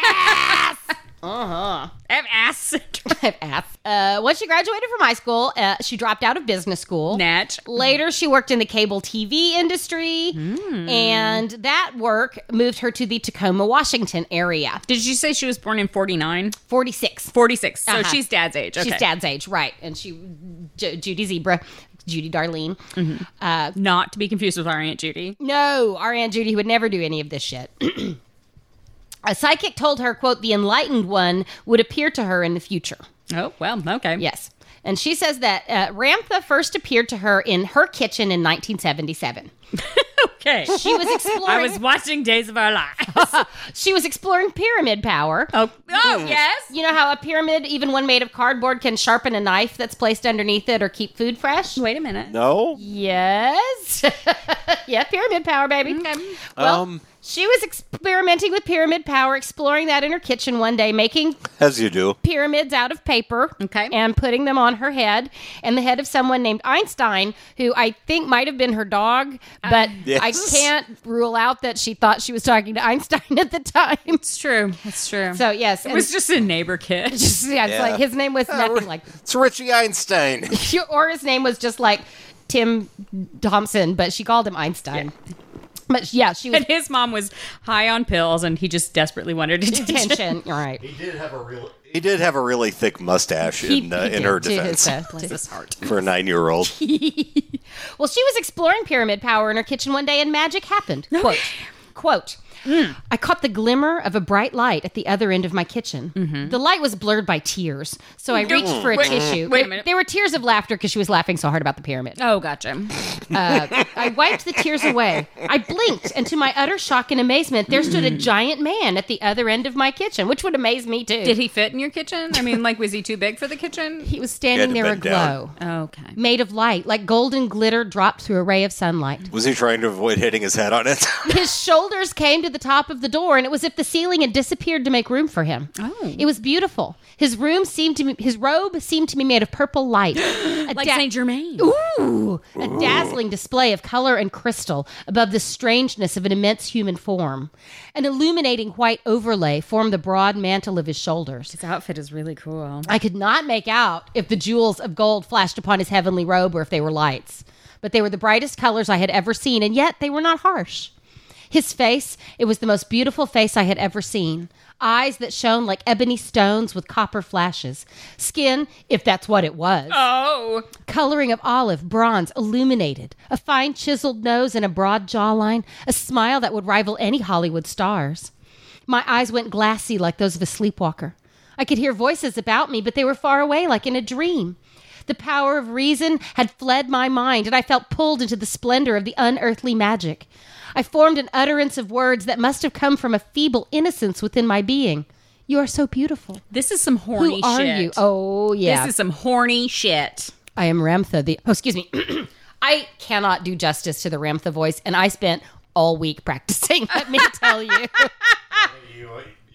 [SPEAKER 2] I have ass syndrome.
[SPEAKER 3] I have ass. Uh, once she graduated from high school, uh, she dropped out of business school.
[SPEAKER 2] Natch.
[SPEAKER 3] Later, she worked in the cable TV industry,
[SPEAKER 2] Hmm.
[SPEAKER 3] and that work moved her to the Tacoma, Washington area.
[SPEAKER 2] Did you say she was born in 49?
[SPEAKER 3] 46.
[SPEAKER 2] 46. So
[SPEAKER 3] Uh-huh.
[SPEAKER 2] she's dad's age. Okay.
[SPEAKER 3] She's dad's age, right? And she, J- Judy Zebra, Judy Darlene. Uh,
[SPEAKER 2] Not to be confused with our Aunt Judy.
[SPEAKER 3] no, our Aunt Judy would never do any of this shit. A psychic told her, quote, the enlightened one would appear to her in the future.
[SPEAKER 2] Oh, well, okay.
[SPEAKER 3] Yes. And she says that uh, Ramtha first appeared to her in her kitchen in 1977.
[SPEAKER 2] Okay.
[SPEAKER 3] She was
[SPEAKER 2] I
[SPEAKER 3] exploring.
[SPEAKER 2] was watching Days of Our Lives.
[SPEAKER 3] she was exploring pyramid power.
[SPEAKER 2] Oh, oh yes.
[SPEAKER 3] You know how a pyramid, even one made of cardboard, can sharpen a knife that's placed underneath it or keep food fresh.
[SPEAKER 2] Wait a minute.
[SPEAKER 4] No.
[SPEAKER 3] Yes. yeah, pyramid power, baby.
[SPEAKER 2] Mm-hmm.
[SPEAKER 3] Well,
[SPEAKER 4] Um,
[SPEAKER 3] she was experimenting with pyramid power, exploring that in her kitchen one day, making
[SPEAKER 4] as you do.
[SPEAKER 3] pyramids out of paper
[SPEAKER 2] Okay.
[SPEAKER 3] and putting them on her head and the head of someone named Einstein, who I think might have been her dog,
[SPEAKER 2] Ah.
[SPEAKER 3] but I
[SPEAKER 4] Yes.
[SPEAKER 3] can't rule out that she thought she was talking to Einstein at the time.
[SPEAKER 2] It's true. It's true.
[SPEAKER 3] So, yes.
[SPEAKER 2] it
[SPEAKER 3] and-
[SPEAKER 2] was Oh. just a neighbor kid.
[SPEAKER 3] just, yeah, it's
[SPEAKER 4] Yeah.
[SPEAKER 3] like his name was nothing like
[SPEAKER 4] It's Richie Einstein.
[SPEAKER 3] or his name was just like Tim Thompson, but she called him Einstein. But yeah, she was
[SPEAKER 2] And his mom was high on pills, and he just desperately wanted attention.
[SPEAKER 3] attention. All right.
[SPEAKER 1] He did have a real.
[SPEAKER 4] He did have a really thick mustache in, uh, in
[SPEAKER 3] did,
[SPEAKER 4] her
[SPEAKER 3] to his,
[SPEAKER 4] defense
[SPEAKER 3] uh, to
[SPEAKER 2] His heart.
[SPEAKER 4] for a nine year old.
[SPEAKER 3] Well, she was exploring pyramid power in her kitchen one day and magic happened. Quote, quote,
[SPEAKER 2] Hmm.
[SPEAKER 3] I caught the glimmer of a bright light at the other end of my kitchen.
[SPEAKER 2] Mm-hmm.
[SPEAKER 3] The light was blurred by tears, so I reached for a tissue.
[SPEAKER 2] wait a minute.
[SPEAKER 3] There were tears of laughter because she was laughing so hard about the pyramid.
[SPEAKER 2] Oh, gotcha.
[SPEAKER 3] I wiped the tears away. I blinked, and to my utter shock and amazement, there stood a giant man at the other end of my kitchen, which would amaze me too.
[SPEAKER 2] Did he fit in your kitchen? I mean, like, was he too big for the kitchen?
[SPEAKER 3] He was standing
[SPEAKER 4] He
[SPEAKER 3] there
[SPEAKER 4] had to bend down.
[SPEAKER 3] aglow,
[SPEAKER 2] Okay.
[SPEAKER 3] made of light, like golden glitter dropped through a ray of sunlight.
[SPEAKER 4] Was he trying to avoid hitting his head on it?
[SPEAKER 3] His shoulders came to the top of the door, and it was as if the ceiling had disappeared to make room for him. Oh. It was beautiful. His room seemed to be, his robe seemed to be made of purple light. A
[SPEAKER 5] Like
[SPEAKER 3] da-
[SPEAKER 5] Saint Germain.
[SPEAKER 3] Ooh, a dazzling display of color and crystal above the strangeness of an immense human form. An illuminating white overlay formed the broad mantle of his shoulders.
[SPEAKER 5] His outfit is really cool.
[SPEAKER 3] I could not make out if the jewels of gold flashed upon his heavenly robe or if they were lights, but they were the brightest colors I had ever seen, and yet they were not harsh. His face, it was the most beautiful face I had ever seen. Eyes that shone like ebony stones with copper flashes. Skin, if that's what it was
[SPEAKER 2] Oh,
[SPEAKER 3] coloring of olive, bronze, illuminated, a fine chiseled nose and a broad jawline, a smile that would rival any Hollywood stars. My eyes went glassy like those of a sleepwalker. I could hear voices about me, but they were far away, like in a dream. The power of reason had fled my mind, and I felt pulled into the splendor of the unearthly magic. I formed an utterance of words that must have come from a feeble innocence within my being. You are so beautiful.
[SPEAKER 2] this is some horny
[SPEAKER 3] Who are
[SPEAKER 2] shit.
[SPEAKER 3] you? Oh, yeah.
[SPEAKER 2] This is some horny shit.
[SPEAKER 3] I am Ramtha. The oh, excuse me. I cannot do justice to the Ramtha voice, and I spent all week practicing. Let me tell you.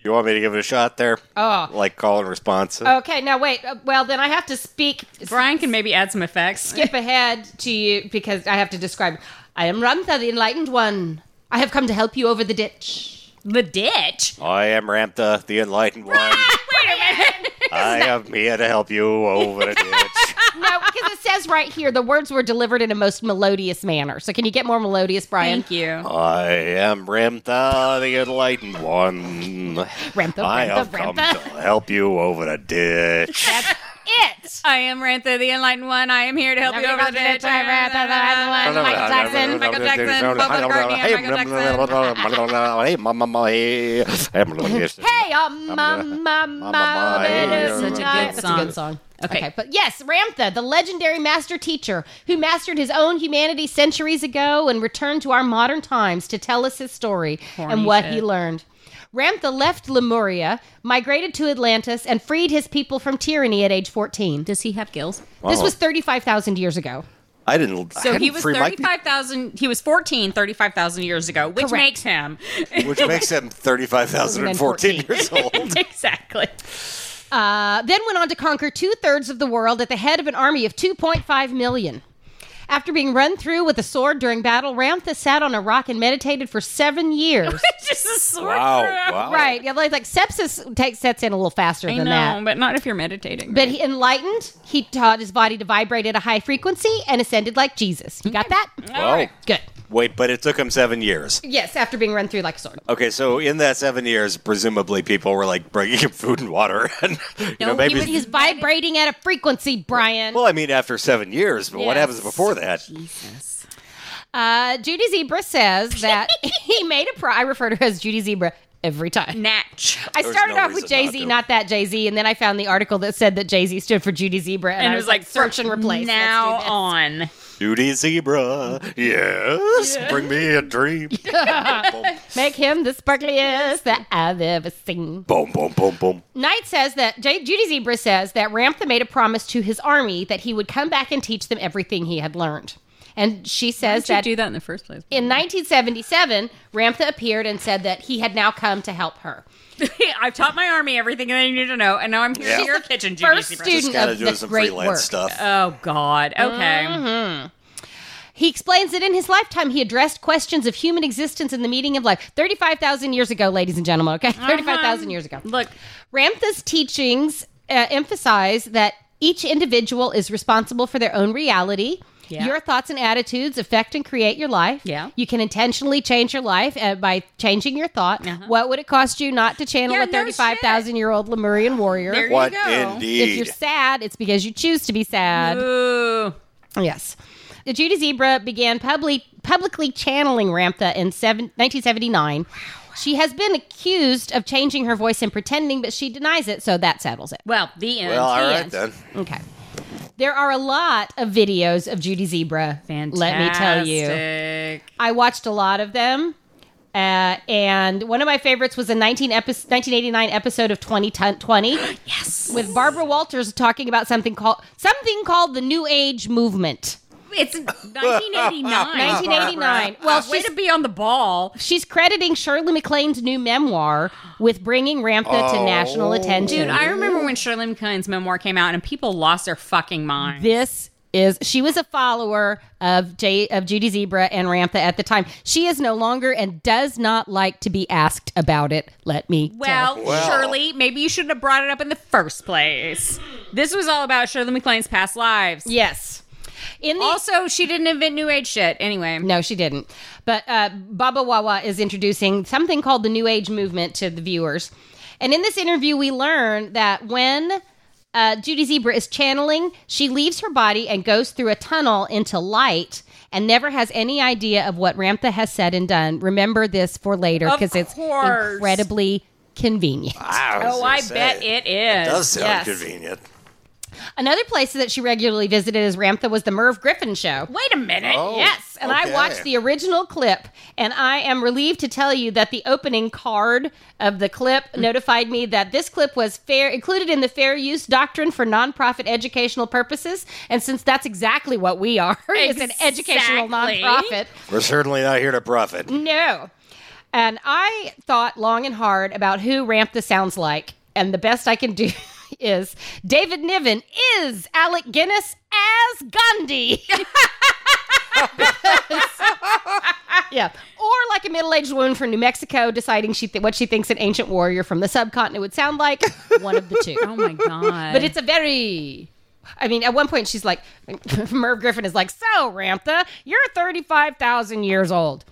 [SPEAKER 4] you want me to give it a shot there? Oh. Like call and response?
[SPEAKER 3] Okay, now wait. Uh, Well, then I have to speak.
[SPEAKER 2] Brian can maybe add some effects.
[SPEAKER 3] Skip ahead to you because I have to describe. I am Ramtha, the enlightened one. I have come to help you over the ditch.
[SPEAKER 2] The ditch.
[SPEAKER 4] I am Ramtha, the enlightened one. I am here to help you over the ditch.
[SPEAKER 3] No, because it says right here the words were delivered in a most melodious manner. So can you get more melodious, Brian?
[SPEAKER 2] Thank you.
[SPEAKER 4] I am Ramtha, the enlightened one.
[SPEAKER 3] Ramtha,
[SPEAKER 4] I
[SPEAKER 3] Ramtha,
[SPEAKER 4] have come
[SPEAKER 3] Ramtha.
[SPEAKER 4] to help you over the ditch.
[SPEAKER 3] It.
[SPEAKER 2] I am Rantha, the enlightened one. I am here to help you over the ditch. I am Rantha, the enlightened one.
[SPEAKER 3] Michael Jackson,
[SPEAKER 2] Michael Jackson, Paul McCartney, and Michael
[SPEAKER 6] Hey, mama, mama, hey. Hey, mama,
[SPEAKER 3] Hey, uh, mama, mama,
[SPEAKER 6] That's
[SPEAKER 2] such a good
[SPEAKER 3] That's a
[SPEAKER 2] song.
[SPEAKER 3] good song.
[SPEAKER 2] Okay.
[SPEAKER 3] but yes, Ramtha, the legendary master teacher who mastered his own humanity centuries ago and returned to our modern times to tell us his story and what he learned. Ramtha left Lemuria, migrated to Atlantis, and freed his people from tyranny at age 14.
[SPEAKER 2] Does he have gills?
[SPEAKER 3] This was 35,000 years ago.
[SPEAKER 4] I didn't. I
[SPEAKER 2] So
[SPEAKER 4] hadn't
[SPEAKER 2] he was
[SPEAKER 4] free mic-
[SPEAKER 2] 35,000, he was 14, 35,000 years ago, which
[SPEAKER 3] Correct.
[SPEAKER 2] makes him.
[SPEAKER 4] Which makes him 35,014 years old.
[SPEAKER 2] exactly.
[SPEAKER 3] Uh, then went on to conquer two thirds of the world at the head of an army of 2.5 million. After being run through with a sword during battle, Ramtha sat on a rock and meditated for seven years.
[SPEAKER 2] Just a sword
[SPEAKER 4] Wow,
[SPEAKER 2] throw.
[SPEAKER 4] wow.
[SPEAKER 3] right. Yeah, like, like sepsis takes sets in a little faster
[SPEAKER 2] I
[SPEAKER 3] than
[SPEAKER 2] know,
[SPEAKER 3] that.
[SPEAKER 2] but not if you're meditating.
[SPEAKER 3] But he enlightened, he taught his body to vibrate at a high frequency and ascended like Jesus. You got that?
[SPEAKER 4] Wow.
[SPEAKER 3] Good.
[SPEAKER 4] Wait, but it took him seven years.
[SPEAKER 3] Yes, after being run through like a sword.
[SPEAKER 4] Okay, so in that seven years, presumably people were like bringing him food and water, and you know maybe.
[SPEAKER 2] was-
[SPEAKER 3] He's vibrating at a frequency, Brian.
[SPEAKER 4] well, I mean, after seven years, but
[SPEAKER 3] Yes.
[SPEAKER 4] what happens before that?
[SPEAKER 3] Uh, Judy Zebra says that he made a pro. I refer to her as Judy Zebra every time.
[SPEAKER 2] Natch.
[SPEAKER 3] I
[SPEAKER 4] There's
[SPEAKER 3] started
[SPEAKER 4] no
[SPEAKER 3] off with
[SPEAKER 4] reason
[SPEAKER 3] Jay
[SPEAKER 4] not
[SPEAKER 3] Z,
[SPEAKER 4] to.
[SPEAKER 3] not, that Jay Z, and then I found the article that said that Jay Z stood for Judy Zebra, and,
[SPEAKER 2] And
[SPEAKER 3] I
[SPEAKER 2] it
[SPEAKER 3] was
[SPEAKER 2] was
[SPEAKER 3] like,
[SPEAKER 2] like,
[SPEAKER 3] search
[SPEAKER 2] from
[SPEAKER 3] and replace. Let's do
[SPEAKER 2] now
[SPEAKER 3] this.
[SPEAKER 2] on.
[SPEAKER 4] Duty zebra, yes, bring me a dream.
[SPEAKER 3] make him the sparkliest that I've ever seen.
[SPEAKER 4] boom, boom, boom, boom.
[SPEAKER 3] Knight says that J- Judy Zebra says that Ramtha made a promise to his army that he would come back and teach them everything he had learned, and she says
[SPEAKER 2] Did you
[SPEAKER 3] that
[SPEAKER 2] do that in the first place?
[SPEAKER 3] in 1977, Ramtha appeared and said that he had now come to help her.
[SPEAKER 2] I've taught my army everything that I need to know, and now I'm here in
[SPEAKER 4] She's
[SPEAKER 2] your
[SPEAKER 3] the
[SPEAKER 2] kitchen, Judy.
[SPEAKER 3] first
[SPEAKER 2] Zebra.
[SPEAKER 3] student
[SPEAKER 4] Just gotta
[SPEAKER 3] of
[SPEAKER 4] do
[SPEAKER 3] this
[SPEAKER 4] some
[SPEAKER 3] great
[SPEAKER 4] freelance
[SPEAKER 3] work.
[SPEAKER 4] stuff.
[SPEAKER 2] Oh God. Okay.
[SPEAKER 3] Mm-hmm. He explains that in his lifetime, he addressed questions of human existence and the meaning of life. 35,000 years ago, ladies and gentlemen, okay?
[SPEAKER 2] Uh-huh.
[SPEAKER 3] 35,000 years ago.
[SPEAKER 2] Look,
[SPEAKER 3] Ramtha's teachings uh, emphasize that each individual is responsible for their own reality.
[SPEAKER 2] Yeah.
[SPEAKER 3] Your thoughts and attitudes affect and create your life.
[SPEAKER 2] Yeah.
[SPEAKER 3] You can intentionally change your life uh, by changing your thought. What would it cost you not to channel
[SPEAKER 2] Uh-huh. Yeah,
[SPEAKER 3] a
[SPEAKER 2] no
[SPEAKER 3] 35,000 year old Lemurian warrior?
[SPEAKER 2] there
[SPEAKER 4] What
[SPEAKER 2] you go.
[SPEAKER 4] indeed?
[SPEAKER 3] if you're sad, it's because you choose to be sad.
[SPEAKER 2] Ooh.
[SPEAKER 3] Yes. Judy Zebra began publicly publicly channeling Ramtha in seven, 1979. She has been accused of changing her voice and pretending, but she denies it, so that settles it.
[SPEAKER 2] Well, the end.
[SPEAKER 4] Well, all
[SPEAKER 2] The
[SPEAKER 4] right
[SPEAKER 2] end.
[SPEAKER 4] then.
[SPEAKER 3] Okay. There are a lot of videos of Judy Zebra. Let me tell you.
[SPEAKER 2] Fantastic.
[SPEAKER 3] I watched a lot of them. Uh, and one of my favorites was a 19 epi- 1989 episode of 2020
[SPEAKER 2] Yes.
[SPEAKER 3] with Barbara Walters talking about something called something called the New Age movement.
[SPEAKER 2] It's 1989.
[SPEAKER 3] 1989.
[SPEAKER 2] Barbara.
[SPEAKER 3] Well,
[SPEAKER 2] way
[SPEAKER 3] she's-
[SPEAKER 2] to be on the ball.
[SPEAKER 3] She's crediting Shirley MacLaine's new memoir with bringing Ramtha to national attention.
[SPEAKER 2] Oh. Dude, I remember when Shirley MacLaine's memoir came out and people lost their fucking mind.
[SPEAKER 3] this is she was a follower of J of Judy Zebra and Ramtha at the time. She is no longer and does not like to be asked about it. Let me tell.
[SPEAKER 2] Well, Shirley, maybe you shouldn't have brought it up in the first place. This was all about Shirley MacLaine's past lives.
[SPEAKER 3] Yes. In the
[SPEAKER 2] Also, she didn't invent new age shit. Anyway,
[SPEAKER 3] No, she didn't. But uh, Baba Wawa is introducing something called the New Age movement to the viewers. And in this interview, we learn that when uh, Judy Zebra is channeling, she leaves her body and goes through a tunnel into light and never has any idea of what Ramtha has said and done. Remember this for later
[SPEAKER 2] Of
[SPEAKER 3] because it's
[SPEAKER 2] course.
[SPEAKER 3] incredibly convenient.
[SPEAKER 4] I was
[SPEAKER 2] oh,
[SPEAKER 4] gonna
[SPEAKER 2] I
[SPEAKER 4] say,
[SPEAKER 2] bet it is.
[SPEAKER 4] Does sound
[SPEAKER 3] Yes.
[SPEAKER 4] convenient.
[SPEAKER 3] Another place that she regularly visited as Ramtha was the Merv Griffin show.
[SPEAKER 2] Wait a minute.
[SPEAKER 4] Oh.
[SPEAKER 3] Yes, and I
[SPEAKER 4] okay.
[SPEAKER 3] watched the original clip, and I am relieved to tell you that the opening card of the clip notified me that this clip was fair included in the fair use doctrine for nonprofit educational purposes. And since that's exactly what we are, is an educational
[SPEAKER 2] Exactly.
[SPEAKER 3] nonprofit.
[SPEAKER 4] We're certainly not here to profit.
[SPEAKER 3] No. And I thought long and hard about who Ramtha sounds like, and the best I can do is David Niven is Alec Guinness as Gandhi. yeah, or like a middle-aged woman from New Mexico deciding she th- what she thinks an ancient warrior from the subcontinent would sound like. One of the two.
[SPEAKER 2] Oh my god.
[SPEAKER 3] But it's a very. I mean, at one point she's like, Merv Griffin is like, "So, Ramtha, you're thirty-five thousand years old.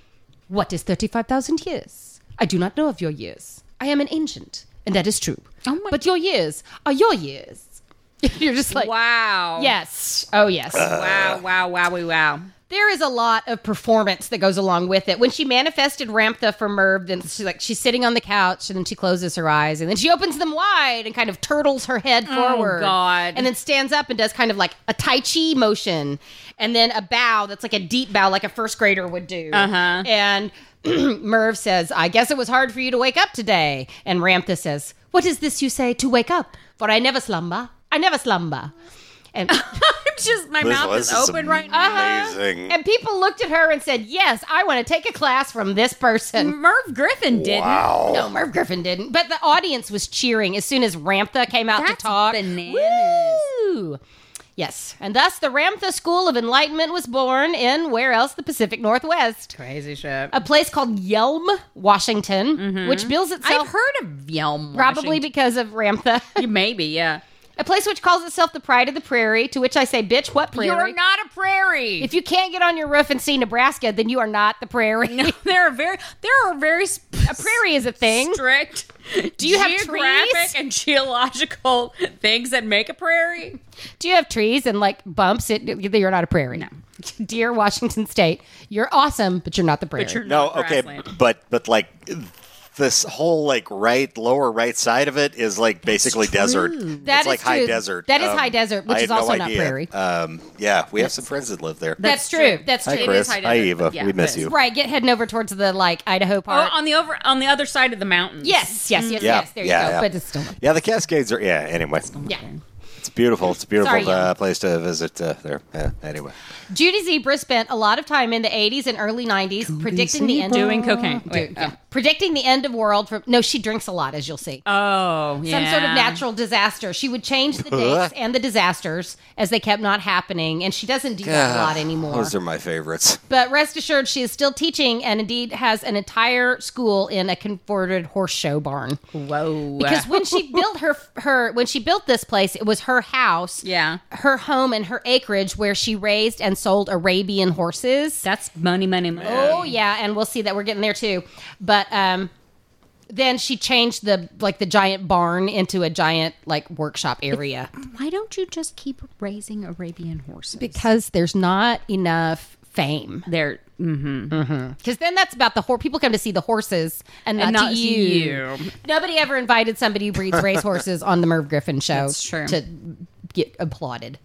[SPEAKER 3] What is thirty-five thousand years? I do not know of your years. I am an ancient, and that is true.
[SPEAKER 2] Oh my-
[SPEAKER 3] but your years are your years. you're just like,
[SPEAKER 2] wow.
[SPEAKER 3] yes, oh yes.
[SPEAKER 2] Wow. Wow. Wow. Wow. Wow.
[SPEAKER 3] There is a lot of performance that goes along with it. When she manifested Ramtha for Merv, then she's like she's sitting on the couch and then she closes her eyes and then she opens them wide and kind of turtles her head forward.
[SPEAKER 2] God.
[SPEAKER 3] And then stands up and does kind of like a tai chi motion and then a bow that's like a deep bow like a first grader would do. Uh-huh. And Merv says, "I guess it was hard for you to wake up today." And Ramtha says, "What is this you say to wake up? For I never slumber. I never slumber." And
[SPEAKER 2] I'm just my
[SPEAKER 4] Liz,
[SPEAKER 2] mouth
[SPEAKER 4] this
[SPEAKER 2] is
[SPEAKER 4] is
[SPEAKER 2] open
[SPEAKER 4] am-
[SPEAKER 2] right now.
[SPEAKER 4] Amazing.
[SPEAKER 3] and people looked at her and said, "Yes, I want to take a class from this person."
[SPEAKER 2] Merv Griffin didn't.
[SPEAKER 4] Wow.
[SPEAKER 3] No, Merv Griffin didn't, but the audience was cheering as soon as Ramtha came out
[SPEAKER 2] That's
[SPEAKER 3] to talk.
[SPEAKER 2] bananas.
[SPEAKER 3] Woo! Yes, and thus the Ramtha School of Enlightenment was born in where else? The Pacific Northwest,
[SPEAKER 2] Crazy shit. Mm-hmm.
[SPEAKER 3] a place called Yelm, Washington, which bills
[SPEAKER 2] I've
[SPEAKER 3] itself
[SPEAKER 2] heard of Yelm.
[SPEAKER 3] probably
[SPEAKER 2] Washington.
[SPEAKER 3] because of Ramtha,
[SPEAKER 2] maybe. Yeah.
[SPEAKER 3] a place which calls itself the Pride of the Prairie. To which I say, bitch, what prairie?
[SPEAKER 2] You're not a prairie.
[SPEAKER 3] if you can't get on your roof and see Nebraska, then you are not the prairie.
[SPEAKER 2] there are very there are very sp-
[SPEAKER 3] A prairie is a thing.
[SPEAKER 2] strict. Do
[SPEAKER 3] you have
[SPEAKER 2] geographic
[SPEAKER 3] trees?
[SPEAKER 2] and geological things that make a prairie?
[SPEAKER 3] Do you have trees and like bumps? It, you're not a prairie. No. Dear Washington State, you're awesome, but you're not the prairie.
[SPEAKER 2] But you're
[SPEAKER 4] No,
[SPEAKER 2] not
[SPEAKER 4] okay,
[SPEAKER 2] grassland.
[SPEAKER 4] but but like this whole like right lower right side of it is like basically desert.
[SPEAKER 3] That
[SPEAKER 4] it's like
[SPEAKER 3] is
[SPEAKER 4] high
[SPEAKER 3] true.
[SPEAKER 4] desert.
[SPEAKER 3] That is
[SPEAKER 4] Um,
[SPEAKER 3] high desert, which
[SPEAKER 4] I
[SPEAKER 3] is
[SPEAKER 4] had no
[SPEAKER 3] also not
[SPEAKER 4] idea.
[SPEAKER 3] prairie.
[SPEAKER 4] Um, yeah, we have some friends that live there.
[SPEAKER 3] that's, true.
[SPEAKER 2] true.
[SPEAKER 3] That's
[SPEAKER 4] Hi
[SPEAKER 3] true.
[SPEAKER 2] It is
[SPEAKER 4] Chris,
[SPEAKER 2] high
[SPEAKER 4] hi
[SPEAKER 2] desert.
[SPEAKER 4] Eva,
[SPEAKER 2] Yeah,
[SPEAKER 4] we miss
[SPEAKER 2] but-
[SPEAKER 4] you.
[SPEAKER 3] Right, get heading over towards the like Idaho
[SPEAKER 2] Or
[SPEAKER 3] part.
[SPEAKER 2] Oh, on the over on the other side of the mountains.
[SPEAKER 3] yes, yes, yes,
[SPEAKER 4] Yeah,
[SPEAKER 3] yes. There
[SPEAKER 4] yeah,
[SPEAKER 3] you go.
[SPEAKER 4] yeah.
[SPEAKER 3] But it's still
[SPEAKER 4] Yeah, the Cascades are. Yeah, anyway,
[SPEAKER 3] yeah.
[SPEAKER 4] it's beautiful. It's a beautiful
[SPEAKER 3] Sorry, yeah.
[SPEAKER 4] uh, place to visit uh, there. Yeah, anyway,
[SPEAKER 3] Judy Zebra spent a lot of time in the 80s and early 90s predicting the end
[SPEAKER 2] doing cocaine. Wait, oh.
[SPEAKER 3] yeah. predicting the end of world from No, she drinks a lot as you'll see.
[SPEAKER 2] Oh,
[SPEAKER 3] some
[SPEAKER 2] yeah.
[SPEAKER 3] sort of natural disaster. She would change the dates and the disasters as they kept not happening, and she doesn't do that a lot anymore.
[SPEAKER 4] Those are my favorites.
[SPEAKER 3] But rest assured, she is still teaching and indeed has an entire school in a converted horse show barn.
[SPEAKER 2] Whoa.
[SPEAKER 3] Because when she built her her when she built this place, it was her house,
[SPEAKER 2] Yeah.
[SPEAKER 3] her home and her acreage where she raised and sold Arabian horses.
[SPEAKER 2] that's money, money, money.
[SPEAKER 3] Oh yeah, and we'll see that we're getting there too. But um Then she changed the like the giant barn into a giant like workshop area
[SPEAKER 5] Why don't you just keep raising Arabian horses?
[SPEAKER 3] because there's not enough fame.
[SPEAKER 5] they're
[SPEAKER 3] Because then that's about the horse. People come to see the horses and,
[SPEAKER 2] And
[SPEAKER 3] not,
[SPEAKER 2] not
[SPEAKER 3] to
[SPEAKER 2] see
[SPEAKER 3] you.
[SPEAKER 2] you.
[SPEAKER 3] Nobody ever invited somebody who breeds racehorses on the Merv Griffin show
[SPEAKER 5] That's true.
[SPEAKER 3] to get applauded.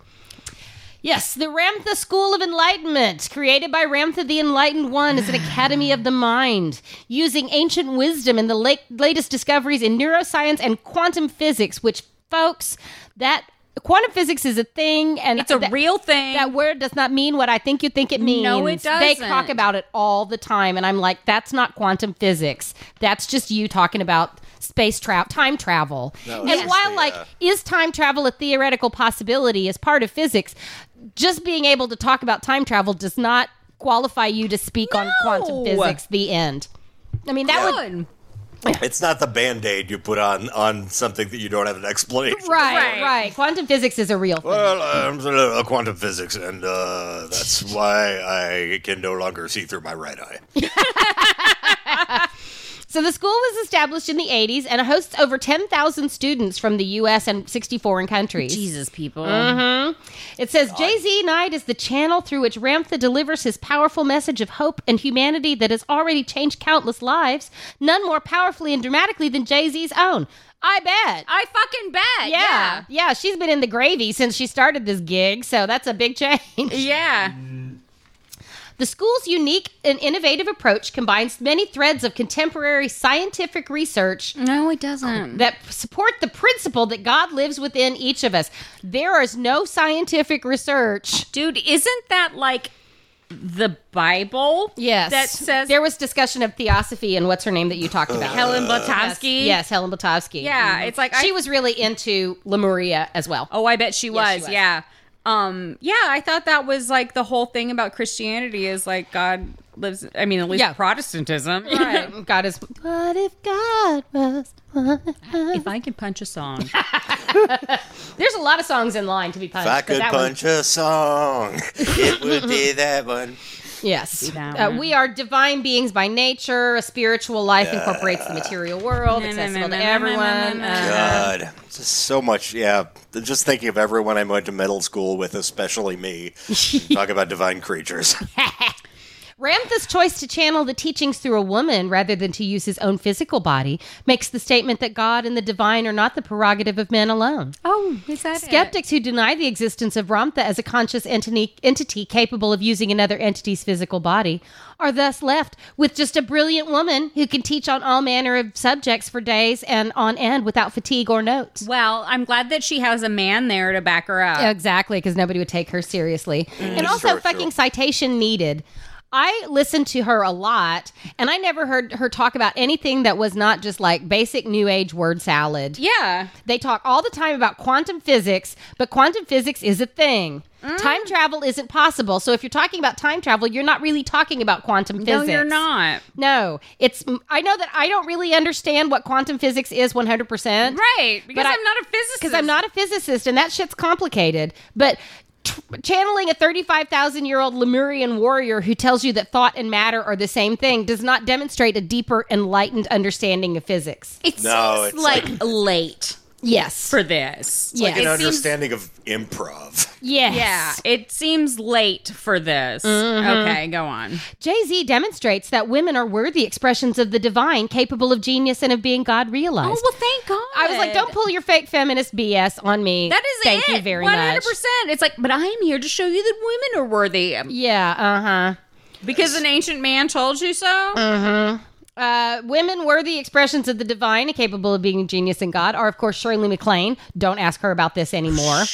[SPEAKER 3] Yes, the Ramtha School of Enlightenment, created by Ramtha the Enlightened One, is an academy of the mind, using ancient wisdom and the late, latest discoveries in neuroscience and quantum physics. Which, folks, that quantum physics is a thing, and
[SPEAKER 2] It's a
[SPEAKER 3] that-
[SPEAKER 2] real thing.
[SPEAKER 3] that word does not mean what I think you think it means.
[SPEAKER 2] No, it
[SPEAKER 3] They
[SPEAKER 2] doesn't.
[SPEAKER 3] talk about it all the time, and I'm like, that's not quantum physics. That's just you talking about space travel, time travel. and
[SPEAKER 4] that's
[SPEAKER 3] while
[SPEAKER 4] the,
[SPEAKER 3] like,
[SPEAKER 4] uh,
[SPEAKER 3] is time travel a theoretical possibility as part of physics? Just being able to talk about time travel does not qualify you to speak on
[SPEAKER 2] No.
[SPEAKER 3] quantum physics. The end. I mean, that would
[SPEAKER 4] It's not the band aid you put on on something that you don't have an explanation.
[SPEAKER 3] right, right,
[SPEAKER 2] Right.
[SPEAKER 3] Quantum physics is a real thing.
[SPEAKER 4] Well, I'm uh, quantum physics, and uh, that's why I can no longer see through my right eye.
[SPEAKER 3] So the school was established in the 80s and hosts over 10,000 students from the U.S. and 60 foreign countries.
[SPEAKER 5] Jesus people.
[SPEAKER 3] Mm-hmm. It says Jay Z Night is the channel through which Ramtha delivers his powerful message of hope and humanity that has already changed countless lives, none more powerfully and dramatically than Jay Z's own. I bet.
[SPEAKER 2] I fucking bet.
[SPEAKER 3] yeah.
[SPEAKER 2] Yeah.
[SPEAKER 3] Yeah, she's been in the gravy since she started this gig, so that's a big change.
[SPEAKER 2] Yeah.
[SPEAKER 3] The school's unique and innovative approach combines many threads of contemporary scientific research
[SPEAKER 5] No, it doesn't.
[SPEAKER 3] that support the principle that God lives within each of us. There is no scientific research
[SPEAKER 2] Dude, isn't that like the Bible?
[SPEAKER 3] Yes.
[SPEAKER 2] That says
[SPEAKER 3] there was discussion of theosophy and what's her name that you talked about.
[SPEAKER 2] Helen
[SPEAKER 3] Yes,
[SPEAKER 2] Blavatsky.
[SPEAKER 3] Yes, Helen Blavatsky. Mm-hmm.
[SPEAKER 2] Yeah, it's like I
[SPEAKER 3] She was really into Lemuria as well.
[SPEAKER 2] Oh, I bet she was.
[SPEAKER 3] she was.
[SPEAKER 2] Yeah. Um, yeah, I thought that was like the whole thing about Christianity is like God lives I mean, at least
[SPEAKER 3] Yeah.
[SPEAKER 2] Protestantism.
[SPEAKER 3] Right. God is What if God was
[SPEAKER 5] if I could punch a song.
[SPEAKER 3] There's a lot of songs in line to be punched.
[SPEAKER 4] If I
[SPEAKER 3] but
[SPEAKER 4] could
[SPEAKER 3] that one-
[SPEAKER 4] punch a song, it would be that one.
[SPEAKER 3] yes.
[SPEAKER 5] that
[SPEAKER 3] Uh, we are divine beings by nature. A spiritual life incorporates the material world, accessible to everyone. Uh,
[SPEAKER 4] God, just so much. Yeah, just thinking of everyone I went to middle school with, especially me. Talk about divine creatures.
[SPEAKER 3] Ramtha's choice to channel the teachings through a woman rather than to use his own physical body makes the statement that God and the divine are not the prerogative of men alone.
[SPEAKER 5] oh, is that
[SPEAKER 3] Skeptics who deny the existence of Ramtha as a conscious entity, entity capable of using another entity's physical body are thus left with just a brilliant woman who can teach on all manner of subjects for days and on end without fatigue or notes.
[SPEAKER 2] Well, I'm glad that she has a man there to back her up.
[SPEAKER 3] Exactly, because nobody would take her seriously.
[SPEAKER 2] Mm.
[SPEAKER 3] And also,
[SPEAKER 4] sure,
[SPEAKER 3] fucking
[SPEAKER 4] sure.
[SPEAKER 3] citation needed. I listened to her a lot, and I never heard her talk about anything that was not just like basic new age word salad.
[SPEAKER 2] Yeah.
[SPEAKER 3] They talk all the time about quantum physics, but quantum physics is a thing.
[SPEAKER 2] Mm.
[SPEAKER 3] Time travel isn't possible. So if you're talking about time travel, you're not really talking about quantum
[SPEAKER 2] No,
[SPEAKER 3] physics.
[SPEAKER 2] you're not.
[SPEAKER 3] No, it's. I know that I don't really understand what quantum physics is 100%.
[SPEAKER 2] Right. Because
[SPEAKER 3] But I-
[SPEAKER 2] I'm not a physicist.
[SPEAKER 3] Because I'm not a physicist, and that shit's complicated. But t- channeling a 35,000 year old Lemurian warrior who tells you that thought and matter are the same thing does not demonstrate a deeper, enlightened understanding of physics.
[SPEAKER 2] It
[SPEAKER 4] No,
[SPEAKER 2] seems
[SPEAKER 4] it's
[SPEAKER 2] like, late
[SPEAKER 3] Yes.
[SPEAKER 2] for this.
[SPEAKER 3] yes.
[SPEAKER 4] An
[SPEAKER 2] it seems-
[SPEAKER 4] understanding of improv.
[SPEAKER 3] yes.
[SPEAKER 2] Yeah. It seems late for this. Okay, go on.
[SPEAKER 3] Jay Z demonstrates that women are worthy expressions of the divine, capable of genius and of being God realized.
[SPEAKER 2] thank God.
[SPEAKER 3] I was like, don't pull your fake feminist BS on me.
[SPEAKER 2] That is
[SPEAKER 3] Thank
[SPEAKER 2] it.
[SPEAKER 3] you very
[SPEAKER 2] 100%.
[SPEAKER 3] much.
[SPEAKER 2] It's like, but I am here to show you that women are worthy.
[SPEAKER 3] Yeah, uh huh.
[SPEAKER 2] Because an ancient man told you so?
[SPEAKER 3] Mm. Uh, women worthy expressions of the divine and capable of being genius and God are, of course, Shirley MacLaine. Don't ask her about this anymore.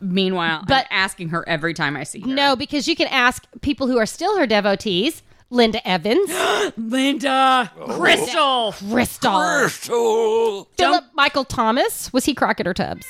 [SPEAKER 2] Meanwhile,
[SPEAKER 3] But-
[SPEAKER 2] but asking her every time I see her.
[SPEAKER 3] no, because you can ask people who are still her devotees. Linda Evans,
[SPEAKER 2] Linda,
[SPEAKER 3] Oh.
[SPEAKER 2] Crystal,
[SPEAKER 3] Bristol,
[SPEAKER 4] Crystal.
[SPEAKER 3] Philip Michael Thomas. Was he Crockett or Tubbs?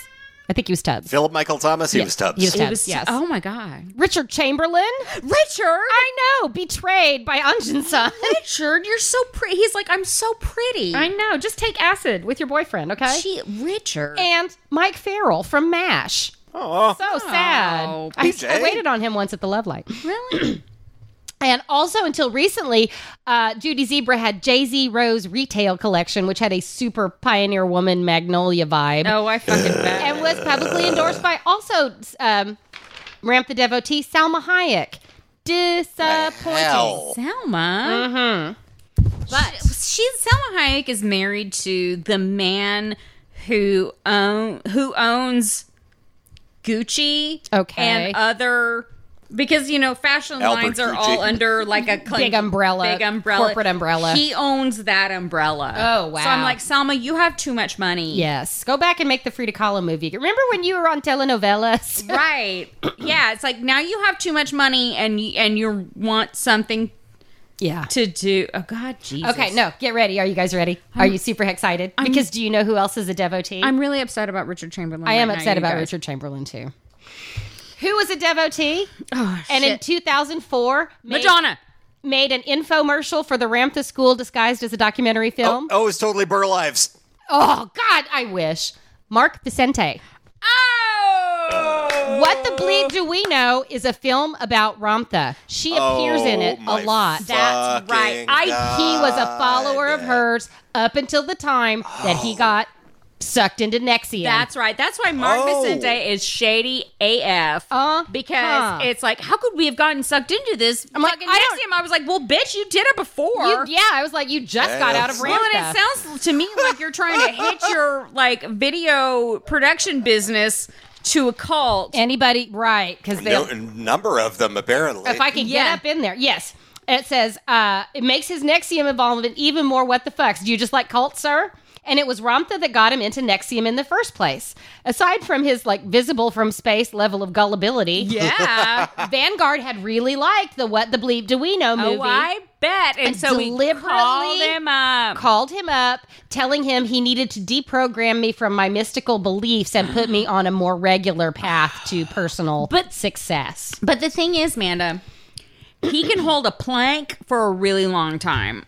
[SPEAKER 3] I think he was Tubbs.
[SPEAKER 4] Philip Michael Thomas. He was Tubbs.
[SPEAKER 3] He was Tubbs.
[SPEAKER 2] It was-
[SPEAKER 3] yes.
[SPEAKER 2] Oh my god,
[SPEAKER 3] Richard Chamberlain.
[SPEAKER 2] Richard!
[SPEAKER 3] I know, betrayed by Anjin-san.
[SPEAKER 2] Richard, you're so pretty. He's like, I'm so pretty.
[SPEAKER 3] I know. Just take acid with your boyfriend, okay?
[SPEAKER 2] she, Richard.
[SPEAKER 3] and Mike Farrell from MASH.
[SPEAKER 4] Oh,
[SPEAKER 3] So sad. I,
[SPEAKER 4] PJ.
[SPEAKER 3] I waited on him once at the Love Light.
[SPEAKER 2] really?
[SPEAKER 3] And also, until recently, uh, Judy Zebra had Jay Z Rose Retail Collection, which had a super pioneer woman magnolia vibe
[SPEAKER 2] Oh, I fucking bet.
[SPEAKER 3] and was publicly endorsed by also um, Ramp the Devotee, Salma Hayek.
[SPEAKER 2] Uh,
[SPEAKER 3] Disappointing.
[SPEAKER 4] Hell.
[SPEAKER 2] Selma.
[SPEAKER 3] Mm-hmm.
[SPEAKER 2] But she, Selma Hayek is married to the man who own, who owns Gucci
[SPEAKER 3] Okay.
[SPEAKER 2] and other because you know fashion
[SPEAKER 4] Albert
[SPEAKER 2] lines are
[SPEAKER 4] Gucci.
[SPEAKER 2] all under like a
[SPEAKER 3] Big umbrella,
[SPEAKER 2] big umbrella,
[SPEAKER 3] corporate umbrella.
[SPEAKER 2] He owns that umbrella.
[SPEAKER 3] Oh,
[SPEAKER 2] So I'm
[SPEAKER 3] wow.
[SPEAKER 2] like Selma, you have too much money.
[SPEAKER 3] Yes. Go back and make the Frida Kahlo movie. Remember when you were on telenovelas?
[SPEAKER 2] Right. yeah, it's like now you have too much money and you, and you want something
[SPEAKER 3] Yeah.
[SPEAKER 2] to do. Oh god, Jesus.
[SPEAKER 3] Okay, no, get ready. Are you guys ready? Are you super excited? because do you know who else is a devotee?
[SPEAKER 2] I'm really upset about Richard Chamberlain.
[SPEAKER 3] I am
[SPEAKER 2] right now,
[SPEAKER 3] upset
[SPEAKER 2] you
[SPEAKER 3] about
[SPEAKER 2] guys.
[SPEAKER 3] Richard Chamberlain too. Who was a devotee?
[SPEAKER 2] Oh,
[SPEAKER 3] and in 2004, made-
[SPEAKER 2] Madonna.
[SPEAKER 3] made, an infomercial for the Ramp to School disguised as a documentary film.
[SPEAKER 4] Oh, it's totally Burl Lives.
[SPEAKER 3] Oh God, I wish. Mark Vicente.
[SPEAKER 2] Oh.
[SPEAKER 3] What the bleep do we know is a film about Ramtha. She appears in it
[SPEAKER 4] Oh, my
[SPEAKER 3] a lot.
[SPEAKER 2] That's right.
[SPEAKER 4] fucking
[SPEAKER 2] I-
[SPEAKER 4] God. Oh.
[SPEAKER 3] he was a follower of hers up until the time that he got sucked into Nexium.
[SPEAKER 2] That's right. That's why Mark
[SPEAKER 4] Oh.
[SPEAKER 2] Vicente is shady AF.
[SPEAKER 3] Uh,
[SPEAKER 2] because
[SPEAKER 3] huh.
[SPEAKER 2] it's like, how could we have gotten sucked into this?
[SPEAKER 3] I'm like,
[SPEAKER 2] fucking
[SPEAKER 3] I don't-
[SPEAKER 2] nexium? I was like, well, bitch, you did it before.
[SPEAKER 3] You- yeah, I was like, you just got out of
[SPEAKER 4] That's-
[SPEAKER 2] Well,
[SPEAKER 3] Ramtha.
[SPEAKER 2] and it sounds to me like you're trying to hit your like video production business to a cult.
[SPEAKER 3] Anybody, right? Because they
[SPEAKER 4] No, a number of them apparently.
[SPEAKER 3] If I can
[SPEAKER 2] Yeah.
[SPEAKER 3] get up in there, yes. It says uh, it makes his Nexium involvement even more what the fucks. Do you just like cults, sir? And it was Ramtha that got him into Nexium in the first place. Aside from his like visible from space level of gullibility,
[SPEAKER 2] yeah.
[SPEAKER 3] Vanguard had really liked the What the Bleep Do We Know movie.
[SPEAKER 2] Oh, I bet. And,
[SPEAKER 3] And
[SPEAKER 2] so we
[SPEAKER 3] deliberately
[SPEAKER 2] called him up.
[SPEAKER 3] Called him up, telling him he needed to deprogram me from my mystical beliefs and put me on a more regular path to personal
[SPEAKER 2] But-
[SPEAKER 3] success.
[SPEAKER 2] But the thing is, Manda, he can hold a plank for a really long time.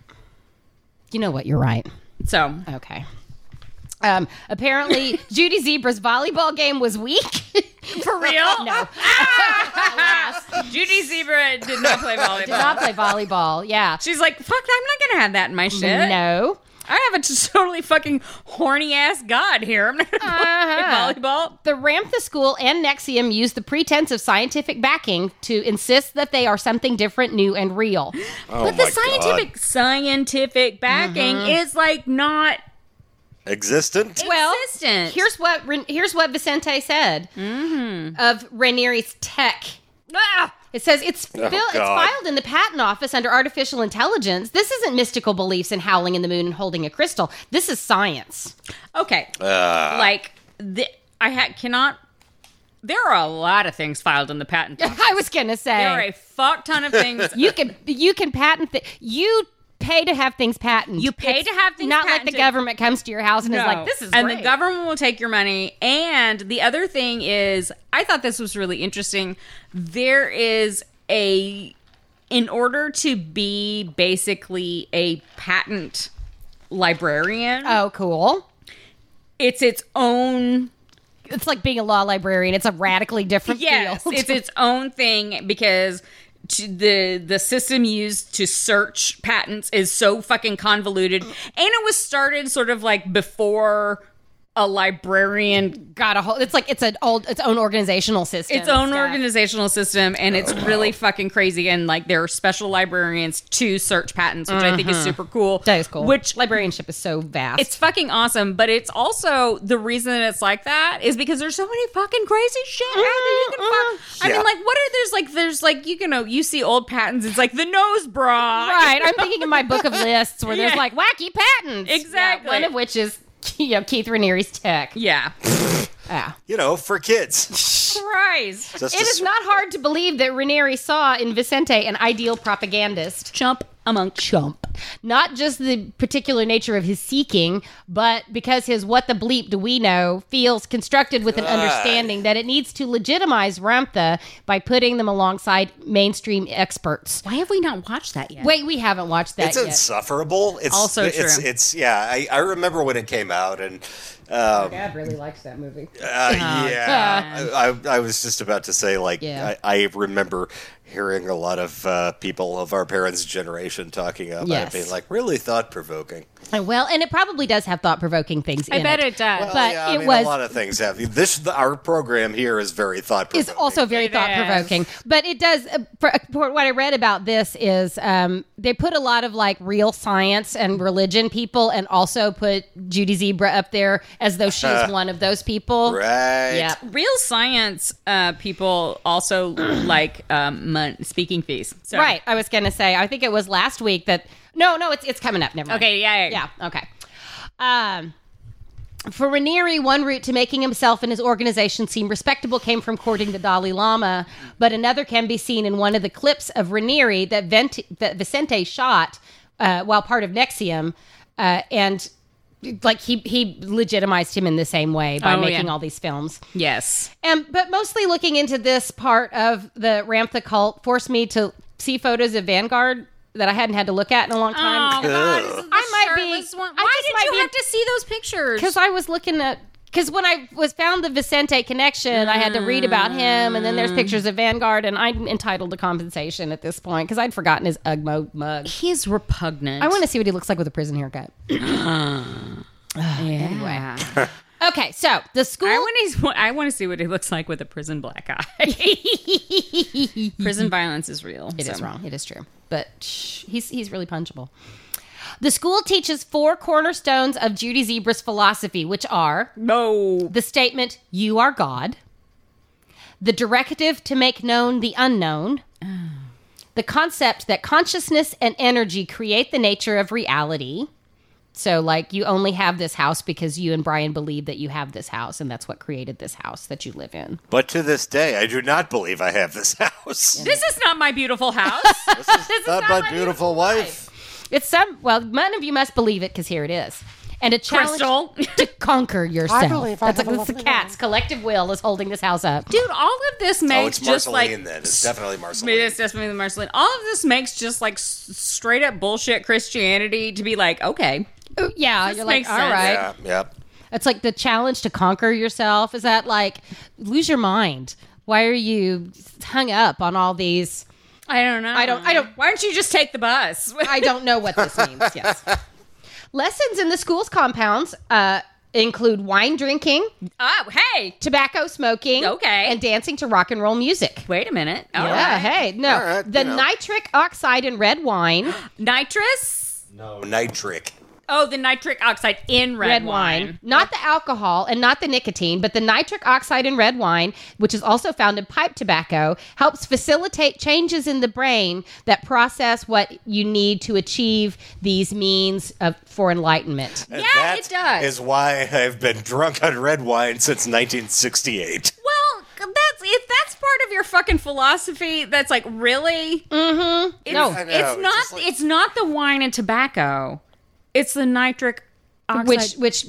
[SPEAKER 3] You know what? You're right.
[SPEAKER 2] So
[SPEAKER 3] Okay. Um, apparently, Judy Zebra's volleyball game was weak.
[SPEAKER 2] for real, no. Judy Zebra did not play volleyball.
[SPEAKER 3] Did not play volleyball. Yeah.
[SPEAKER 2] She's like, fuck, I'm not gonna have that in my shit.
[SPEAKER 3] No.
[SPEAKER 2] I have a t- totally fucking horny ass god here. I'm not gonna
[SPEAKER 3] Uh-huh.
[SPEAKER 2] play volleyball.
[SPEAKER 3] The Ramtha School and Nexium use the pretense of scientific backing to insist that they are something different, new, and real.
[SPEAKER 6] Oh
[SPEAKER 2] but the scientific scientific backing is like not
[SPEAKER 4] Existent.
[SPEAKER 3] Mm-hmm. Well,
[SPEAKER 2] existent.
[SPEAKER 3] Here's what Ren- here's what Vicente said of Ranieri's tech.
[SPEAKER 2] Mm-hmm. Ah!
[SPEAKER 3] It says it's fil- it's
[SPEAKER 6] God.
[SPEAKER 3] filed in the patent office under artificial intelligence. This isn't mystical beliefs in howling in the moon and holding a crystal. This is science.
[SPEAKER 2] Okay.
[SPEAKER 4] Uh,
[SPEAKER 2] like the, I ha- cannot. There are a lot of things filed in the patent. office.
[SPEAKER 3] I was gonna say
[SPEAKER 2] there are a fuck ton of things.
[SPEAKER 3] you can you can patent th- you pay to have things patented.
[SPEAKER 2] You pay to have things
[SPEAKER 3] not like
[SPEAKER 2] patented.
[SPEAKER 3] the government comes to your house and is
[SPEAKER 2] No.
[SPEAKER 3] like this is
[SPEAKER 2] and the
[SPEAKER 3] great."
[SPEAKER 2] government will take your money. And the other thing is, I thought this was really interesting. There is a, in order to be basically a patent librarian,
[SPEAKER 3] Oh, cool!
[SPEAKER 2] it's its own
[SPEAKER 3] It's like being a law librarian. It's a radically different
[SPEAKER 2] Yes,
[SPEAKER 3] field.
[SPEAKER 2] it's its own thing because to- the the system used to search patents is so fucking convoluted, and it was started sort of like before a librarian
[SPEAKER 3] got a whole. It's like it's an old its own organizational system.
[SPEAKER 2] its own
[SPEAKER 3] and stuff.
[SPEAKER 2] organizational system and it's really fucking crazy and like there are special librarians to search patents which i think Mm-hmm. is super cool
[SPEAKER 3] That is cool.
[SPEAKER 2] which
[SPEAKER 3] librarianship is so vast.
[SPEAKER 2] it's fucking awesome but it's also the reason it's like that is because there's so many fucking crazy shit out there you can fuck- i mean like what are there's like there's like you know you see old patents it's like the nose bra
[SPEAKER 3] right. I'm thinking in my book of lists where
[SPEAKER 2] Yeah.
[SPEAKER 3] there's like wacky patents.
[SPEAKER 2] Exactly.
[SPEAKER 3] Yeah, one of which is you know, Keith Ranieri's tech. Ah.
[SPEAKER 2] yeah
[SPEAKER 3] Yeah.
[SPEAKER 4] You know, for kids.
[SPEAKER 2] christ
[SPEAKER 4] Just
[SPEAKER 3] It
[SPEAKER 4] a
[SPEAKER 3] is
[SPEAKER 4] s-
[SPEAKER 3] not hard to believe that Ranieri saw in Vicente an ideal propagandist.
[SPEAKER 2] chump among
[SPEAKER 3] chump. Not just the particular nature of his seeking, but because his what the bleep do we know feels constructed with an understanding that it needs to legitimize Ramtha by putting them alongside mainstream experts.
[SPEAKER 2] why have we not watched that yet
[SPEAKER 3] Wait, we haven't watched that
[SPEAKER 4] It's
[SPEAKER 3] yet.
[SPEAKER 4] insufferable. It's
[SPEAKER 2] Also
[SPEAKER 4] it's,
[SPEAKER 2] true.
[SPEAKER 4] It's yeah. I, I remember when it came out, and um,
[SPEAKER 3] Dad really likes that movie.
[SPEAKER 4] uh, yeah, I, I, I was just about to say like
[SPEAKER 3] Yeah.
[SPEAKER 4] I, I remember hearing a lot of uh, people of our parents' generation talking about
[SPEAKER 3] Yes.
[SPEAKER 4] it, being like really thought provoking.
[SPEAKER 3] Uh, Well, and it probably does have thought provoking things in
[SPEAKER 2] I bet
[SPEAKER 3] it.
[SPEAKER 2] it does.
[SPEAKER 3] But-
[SPEAKER 4] I
[SPEAKER 3] Uh, it
[SPEAKER 4] mean,
[SPEAKER 3] was-
[SPEAKER 4] a lot of things have this. The, our program here is very thought
[SPEAKER 3] is
[SPEAKER 4] provoking.
[SPEAKER 3] also
[SPEAKER 2] It
[SPEAKER 3] very
[SPEAKER 2] is.
[SPEAKER 3] thought provoking. But it does. Uh, for, for what I read about this is um, they put a lot of like real science and religion people, and also put Judy Zebra up there as though she's one of those people.
[SPEAKER 4] right.
[SPEAKER 3] Yeah.
[SPEAKER 2] Real science uh, people also like um, mon- speaking fees. So.
[SPEAKER 3] Right. I was gonna say. I think it was last week that. No, no, it's it's coming up. Never mind.
[SPEAKER 2] Okay. Yeah.
[SPEAKER 3] Yeah. Okay. Um, for Ranieri, one route to making himself and his organization seem respectable came from courting the Dalai Lama, but another can be seen in one of the clips of Ranieri that, Vent- that Vicente shot uh, while part of Nexium, uh, and like he he legitimized him in the same way by
[SPEAKER 2] Oh, yeah.
[SPEAKER 3] making all these films.
[SPEAKER 2] Yes.
[SPEAKER 3] Um, but mostly looking into this part of the Ramp the Cult forced me to see photos of Vanguard that I hadn't had to look at in a long
[SPEAKER 2] Oh,
[SPEAKER 3] time. I might be-
[SPEAKER 2] shirtless One.
[SPEAKER 3] I
[SPEAKER 2] Why
[SPEAKER 3] just
[SPEAKER 2] did
[SPEAKER 3] might
[SPEAKER 2] you
[SPEAKER 3] be-
[SPEAKER 2] have to see those pictures?
[SPEAKER 3] because I was looking at because when I was found the Vicente connection, I had to read about him, and then there's pictures of Vanguard, and I'm entitled to compensation at this point because I'd forgotten his Ugmo mug.
[SPEAKER 2] he's repugnant.
[SPEAKER 3] I want to see what he looks like with a prison haircut.
[SPEAKER 2] Anyway.
[SPEAKER 3] Okay, so the school.
[SPEAKER 2] I want to. I want to see what he looks like with a prison black eye. prison violence is real.
[SPEAKER 3] It is wrong. It is true. But shh, he's he's really punchable. The school teaches four cornerstones of Judy Zebra's philosophy, which are
[SPEAKER 2] No.
[SPEAKER 3] the statement "You are God," the directive to make known the unknown, the concept that consciousness and energy create the nature of reality. So, like, you only have this house because you and Brian believe that you have this house, and that's what created this house that you live in.
[SPEAKER 4] But to this day, I do not believe I have this house.
[SPEAKER 2] This is not my beautiful house.
[SPEAKER 4] This is not my beautiful wife.
[SPEAKER 3] It's some, well, none of you must believe it because here it is. And a challenge
[SPEAKER 2] Crystal.
[SPEAKER 3] to conquer yourself. that's like, that's the cat's collective will is holding this house up.
[SPEAKER 2] Dude, all of this
[SPEAKER 4] Oh,
[SPEAKER 2] makes
[SPEAKER 4] it's
[SPEAKER 2] just
[SPEAKER 4] Marceline
[SPEAKER 2] like.
[SPEAKER 4] then. It's definitely
[SPEAKER 2] I mean,
[SPEAKER 4] Marceline.
[SPEAKER 2] It's definitely the Marceline. All of this makes just like s- straight up bullshit Christianity to be like, okay,
[SPEAKER 3] Ooh, yeah, you're like,
[SPEAKER 2] makes
[SPEAKER 3] all right.
[SPEAKER 2] sense.
[SPEAKER 4] Yeah, yep.
[SPEAKER 3] It's like the challenge to conquer yourself. Is that like lose your mind? Why are you hung up on all these?
[SPEAKER 2] I don't know.
[SPEAKER 3] I don't- I don't-
[SPEAKER 2] Why don't you just take the bus?
[SPEAKER 3] I don't know what this means. Yes. Lessons in the school's compounds uh, include wine drinking,
[SPEAKER 2] oh, hey,
[SPEAKER 3] tobacco smoking,
[SPEAKER 2] Okay.
[SPEAKER 3] and dancing to rock and roll music.
[SPEAKER 2] wait a minute. Oh, All
[SPEAKER 3] yeah,
[SPEAKER 2] right.
[SPEAKER 3] hey, no.
[SPEAKER 4] right,
[SPEAKER 3] the
[SPEAKER 4] you know.
[SPEAKER 3] nitric oxide in red wine,
[SPEAKER 2] nitrous.
[SPEAKER 4] No, nitric.
[SPEAKER 2] Oh, the nitric oxide in red,
[SPEAKER 3] red
[SPEAKER 2] wine.
[SPEAKER 3] wine, not the alcohol and not the nicotine, but the nitric oxide in red wine, which is also found in pipe tobacco, helps facilitate changes in the brain that process what you need to achieve these means of, for enlightenment.
[SPEAKER 4] And
[SPEAKER 2] Yeah, it
[SPEAKER 4] Uh, that
[SPEAKER 2] does.
[SPEAKER 4] Is why I've been drunk on red wine since 1968.
[SPEAKER 2] Well, that's if that's part of your fucking philosophy, that's like really. Mm-hmm. It's,
[SPEAKER 3] No. I
[SPEAKER 2] it's
[SPEAKER 4] know, it's
[SPEAKER 2] not. It's,
[SPEAKER 4] just like-
[SPEAKER 2] not the wine and tobacco. It's the nitric oxide.
[SPEAKER 3] Which which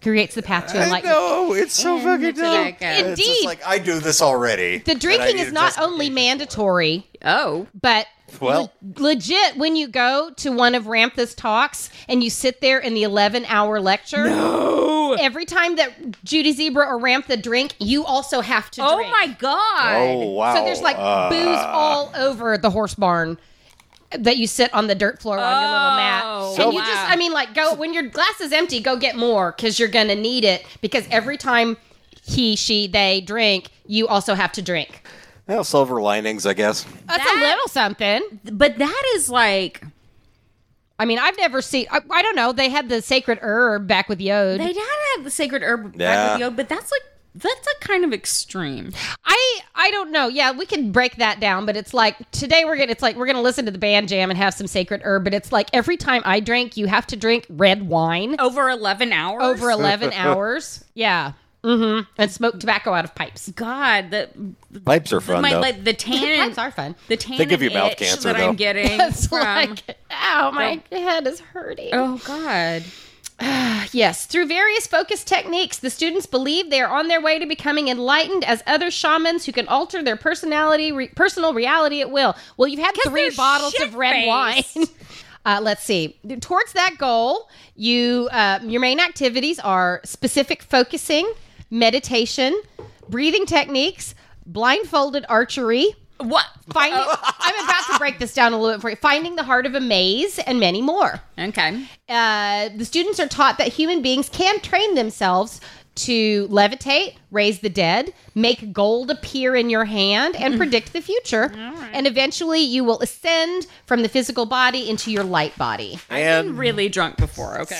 [SPEAKER 3] creates the path to enlightenment.
[SPEAKER 4] know it's so
[SPEAKER 2] Mm-hmm.
[SPEAKER 4] fucking dumb.
[SPEAKER 2] tobacco.
[SPEAKER 4] It's just
[SPEAKER 3] Indeed.
[SPEAKER 4] like I do this already.
[SPEAKER 3] The
[SPEAKER 4] and I
[SPEAKER 3] drinking
[SPEAKER 4] need
[SPEAKER 3] is
[SPEAKER 4] to
[SPEAKER 3] not
[SPEAKER 4] just-
[SPEAKER 3] only mandatory,
[SPEAKER 2] oh,
[SPEAKER 3] but
[SPEAKER 4] Well-
[SPEAKER 3] le- legit when you go to one of Ramtha's talks and you sit there in the 11 hour lecture every time that Judy Zebra or Ramtha drink you also have to
[SPEAKER 2] oh
[SPEAKER 3] drink.
[SPEAKER 2] my god!
[SPEAKER 4] Oh wow! Uh.
[SPEAKER 3] so there's like booze all over the horse barn that you sit on the dirt floor on your little mat.
[SPEAKER 2] So-
[SPEAKER 3] and you just I mean like go when your glass is empty go get more cuz you're going to need it because every time he she they drink you also have to drink.
[SPEAKER 4] Well, silver linings, I guess.
[SPEAKER 3] That's
[SPEAKER 2] That-
[SPEAKER 3] a little something.
[SPEAKER 2] But that is like
[SPEAKER 3] I mean, I've never seen. I, I don't know. They had the sacred herb back with Yod.
[SPEAKER 2] they did have the sacred herb
[SPEAKER 4] Yeah.
[SPEAKER 2] back with the oak, but that's like that's a kind of extreme.
[SPEAKER 3] I I don't know. Yeah, we can break that down, but it's like today we're gonna. It's like we're gonna listen to the band jam and have some sacred herb. But it's like every time I drink, you have to drink red wine
[SPEAKER 2] Over eleven hours.
[SPEAKER 3] over eleven hours. Yeah. Mm-hmm. And smoke tobacco out of pipes.
[SPEAKER 2] God, the, the
[SPEAKER 4] Pipes are fun
[SPEAKER 2] my
[SPEAKER 4] though.
[SPEAKER 2] like the tan.
[SPEAKER 3] Pipes are fun.
[SPEAKER 2] The tan.
[SPEAKER 4] They give you
[SPEAKER 2] and
[SPEAKER 4] mouth
[SPEAKER 2] itch
[SPEAKER 4] cancer,
[SPEAKER 2] that I'm
[SPEAKER 4] though.
[SPEAKER 2] getting
[SPEAKER 3] It's
[SPEAKER 2] from.
[SPEAKER 3] like, ow, my head is hurting.
[SPEAKER 2] oh God.
[SPEAKER 3] Yes, through various focus techniques, the students believe they are on their way to becoming enlightened as other shamans who can alter their personality, re- personal reality at will. Well, you've had three
[SPEAKER 2] they're
[SPEAKER 3] bottles of red wine.
[SPEAKER 2] shit-faced.
[SPEAKER 3] Uh, let's see. Towards that goal, you uh, your main activities are specific focusing, meditation, breathing techniques, blindfolded archery,
[SPEAKER 2] What?
[SPEAKER 3] Finding, I'm about to break this down a little bit for you. Finding the heart of a maze and many more.
[SPEAKER 2] Okay.
[SPEAKER 3] Uh, the students are taught that human beings can train themselves to levitate, raise the dead, make gold appear in your hand,
[SPEAKER 2] Mm-hmm.
[SPEAKER 3] and predict the future. And eventually, you will ascend from the physical body into your light body.
[SPEAKER 2] I'm really drunk before. Okay.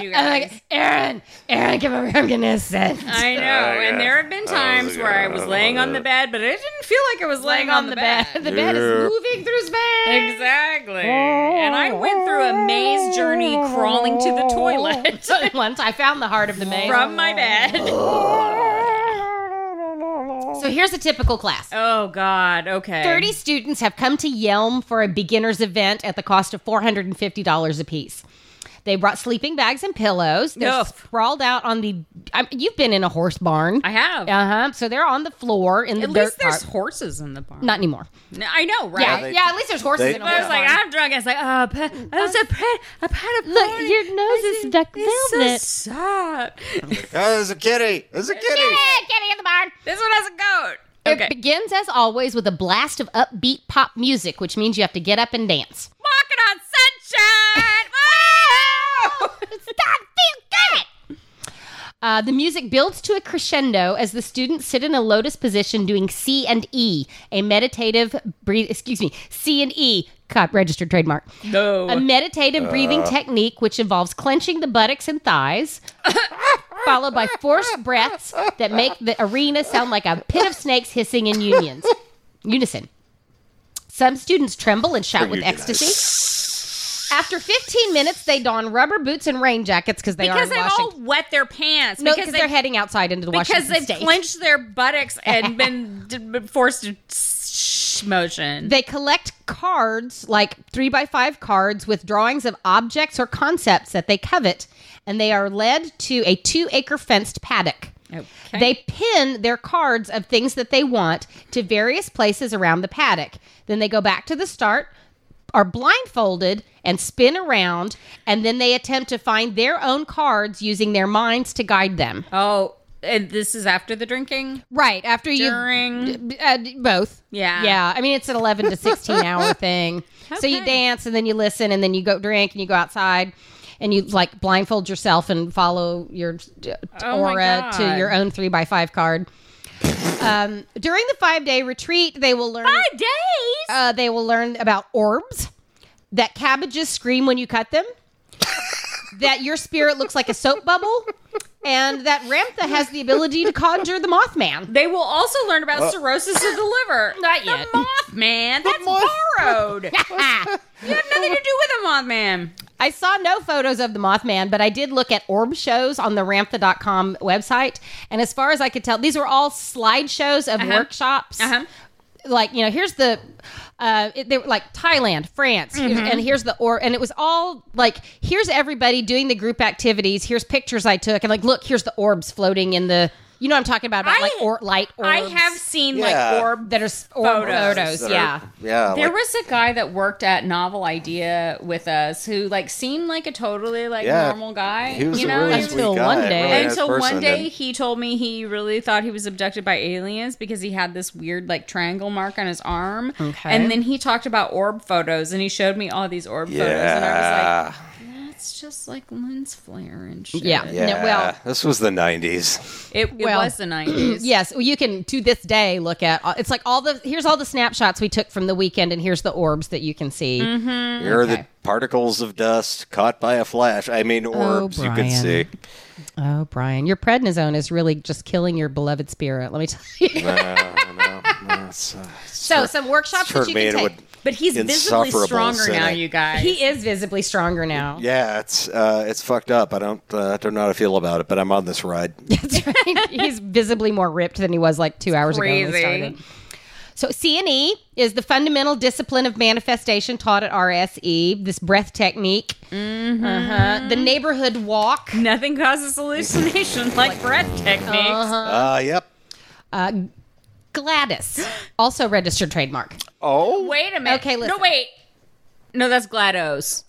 [SPEAKER 2] you guys.
[SPEAKER 3] Aaron, Aaron, come over here. I'm gonna ascend.
[SPEAKER 2] I know. And there have been times where I was laying on the bed, but it didn't feel like I was laying on the bed.
[SPEAKER 3] The bed is moving through space.
[SPEAKER 2] Exactly. And I went through a maze journey crawling to the toilet
[SPEAKER 3] Once I found the heart of the maze.
[SPEAKER 2] from my bed.
[SPEAKER 3] So here's a typical class.
[SPEAKER 2] Oh, God. Okay.
[SPEAKER 3] 30 students have come to Yelm for a beginner's event at the cost of $450 apiece. They brought sleeping bags and pillows. They're
[SPEAKER 2] Ugh.
[SPEAKER 3] sprawled out on the. I mean, you've been in a horse barn.
[SPEAKER 2] I have.
[SPEAKER 3] Uh huh. So they're on the floor in the
[SPEAKER 2] At
[SPEAKER 3] dirt
[SPEAKER 2] least there's
[SPEAKER 3] part.
[SPEAKER 2] horses in the barn.
[SPEAKER 3] Not anymore.
[SPEAKER 2] No, I know, right?
[SPEAKER 3] yeah, yeah. Mm. At least there's horses
[SPEAKER 4] they-
[SPEAKER 3] in a
[SPEAKER 2] But I
[SPEAKER 3] horse
[SPEAKER 2] was like,
[SPEAKER 3] barn.
[SPEAKER 2] I'm drunk. I was like, oh, pa- I was a pet, a pet of
[SPEAKER 5] Look,
[SPEAKER 2] porn.
[SPEAKER 5] your nose
[SPEAKER 2] This
[SPEAKER 5] is duck
[SPEAKER 2] it's so
[SPEAKER 5] velvet.
[SPEAKER 2] sad.
[SPEAKER 4] Oh, there's a kitty. There's a kitty.
[SPEAKER 3] Yeah, getting in the barn.
[SPEAKER 2] This one has a goat.
[SPEAKER 3] It
[SPEAKER 2] Okay.
[SPEAKER 3] begins as always with a blast of upbeat pop music, which means you have to get up and dance.
[SPEAKER 2] Walking on sunshine. Woo!
[SPEAKER 3] Uh, the music builds to a crescendo as the students sit in a lotus position doing C and E, a meditative breathe. Excuse me, C and E. God, registered trademark.
[SPEAKER 2] No.
[SPEAKER 3] A meditative breathing technique which involves clenching the buttocks and thighs, followed by forced breaths that make the arena sound like a pit of snakes hissing in unions. Unison. Some students tremble and shout with ecstasy. After 15 minutes, they don rubber boots and rain jackets because they are
[SPEAKER 2] because
[SPEAKER 3] in
[SPEAKER 2] they've
[SPEAKER 3] Washington.
[SPEAKER 2] all wet their pants.
[SPEAKER 3] No,
[SPEAKER 2] because
[SPEAKER 3] because they, are heading outside into the
[SPEAKER 2] because
[SPEAKER 3] Washington
[SPEAKER 2] they've
[SPEAKER 3] state.
[SPEAKER 2] clenched their buttocks and been d- been forced to sh- motion.
[SPEAKER 3] They collect cards, like three by five cards, with drawings of objects or concepts that they covet, and they are led to a two acre fenced paddock.
[SPEAKER 2] Okay.
[SPEAKER 3] They pin their cards of things that they want to various places around the paddock. Then they go back to the start, are blindfolded, and spin around, and then they attempt to find their own cards using their minds to guide them.
[SPEAKER 2] oh, and this is after the drinking.
[SPEAKER 3] Right after you
[SPEAKER 2] During-
[SPEAKER 3] b- uh, d- both.
[SPEAKER 2] Yeah.
[SPEAKER 3] yeah. I mean, it's an eleven to sixteen hour thing. So you
[SPEAKER 2] Okay.
[SPEAKER 3] dance and then you listen and then you go drink and you go outside and you like blindfold yourself and follow your d-
[SPEAKER 2] Oh my
[SPEAKER 3] aura to
[SPEAKER 2] God.
[SPEAKER 3] your own three by five card. um, during the five day retreat, they will learn.
[SPEAKER 2] Five days.
[SPEAKER 3] Uh, they will learn about orbs that cabbages scream when you cut them. that your spirit looks like a soap bubble. And that Ramtha has the ability to conjure the Mothman.
[SPEAKER 2] They will also learn about cirrhosis of the liver.
[SPEAKER 3] Not yet.
[SPEAKER 2] The Mothman. That's borrowed. you have nothing to do with a Mothman.
[SPEAKER 3] I saw no photos of the Mothman, but I did look at orb shows on the Ramtha.com website. And as far as I could tell, these were all slideshows of workshops.
[SPEAKER 2] Uh-huh.
[SPEAKER 3] Like, you know, here's the, uh, it, they were like Thailand, France, here's-
[SPEAKER 2] Mm-hmm.
[SPEAKER 3] and here's the, or, and it was all like, here's everybody doing the group activities. Here's pictures I took. And like, look, here's the orbs floating in the, you know what I'm talking about, about
[SPEAKER 2] I-
[SPEAKER 3] like or, light orbs.
[SPEAKER 2] I have seen
[SPEAKER 4] Um, Yeah.
[SPEAKER 2] like orb.
[SPEAKER 3] that are s- orb
[SPEAKER 2] photos
[SPEAKER 3] photos.
[SPEAKER 4] that are-
[SPEAKER 3] yeah.
[SPEAKER 4] Yeah.
[SPEAKER 2] There
[SPEAKER 4] like-
[SPEAKER 2] was a guy that worked at Novel Idea with us who like seemed like a totally like
[SPEAKER 4] Yeah.
[SPEAKER 2] normal guy.
[SPEAKER 4] he was
[SPEAKER 2] you
[SPEAKER 4] a
[SPEAKER 2] know,
[SPEAKER 4] really
[SPEAKER 2] He-
[SPEAKER 3] Until
[SPEAKER 4] sweet guy,
[SPEAKER 3] one day.
[SPEAKER 4] Really nice
[SPEAKER 2] until one
[SPEAKER 4] person,
[SPEAKER 2] day
[SPEAKER 4] and-
[SPEAKER 2] he told me he really thought he was abducted by aliens because he had this weird like triangle mark on his arm.
[SPEAKER 3] Okay.
[SPEAKER 2] And then he talked about orb photos and he showed me all these orb photos and I was
[SPEAKER 4] yeah.
[SPEAKER 2] like, that's just like lens flare and shit.
[SPEAKER 3] Yeah.
[SPEAKER 4] Yeah.
[SPEAKER 3] No, well,
[SPEAKER 4] this was the 90s.
[SPEAKER 2] It, it
[SPEAKER 3] Well,
[SPEAKER 2] was the nineties.
[SPEAKER 3] Yes, well, you can to this day look at. uh, It's like all the here's all the snapshots we took from the weekend, and here's the orbs that you can see.
[SPEAKER 2] Mm-hmm. Mm,
[SPEAKER 4] Here are the particles of dust caught by a flash. I
[SPEAKER 2] Oh,
[SPEAKER 4] mean, orbs you
[SPEAKER 3] Brian.
[SPEAKER 4] could see.
[SPEAKER 3] Oh, Brian, your prednisone is really just killing your beloved spirit. Let me tell you. so, some workshops that
[SPEAKER 4] Turned
[SPEAKER 3] you
[SPEAKER 4] me
[SPEAKER 3] can
[SPEAKER 4] into
[SPEAKER 3] take.
[SPEAKER 4] a-
[SPEAKER 2] But he's visibly
[SPEAKER 4] Insufferable
[SPEAKER 2] stronger now,
[SPEAKER 4] cynic.
[SPEAKER 2] you guys.
[SPEAKER 3] He is visibly stronger now.
[SPEAKER 4] Yeah, it's uh, it's fucked up. I don't uh, I don't know how to feel about it, but I'm on this ride.
[SPEAKER 3] That's right. He's visibly more ripped than he was like two hours ago when we
[SPEAKER 2] crazy.
[SPEAKER 3] started. So CNE is the fundamental discipline of manifestation taught at RSE. This breath technique,
[SPEAKER 2] Mm-hmm.
[SPEAKER 3] uh-huh. the neighborhood walk.
[SPEAKER 2] Nothing causes hallucination like breath techniques.
[SPEAKER 3] Uh-huh.
[SPEAKER 4] Uh, yep.
[SPEAKER 3] Gladys, also registered trademark.
[SPEAKER 4] Oh,
[SPEAKER 2] Wait a minute.
[SPEAKER 3] Okay, listen.
[SPEAKER 2] No, wait. No, that's GLaDOS.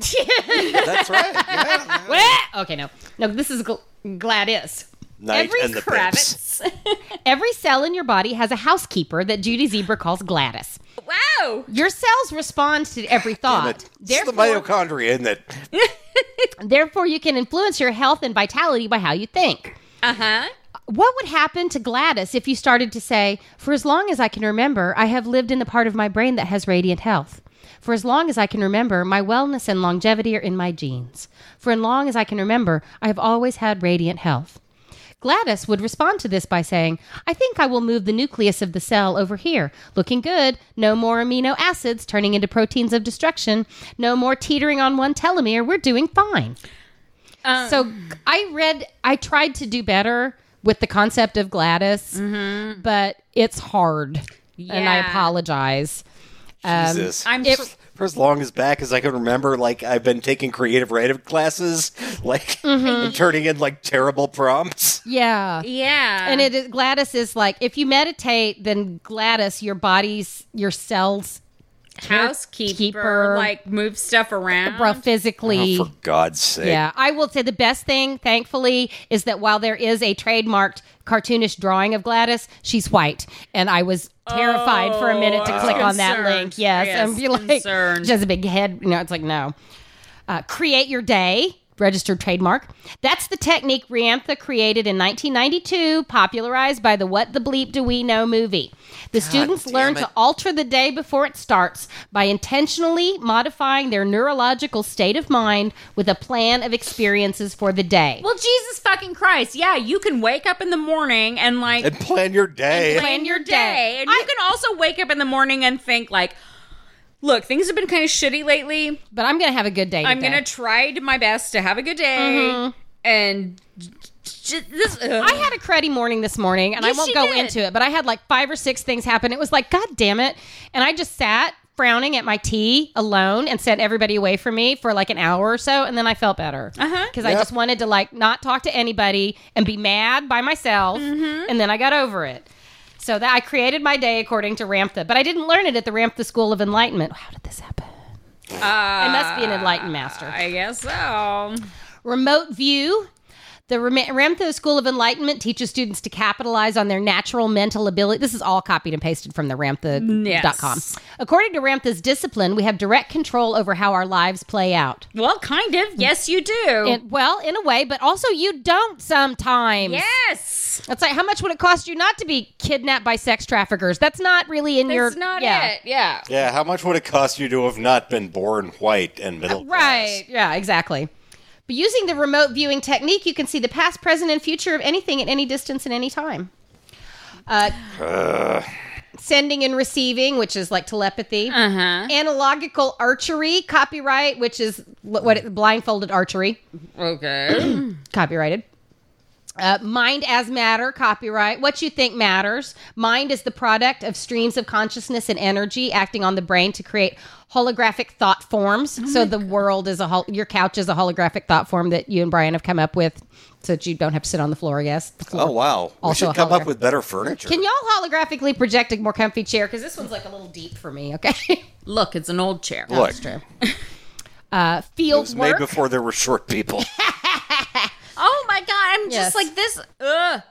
[SPEAKER 4] that's right. Yeah.
[SPEAKER 3] Okay, no, no, this is gl- Gladys.
[SPEAKER 4] Night
[SPEAKER 2] Every
[SPEAKER 4] and the Pips.
[SPEAKER 2] crevice.
[SPEAKER 3] Every cell in your body has a housekeeper that Judy Zebra calls Gladys.
[SPEAKER 2] wow.
[SPEAKER 3] Your cells respond to every
[SPEAKER 4] But
[SPEAKER 3] thought.
[SPEAKER 4] It's the
[SPEAKER 3] Therefore,
[SPEAKER 4] mitochondria, isn't it?
[SPEAKER 3] therefore, you can influence your health and vitality by how you think.
[SPEAKER 2] Uh huh.
[SPEAKER 3] What would happen to Gladys if you started to say, For as long as I can remember, I have lived in the part of my brain that has radiant health. For as long as I can remember, my wellness and longevity are in my genes. For as long as I can remember, I have always had radiant health. Gladys would respond to this by saying, I think I will move the nucleus of the cell over here. Looking good. No more amino acids turning into proteins of destruction. No more teetering on one telomere. We're doing fine. so I read, I tried to do better with the concept of Gladys, but it's hard. And I
[SPEAKER 2] Yeah.
[SPEAKER 3] apologize.
[SPEAKER 4] Jesus.
[SPEAKER 2] I'm
[SPEAKER 4] For-
[SPEAKER 2] s-
[SPEAKER 4] for as long as back as I can remember, like I've been taking creative writing classes, like and turning in like terrible prompts.
[SPEAKER 3] Yeah.
[SPEAKER 2] Yeah.
[SPEAKER 3] And it is, Gladys is like, if you meditate, then Gladys, your body's, your cells,
[SPEAKER 2] housekeeper
[SPEAKER 3] keeper.
[SPEAKER 2] like move stuff around.
[SPEAKER 3] bro, physically.
[SPEAKER 4] Oh, For God's sake.
[SPEAKER 3] Yeah, I will say the best thing, thankfully, is that while there is a trademarked cartoonish drawing of Gladys, she's white, and I was terrified for a minute to click on that
[SPEAKER 2] Oh, concerned.
[SPEAKER 3] link. Yes,
[SPEAKER 2] Yes,
[SPEAKER 3] and be like,
[SPEAKER 2] concerned.
[SPEAKER 3] she has a big head. You know, it's like no. Uh, create your day. Registered trademark. That's the technique Riantha created in 1992, popularized by the What the Bleep Do We Know movie. The students learn to alter the day before it starts by intentionally modifying their neurological state of mind with a plan of experiences for the day.
[SPEAKER 2] well, Jesus fucking Christ. Yeah, you can wake up in the morning and like
[SPEAKER 4] And plan your day.
[SPEAKER 2] plan your day. And you can also wake up in the morning and think like Look, things have been kind of shitty lately.
[SPEAKER 3] But I'm going to have a good day.
[SPEAKER 2] I'm
[SPEAKER 3] today.
[SPEAKER 2] going to try my best to have a good day. And j- j- this
[SPEAKER 3] I had a cruddy morning this morning, and
[SPEAKER 2] Yes,
[SPEAKER 3] I won't
[SPEAKER 2] you
[SPEAKER 3] go
[SPEAKER 2] did.
[SPEAKER 3] into it, but I had like five or six things happen. It was like, God damn it. And I just sat frowning at my tea alone and sent everybody away from me for like an hour or so. And then I felt better because
[SPEAKER 2] Uh-huh.
[SPEAKER 3] I just wanted to like not talk to anybody and be mad by myself.
[SPEAKER 2] Mm-hmm.
[SPEAKER 3] And then I got over it. So that I created my day according to Ramtha, but I didn't learn it at the Ramtha School of Enlightenment. How did this happen? I must be an enlightened master
[SPEAKER 2] Uh, I guess so.
[SPEAKER 3] remote view. The Ram- Ramtho School of Enlightenment teaches students to capitalize on their natural mental ability. This is all copied and pasted from the Ramtha.com.
[SPEAKER 2] Yes.
[SPEAKER 3] According to Ramtha's discipline, we have direct control over how our lives play out.
[SPEAKER 2] Well, kind of. Yes, you do.
[SPEAKER 3] And, well, in a way, but also you don't sometimes.
[SPEAKER 2] yes.
[SPEAKER 3] That's like, how much would it cost you not to be kidnapped by sex traffickers? That's not really in
[SPEAKER 2] That's
[SPEAKER 3] your.
[SPEAKER 2] not
[SPEAKER 3] yeah.
[SPEAKER 2] it. Yeah.
[SPEAKER 4] Yeah, how much would it cost you to have not been born white and middle
[SPEAKER 3] Right.
[SPEAKER 4] class?
[SPEAKER 3] Yeah, exactly. But using the remote viewing technique, you can see the past, present, and future of anything at any distance and any time. Uh, sending and receiving, which is like telepathy. Uh-huh. Analogical archery, copyright, which is l- what it, blindfolded archery,
[SPEAKER 2] Okay.
[SPEAKER 3] copyrighted. Uh, mind as matter, copyright. What you think matters. Mind is the product of streams of consciousness and energy acting on the brain to create holographic thought forms. so the world is a hol- your couch is a holographic thought form that you and Brian have come up with, so that you don't have to sit on the floor. I guess. The floor.
[SPEAKER 4] Oh wow. we
[SPEAKER 3] Also
[SPEAKER 4] should come
[SPEAKER 3] holographic.
[SPEAKER 4] up with better furniture.
[SPEAKER 3] Can y'all holographically project a more comfy chair? Because this one's like a little deep for me. Okay.
[SPEAKER 2] Look, it's an old chair.
[SPEAKER 4] Look,
[SPEAKER 3] That's
[SPEAKER 4] it
[SPEAKER 3] true. Uh, field
[SPEAKER 4] was
[SPEAKER 3] work.
[SPEAKER 4] made before there were short people.
[SPEAKER 2] Oh my god, I'm
[SPEAKER 3] Yes.
[SPEAKER 2] just like this. Ugh.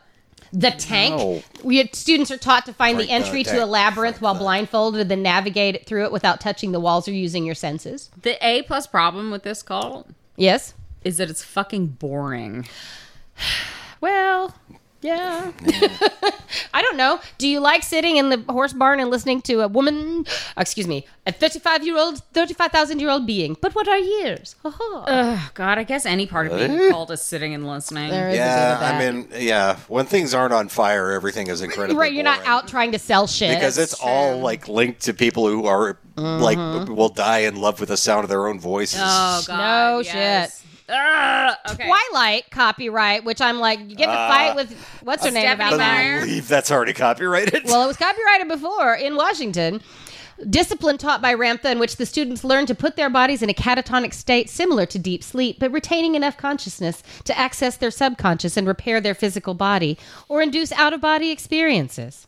[SPEAKER 3] The tank.
[SPEAKER 4] No.
[SPEAKER 3] We had, students are taught to find the
[SPEAKER 4] Break the
[SPEAKER 3] entry to
[SPEAKER 4] tank.
[SPEAKER 3] a labyrinth while blindfolded, and then navigate it through it without touching the walls or using your senses.
[SPEAKER 2] The A plus problem with this cult
[SPEAKER 3] Yes.
[SPEAKER 2] is that it's fucking boring.
[SPEAKER 3] Well. Yeah. I don't know. Do you like sitting in the horse barn and listening to a woman? uh, Excuse me, a thirty-five-year-old, thirty-five thousand-year-old being. But what are years? Ha ha.
[SPEAKER 2] Ugh, God, I guess any part of being a cult is sitting and listening.
[SPEAKER 3] There is a bit of
[SPEAKER 4] yeah,
[SPEAKER 3] that.
[SPEAKER 4] I mean, yeah. When things aren't on fire, everything is incredible.
[SPEAKER 3] right. You're not out trying to sell shit
[SPEAKER 4] because it's all like linked to people who are
[SPEAKER 3] Mm-hmm.
[SPEAKER 4] like will die in love with the sound of their own voices.
[SPEAKER 2] oh god.
[SPEAKER 3] No
[SPEAKER 2] yes. Ugh, okay.
[SPEAKER 3] Twilight copyright, which I'm like, you get in a
[SPEAKER 4] Uh,
[SPEAKER 3] fight with what's her name
[SPEAKER 2] Stephanie
[SPEAKER 3] about that?
[SPEAKER 2] Meyer.
[SPEAKER 4] believe that's already copyrighted.
[SPEAKER 3] Well, it was copyrighted before in Washington. Discipline taught by Ramtha, in which the students learn to put their bodies in a catatonic state similar to deep sleep, but retaining enough consciousness to access their subconscious and repair their physical body or induce out of body experiences.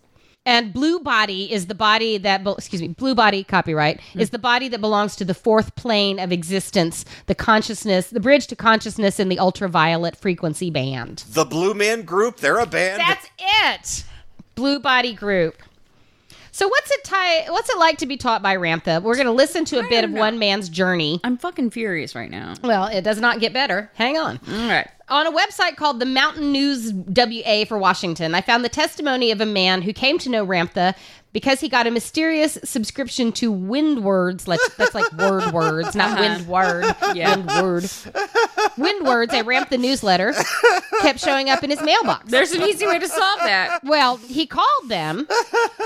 [SPEAKER 3] And blue body is the body that, bel excuse me, blue body, copyright, is the body that belongs to the fourth plane of existence, the consciousness, the bridge to consciousness in the ultraviolet frequency band.
[SPEAKER 4] The Blue Man Group, they're a band.
[SPEAKER 3] That's it. Blue body group. So what's it ti- what's it like to be taught by Ramtha? We're going to listen to a bit of one man's journey.
[SPEAKER 2] I'm fucking furious right now.
[SPEAKER 3] Well, it does not get better. Hang on
[SPEAKER 2] All right.
[SPEAKER 3] on a website called the Mountain News WA for Washington, I found the testimony of a man who came to know Ramtha because he got a mysterious subscription to Windwards. Let's, that's like word words, not Windward.
[SPEAKER 2] Yeah.
[SPEAKER 3] Windward. Windwards, a Ramtha newsletter, kept showing up in his mailbox.
[SPEAKER 2] There's an easy way to solve that.
[SPEAKER 3] Well, he called them.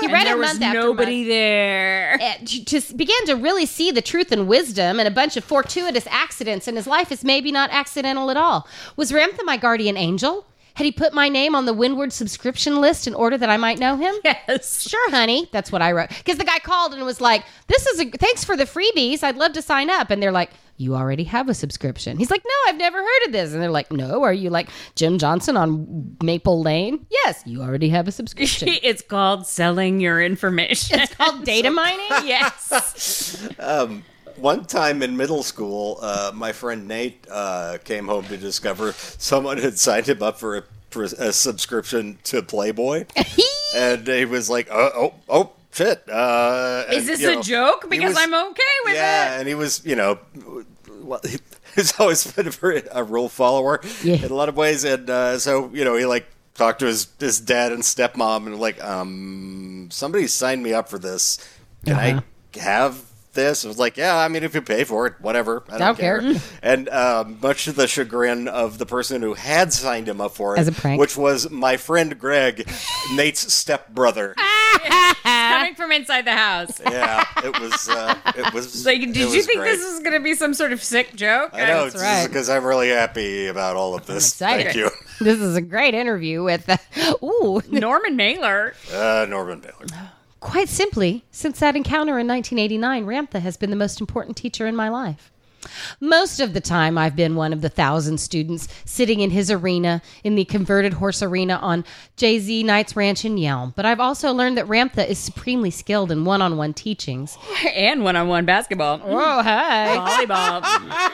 [SPEAKER 3] He read
[SPEAKER 2] there
[SPEAKER 3] it
[SPEAKER 2] was
[SPEAKER 3] month after month
[SPEAKER 2] nobody there.
[SPEAKER 3] uh, to, to s- begin to really see the truth and wisdom and a bunch of fortuitous accidents in his life is maybe not accidental at all. Was Ramtha my guardian angel? Had he put my name on the Windward subscription list in order that I might know him?
[SPEAKER 2] Yes.
[SPEAKER 3] Sure, honey. That's what I wrote. Because the guy called and was like, This is a thanks for the freebies. I'd love to sign up. And they're like, You already have a subscription. He's like, No, I've never heard of this. And they're like, No, are you like Jim Johnson on Maple Lane? Yes, you already have a subscription.
[SPEAKER 2] it's called selling your information.
[SPEAKER 3] it's called data mining.
[SPEAKER 2] yes.
[SPEAKER 4] One time in middle school, uh, my friend Nate uh, came home to discover someone had signed him up for a, for a subscription to Playboy, and he was like, "Oh, oh, oh shit!" Uh,
[SPEAKER 2] Is
[SPEAKER 4] and,
[SPEAKER 2] this
[SPEAKER 4] you
[SPEAKER 2] a
[SPEAKER 4] know,
[SPEAKER 2] joke?
[SPEAKER 4] he
[SPEAKER 2] Because
[SPEAKER 4] was-
[SPEAKER 2] I'm okay with
[SPEAKER 4] yeah,
[SPEAKER 2] it.
[SPEAKER 4] and he was, you know, well, he, he's always been a, very- a rule follower in a lot of ways, and uh, so you know, he like talked to his his dad and stepmom, and like, um, somebody signed me up for this. Can I have this? It was like, yeah, I mean, if you pay for it, whatever, I don't,
[SPEAKER 3] Don't care.
[SPEAKER 4] care. And um, much to the chagrin of the person who had signed him up for it,
[SPEAKER 3] As a prank.
[SPEAKER 4] which was my friend Greg, Nate's stepbrother.
[SPEAKER 2] Coming from inside the house.
[SPEAKER 4] yeah, it was. Uh, it was.
[SPEAKER 2] Like,
[SPEAKER 4] it
[SPEAKER 2] did you
[SPEAKER 4] was
[SPEAKER 2] think
[SPEAKER 4] great.
[SPEAKER 2] this was going to be some sort of sick joke?
[SPEAKER 4] I know,
[SPEAKER 3] That's
[SPEAKER 4] it's just
[SPEAKER 3] right.
[SPEAKER 4] because I'm really happy about all of this.
[SPEAKER 3] excited.
[SPEAKER 4] Thank you,
[SPEAKER 3] This is a great interview with, uh, ooh,
[SPEAKER 2] Norman Mailer.
[SPEAKER 4] uh, Norman Baylor.
[SPEAKER 3] quite simply, since that encounter in 1989, Ramtha has been the most important teacher in my life. Most of the time, I've been one of the thousand students sitting in his arena in the converted horse arena on Jay Z Knights Ranch in Yelm. But I've also learned that Ramtha is supremely skilled in one on one teachings.
[SPEAKER 2] And one on one basketball.
[SPEAKER 3] Oh, hi.
[SPEAKER 2] Volleyball.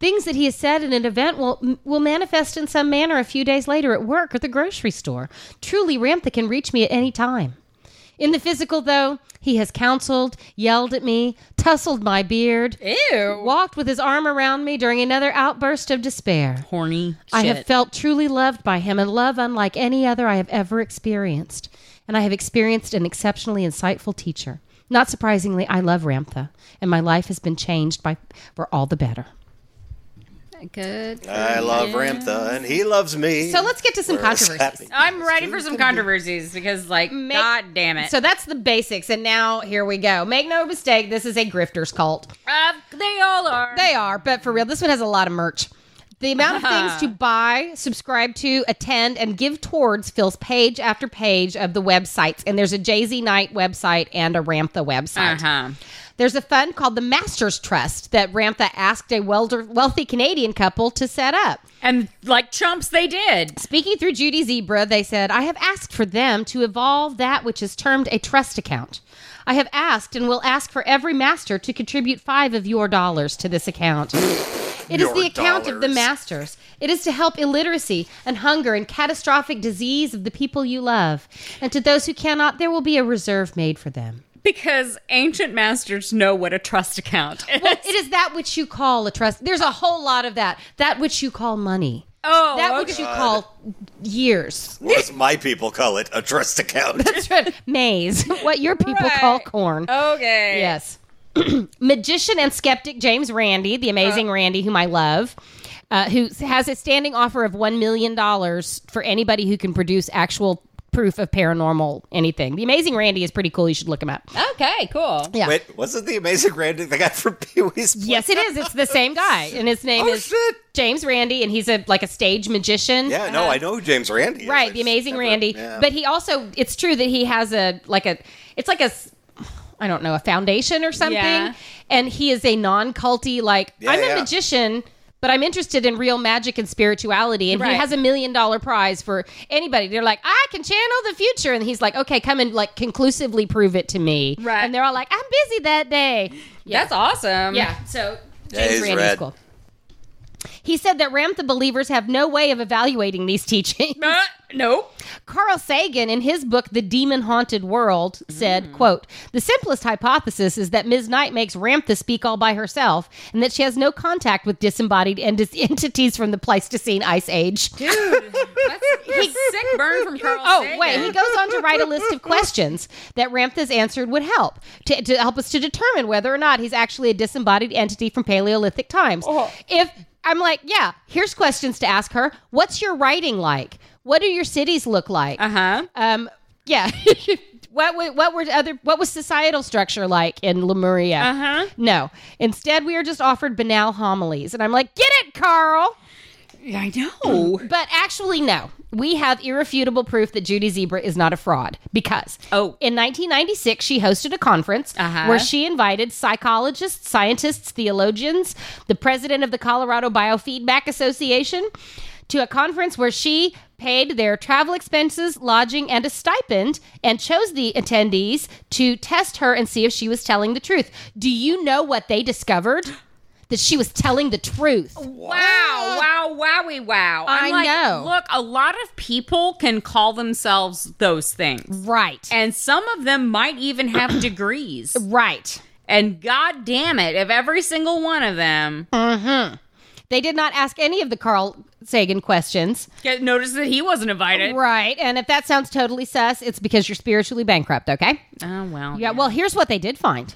[SPEAKER 3] Things that he has said in an event will will manifest in some manner a few days later at work or the grocery store. Truly, Ramtha can reach me at any time. In the physical, though, he has counseled, yelled at me, tussled my beard,
[SPEAKER 2] Ew.
[SPEAKER 3] walked with his arm around me during another outburst of despair.
[SPEAKER 2] Horny.
[SPEAKER 3] I
[SPEAKER 2] shit.
[SPEAKER 3] have felt truly loved by him, and love unlike any other I have ever experienced. And I have experienced an exceptionally insightful teacher. Not surprisingly, I love Ramtha, and my life has been changed by for all the better.
[SPEAKER 5] Good.
[SPEAKER 4] I love Ramtha, and he loves me.
[SPEAKER 3] So let's get to some
[SPEAKER 4] We're
[SPEAKER 3] controversies. Um,
[SPEAKER 4] happy.
[SPEAKER 2] I'm ready for some controversies because, like, god damn it.
[SPEAKER 3] So that's the basics, and now here we go. Make no mistake, this is a grifter's cult.
[SPEAKER 2] Uh, they all are.
[SPEAKER 3] They are, but for real, this one has a lot of merch. The amount of things to buy, subscribe to, attend, and give towards fills page after page of the websites. And there's a Jay Z Night website and a Ramtha website.
[SPEAKER 2] uh-huh.
[SPEAKER 3] There's a fund called the Masters Trust that Ramtha asked a welder, wealthy Canadian couple to set up.
[SPEAKER 2] And, like, chumps, they did.
[SPEAKER 3] Speaking through Judy Zebra, they said, I have asked for them to evolve that which is termed a trust account. I have asked and will ask for every master to contribute five of your dollars to this account. It is the
[SPEAKER 4] Your
[SPEAKER 3] account of the
[SPEAKER 4] dollars.
[SPEAKER 3] masters. It is to help illiteracy and hunger and catastrophic disease of the people you love. And to those who cannot, there will be a reserve made for them.
[SPEAKER 2] Because ancient masters know what a trust account is.
[SPEAKER 3] Well, it is that which you call a trust. There's a whole lot of that. That which you call money.
[SPEAKER 2] oh,
[SPEAKER 3] that
[SPEAKER 2] okay.
[SPEAKER 3] which you call years.
[SPEAKER 4] What does my people call it? A trust account.
[SPEAKER 3] maize, what your people call corn.
[SPEAKER 2] Okay.
[SPEAKER 3] Yes. Magician and skeptic James Randy, the amazing
[SPEAKER 4] Uh.
[SPEAKER 3] Randy, whom I love, uh, who has a standing offer of $1 million for anybody who can produce actual proof of paranormal anything. The amazing Randy is pretty cool. You should look him up.
[SPEAKER 2] Okay, cool.
[SPEAKER 3] Yeah.
[SPEAKER 4] Wait, wasn't the Amazing Randy the guy from Pee Wee's? Play-
[SPEAKER 3] Yes, it is. It's the same guy, and his name
[SPEAKER 4] Oh,
[SPEAKER 3] is
[SPEAKER 4] shit.
[SPEAKER 3] James Randy, and he's a like a stage magician.
[SPEAKER 4] Yeah, no, I know who James Randy. is. I
[SPEAKER 3] Uh, right
[SPEAKER 4] just
[SPEAKER 3] the amazing
[SPEAKER 4] never-
[SPEAKER 3] randy
[SPEAKER 4] yeah.
[SPEAKER 3] but he also it's true that he has a like a it's like a s- i don't know a foundation or something
[SPEAKER 2] Yeah.
[SPEAKER 3] and he is a non-culty like i'm a
[SPEAKER 4] yeah.
[SPEAKER 3] magician but I'm interested in real magic and spirituality. And he
[SPEAKER 2] Right.
[SPEAKER 3] has a million dollar prize for anybody. They're like, I can channel the future. And he's like, okay, come and like conclusively prove it to me.
[SPEAKER 2] Right.
[SPEAKER 3] And they're all like, I'm busy that day. Yeah.
[SPEAKER 2] That's awesome.
[SPEAKER 3] Yeah. So
[SPEAKER 4] Yeah,
[SPEAKER 3] James
[SPEAKER 4] he's
[SPEAKER 3] Randi is
[SPEAKER 4] red.
[SPEAKER 3] cool. He said that Ramtha believers have no way of evaluating these teachings.
[SPEAKER 2] Uh, nope.
[SPEAKER 3] Carl Sagan, in his book The Demon Haunted World, said, quote, The simplest hypothesis is that Ms. Knight makes Ramtha speak all by herself and that she has no contact with disembodied en- entities from the Pleistocene Ice Age.
[SPEAKER 2] Dude, that's a sick burn from Carl.
[SPEAKER 3] Oh,
[SPEAKER 2] Sagan.
[SPEAKER 3] wait. He goes on to write a list of questions that Ramtha's answered would help to, to help us to determine whether or not he's actually a disembodied entity from Paleolithic times. If I'm like, yeah, here's questions to ask her. What's your writing like? What do your cities look like?
[SPEAKER 2] Uh huh.
[SPEAKER 3] Um, yeah. What, wa- what were other what was societal structure like in Lemuria?
[SPEAKER 2] Uh-huh.
[SPEAKER 3] No. Instead, we are just offered banal homilies, and I'm like, get it, Carl.
[SPEAKER 2] I know.
[SPEAKER 3] But actually, no. We have irrefutable proof that Judy Zebra is not a fraud because
[SPEAKER 2] Oh.
[SPEAKER 3] in 1996 she hosted a conference
[SPEAKER 2] Uh-huh.
[SPEAKER 3] where she invited psychologists, scientists, theologians, the president of the Colorado Biofeedback Association to a conference where she paid their travel expenses, lodging, and a stipend and chose the attendees to test her and see if she was telling the truth. Do you know what they discovered? That she was telling the truth.
[SPEAKER 2] Wow, wow, wowie, wow. I'm
[SPEAKER 3] I
[SPEAKER 2] like,
[SPEAKER 3] know.
[SPEAKER 2] Look, a lot of people can call themselves those things.
[SPEAKER 3] Right.
[SPEAKER 2] And some of them might even have degrees.
[SPEAKER 3] right.
[SPEAKER 2] And god damn it, if every single one of them
[SPEAKER 3] Mm. They did not ask any of the Carl Sagan questions.
[SPEAKER 2] get noticed that he wasn't invited.
[SPEAKER 3] Right. And if that sounds totally sus, it's because you're spiritually bankrupt, okay?
[SPEAKER 2] Oh well.
[SPEAKER 3] Yeah, well, here's what they did find.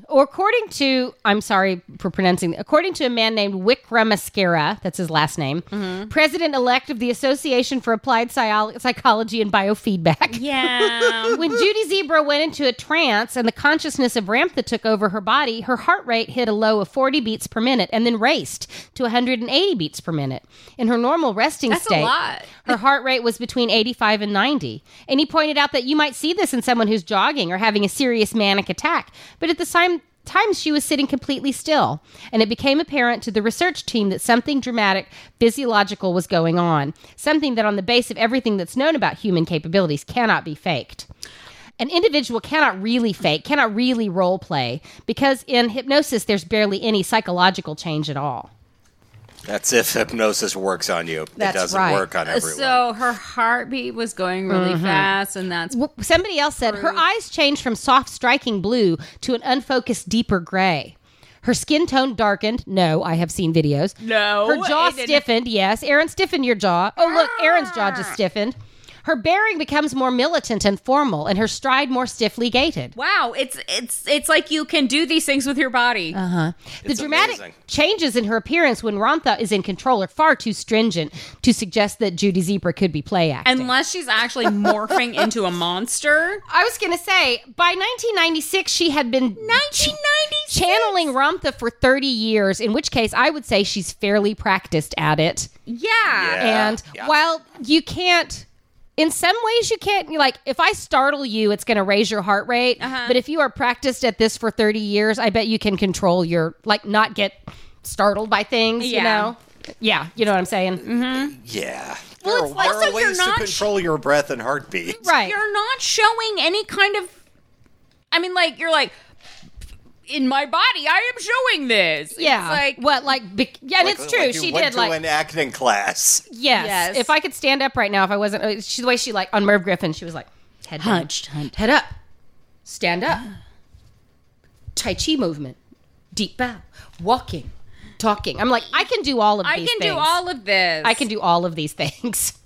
[SPEAKER 3] or according to, I'm sorry for pronouncing, according to a man named Wickramascara, that's his last name, president elect of the Association for Applied Psy- Psychology and Biofeedback.
[SPEAKER 2] Yeah.
[SPEAKER 3] When Judy Zebra went into a trance and the consciousness of Ramtha took over her body, her heart rate hit a low of 40 beats per minute and then raced to 180 beats per minute. In her normal resting
[SPEAKER 2] That's
[SPEAKER 3] state,
[SPEAKER 2] a lot.
[SPEAKER 3] her heart rate was between 85 and 90. And he pointed out that you might see this in someone who's jogging or having a serious manic attack, but at the same time, she was sitting completely still. And it became apparent to the research team that something dramatic, physiological was going on, something that, on the base of everything that's known about human capabilities, cannot be faked an individual cannot really fake, cannot really role play, because in hypnosis, there's barely any psychological change at all.
[SPEAKER 4] That's if hypnosis works on you.
[SPEAKER 3] That's
[SPEAKER 4] it doesn't
[SPEAKER 3] right.
[SPEAKER 4] work on everyone.
[SPEAKER 2] so her heartbeat was going really
[SPEAKER 3] Mm-hmm.
[SPEAKER 2] fast and that's
[SPEAKER 3] W- Somebody else said her eyes changed from soft, striking blue to an unfocused, deeper gray. Her skin tone darkened. No, I have seen videos.
[SPEAKER 2] No,
[SPEAKER 3] Her jaw
[SPEAKER 2] it didn't.
[SPEAKER 3] stiffened. Yes. Aaron, stiffen your jaw. Oh, look, Aaron's jaw
[SPEAKER 2] Ah.
[SPEAKER 3] just stiffened. Her bearing becomes more militant and formal, and her stride more stiffly gated.
[SPEAKER 2] Wow, it's it's it's like you can do these things with your body.
[SPEAKER 3] Uh-huh. The
[SPEAKER 4] It's
[SPEAKER 3] dramatic
[SPEAKER 4] amazing.
[SPEAKER 3] changes in her appearance when Ramtha is in control are far too stringent to suggest that Judy Zebra could be play acting.
[SPEAKER 2] Unless she's actually morphing into a monster.
[SPEAKER 3] I was going to say, by 1996, she had been
[SPEAKER 2] 1996.
[SPEAKER 3] channeling Ramtha for 30 years, in which case I would say she's fairly practiced at it.
[SPEAKER 2] Yeah.
[SPEAKER 3] and while you can't in some ways you can't like if i startle you it's going to raise your heart rate
[SPEAKER 2] Uh-huh.
[SPEAKER 3] but if you are practiced at this for 30 years i bet you can control your like not get startled by things you
[SPEAKER 2] Yeah. Mm-hmm.
[SPEAKER 3] know yeah you know what i'm saying
[SPEAKER 4] Yeah.
[SPEAKER 2] Well,
[SPEAKER 4] there
[SPEAKER 2] it's
[SPEAKER 4] are,
[SPEAKER 2] like-
[SPEAKER 4] there are
[SPEAKER 2] also you're
[SPEAKER 4] ways
[SPEAKER 2] not sh-
[SPEAKER 4] to control your breath and heartbeat.
[SPEAKER 3] right
[SPEAKER 2] You're not showing any kind of. I mean, like you're like in my body. I am showing this. It's
[SPEAKER 3] yeah
[SPEAKER 2] like
[SPEAKER 3] what like be- yeah and
[SPEAKER 4] Like-
[SPEAKER 3] it's true
[SPEAKER 4] like you
[SPEAKER 3] she
[SPEAKER 4] went
[SPEAKER 3] did
[SPEAKER 4] to
[SPEAKER 3] like
[SPEAKER 4] an acting class.
[SPEAKER 3] yes.
[SPEAKER 2] Yes.
[SPEAKER 3] if i could stand up right now if i wasn't uh, she, the way she like on merv griffin she was like head down,
[SPEAKER 2] Hunched, hunched.
[SPEAKER 3] head up stand up tai chi movement deep bow walking talking i'm like i can do all of
[SPEAKER 2] I
[SPEAKER 3] these
[SPEAKER 2] can do
[SPEAKER 3] things.
[SPEAKER 2] all of this.
[SPEAKER 3] I can do all of these things.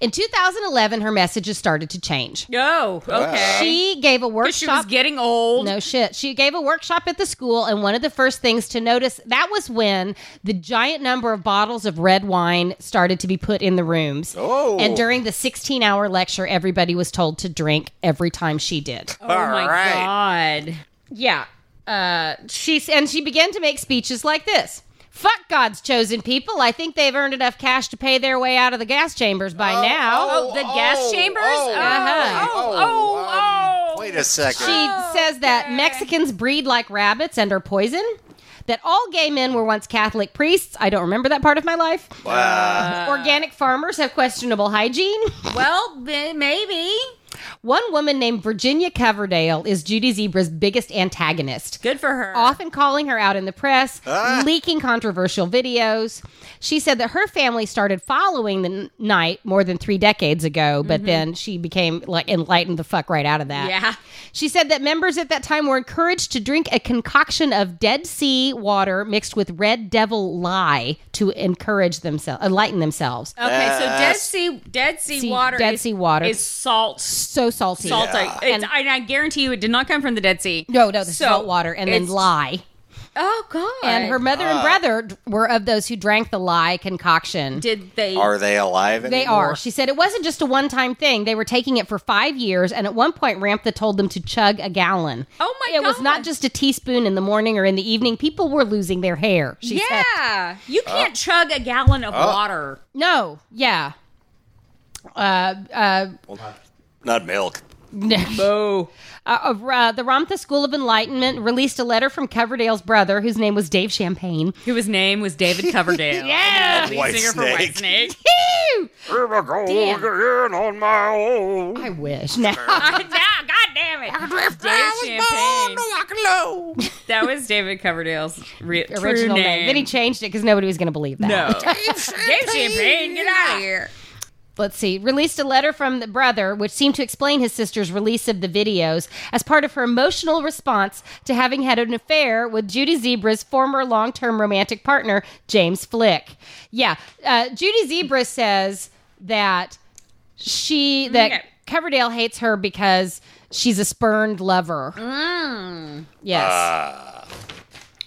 [SPEAKER 3] In 2011, her messages started to change.
[SPEAKER 2] No. Okay.
[SPEAKER 3] She gave a workshop.
[SPEAKER 2] She was getting old.
[SPEAKER 3] no shit. She gave a workshop at the school, and one of the first things to notice that was when the giant number of bottles of red wine started to be put in the rooms.
[SPEAKER 4] Oh.
[SPEAKER 3] And during the 16 hour lecture, everybody was told to drink every time she did.
[SPEAKER 2] Oh my god.
[SPEAKER 3] Yeah. Uh, she's and she began to make speeches like this. Fuck God's chosen people. I think they've earned enough cash to pay their way out of the gas chambers by now.
[SPEAKER 2] Oh, the gas chambers. Oh,
[SPEAKER 3] Uh-huh.
[SPEAKER 2] oh, oh,
[SPEAKER 4] Wait a second.
[SPEAKER 3] She says that Mexicans breed like rabbits and are poison. that all gay men were once Catholic priests. I don't remember that part of my life. Organic farmers have questionable hygiene.
[SPEAKER 2] Well, then maybe.
[SPEAKER 3] One woman named Virginia Coverdale is Judy Zebra's biggest antagonist
[SPEAKER 2] Good for her.
[SPEAKER 3] often calling her out in the press,
[SPEAKER 4] Ah.
[SPEAKER 3] leaking controversial videos. She said that her family started following the n- night more than three decades ago, but then she became like enlightened the fuck right out of that.
[SPEAKER 2] Mm-hmm. Yeah.
[SPEAKER 3] She said that members at that time were encouraged to drink a concoction of Dead Sea water mixed with red devil lye to encourage themselves, enlighten themselves.
[SPEAKER 2] Okay, so Dead
[SPEAKER 4] Yes.
[SPEAKER 2] Sea Dead Sea
[SPEAKER 3] Sea-
[SPEAKER 2] water
[SPEAKER 3] Dead
[SPEAKER 2] is-
[SPEAKER 3] sea water.
[SPEAKER 2] is salt
[SPEAKER 3] So salty.
[SPEAKER 2] salt. I, it's, and I guarantee you, it did not come from the Dead Sea.
[SPEAKER 3] No, no, this
[SPEAKER 2] So,
[SPEAKER 3] is salt water and then
[SPEAKER 2] it's-
[SPEAKER 3] lye.
[SPEAKER 2] Oh God!
[SPEAKER 3] And her mother and brother d- were of those who drank the lye concoction.
[SPEAKER 2] did they?
[SPEAKER 4] Are they alive?
[SPEAKER 3] They
[SPEAKER 4] anymore?
[SPEAKER 3] are. She said it wasn't just a one time thing. They were taking it for five years, and at one point, Ramtha told them to chug a gallon.
[SPEAKER 2] Oh, my
[SPEAKER 3] It was not
[SPEAKER 2] God.
[SPEAKER 3] just a teaspoon in the morning or in the evening. People were losing their hair. She said.
[SPEAKER 2] yeah, you can't chug a gallon of water.
[SPEAKER 3] No, yeah. Uh, uh,
[SPEAKER 4] Not milk.
[SPEAKER 2] Oh,
[SPEAKER 3] uh, of, uh, the Ramtha School of Enlightenment released a letter from Coverdale's brother, whose name was Dave Champagne.
[SPEAKER 2] whose name was David Coverdale.
[SPEAKER 3] Yeah.
[SPEAKER 2] lead
[SPEAKER 4] White
[SPEAKER 2] singer for
[SPEAKER 4] Snake.
[SPEAKER 2] Whitesnake.
[SPEAKER 6] Here I go
[SPEAKER 3] Damn.
[SPEAKER 6] again on my own.
[SPEAKER 3] I wish. Now,
[SPEAKER 2] now, God damn it! Dave Champagne. That was David Coverdale's re- true
[SPEAKER 3] original name.
[SPEAKER 2] name.
[SPEAKER 3] Then he changed it because nobody was going to believe that.
[SPEAKER 2] no, Dave Champagne, get out of here.
[SPEAKER 3] let's see, released a letter from the brother, which seemed to explain his sister's release of the videos as part of her emotional response to having had an affair with Judy Zebra's former long term romantic partner, James Flick. Yeah, uh, Judy Zebra says that she, that
[SPEAKER 2] Okay.
[SPEAKER 3] Coverdale hates her because she's a spurned lover. Yes,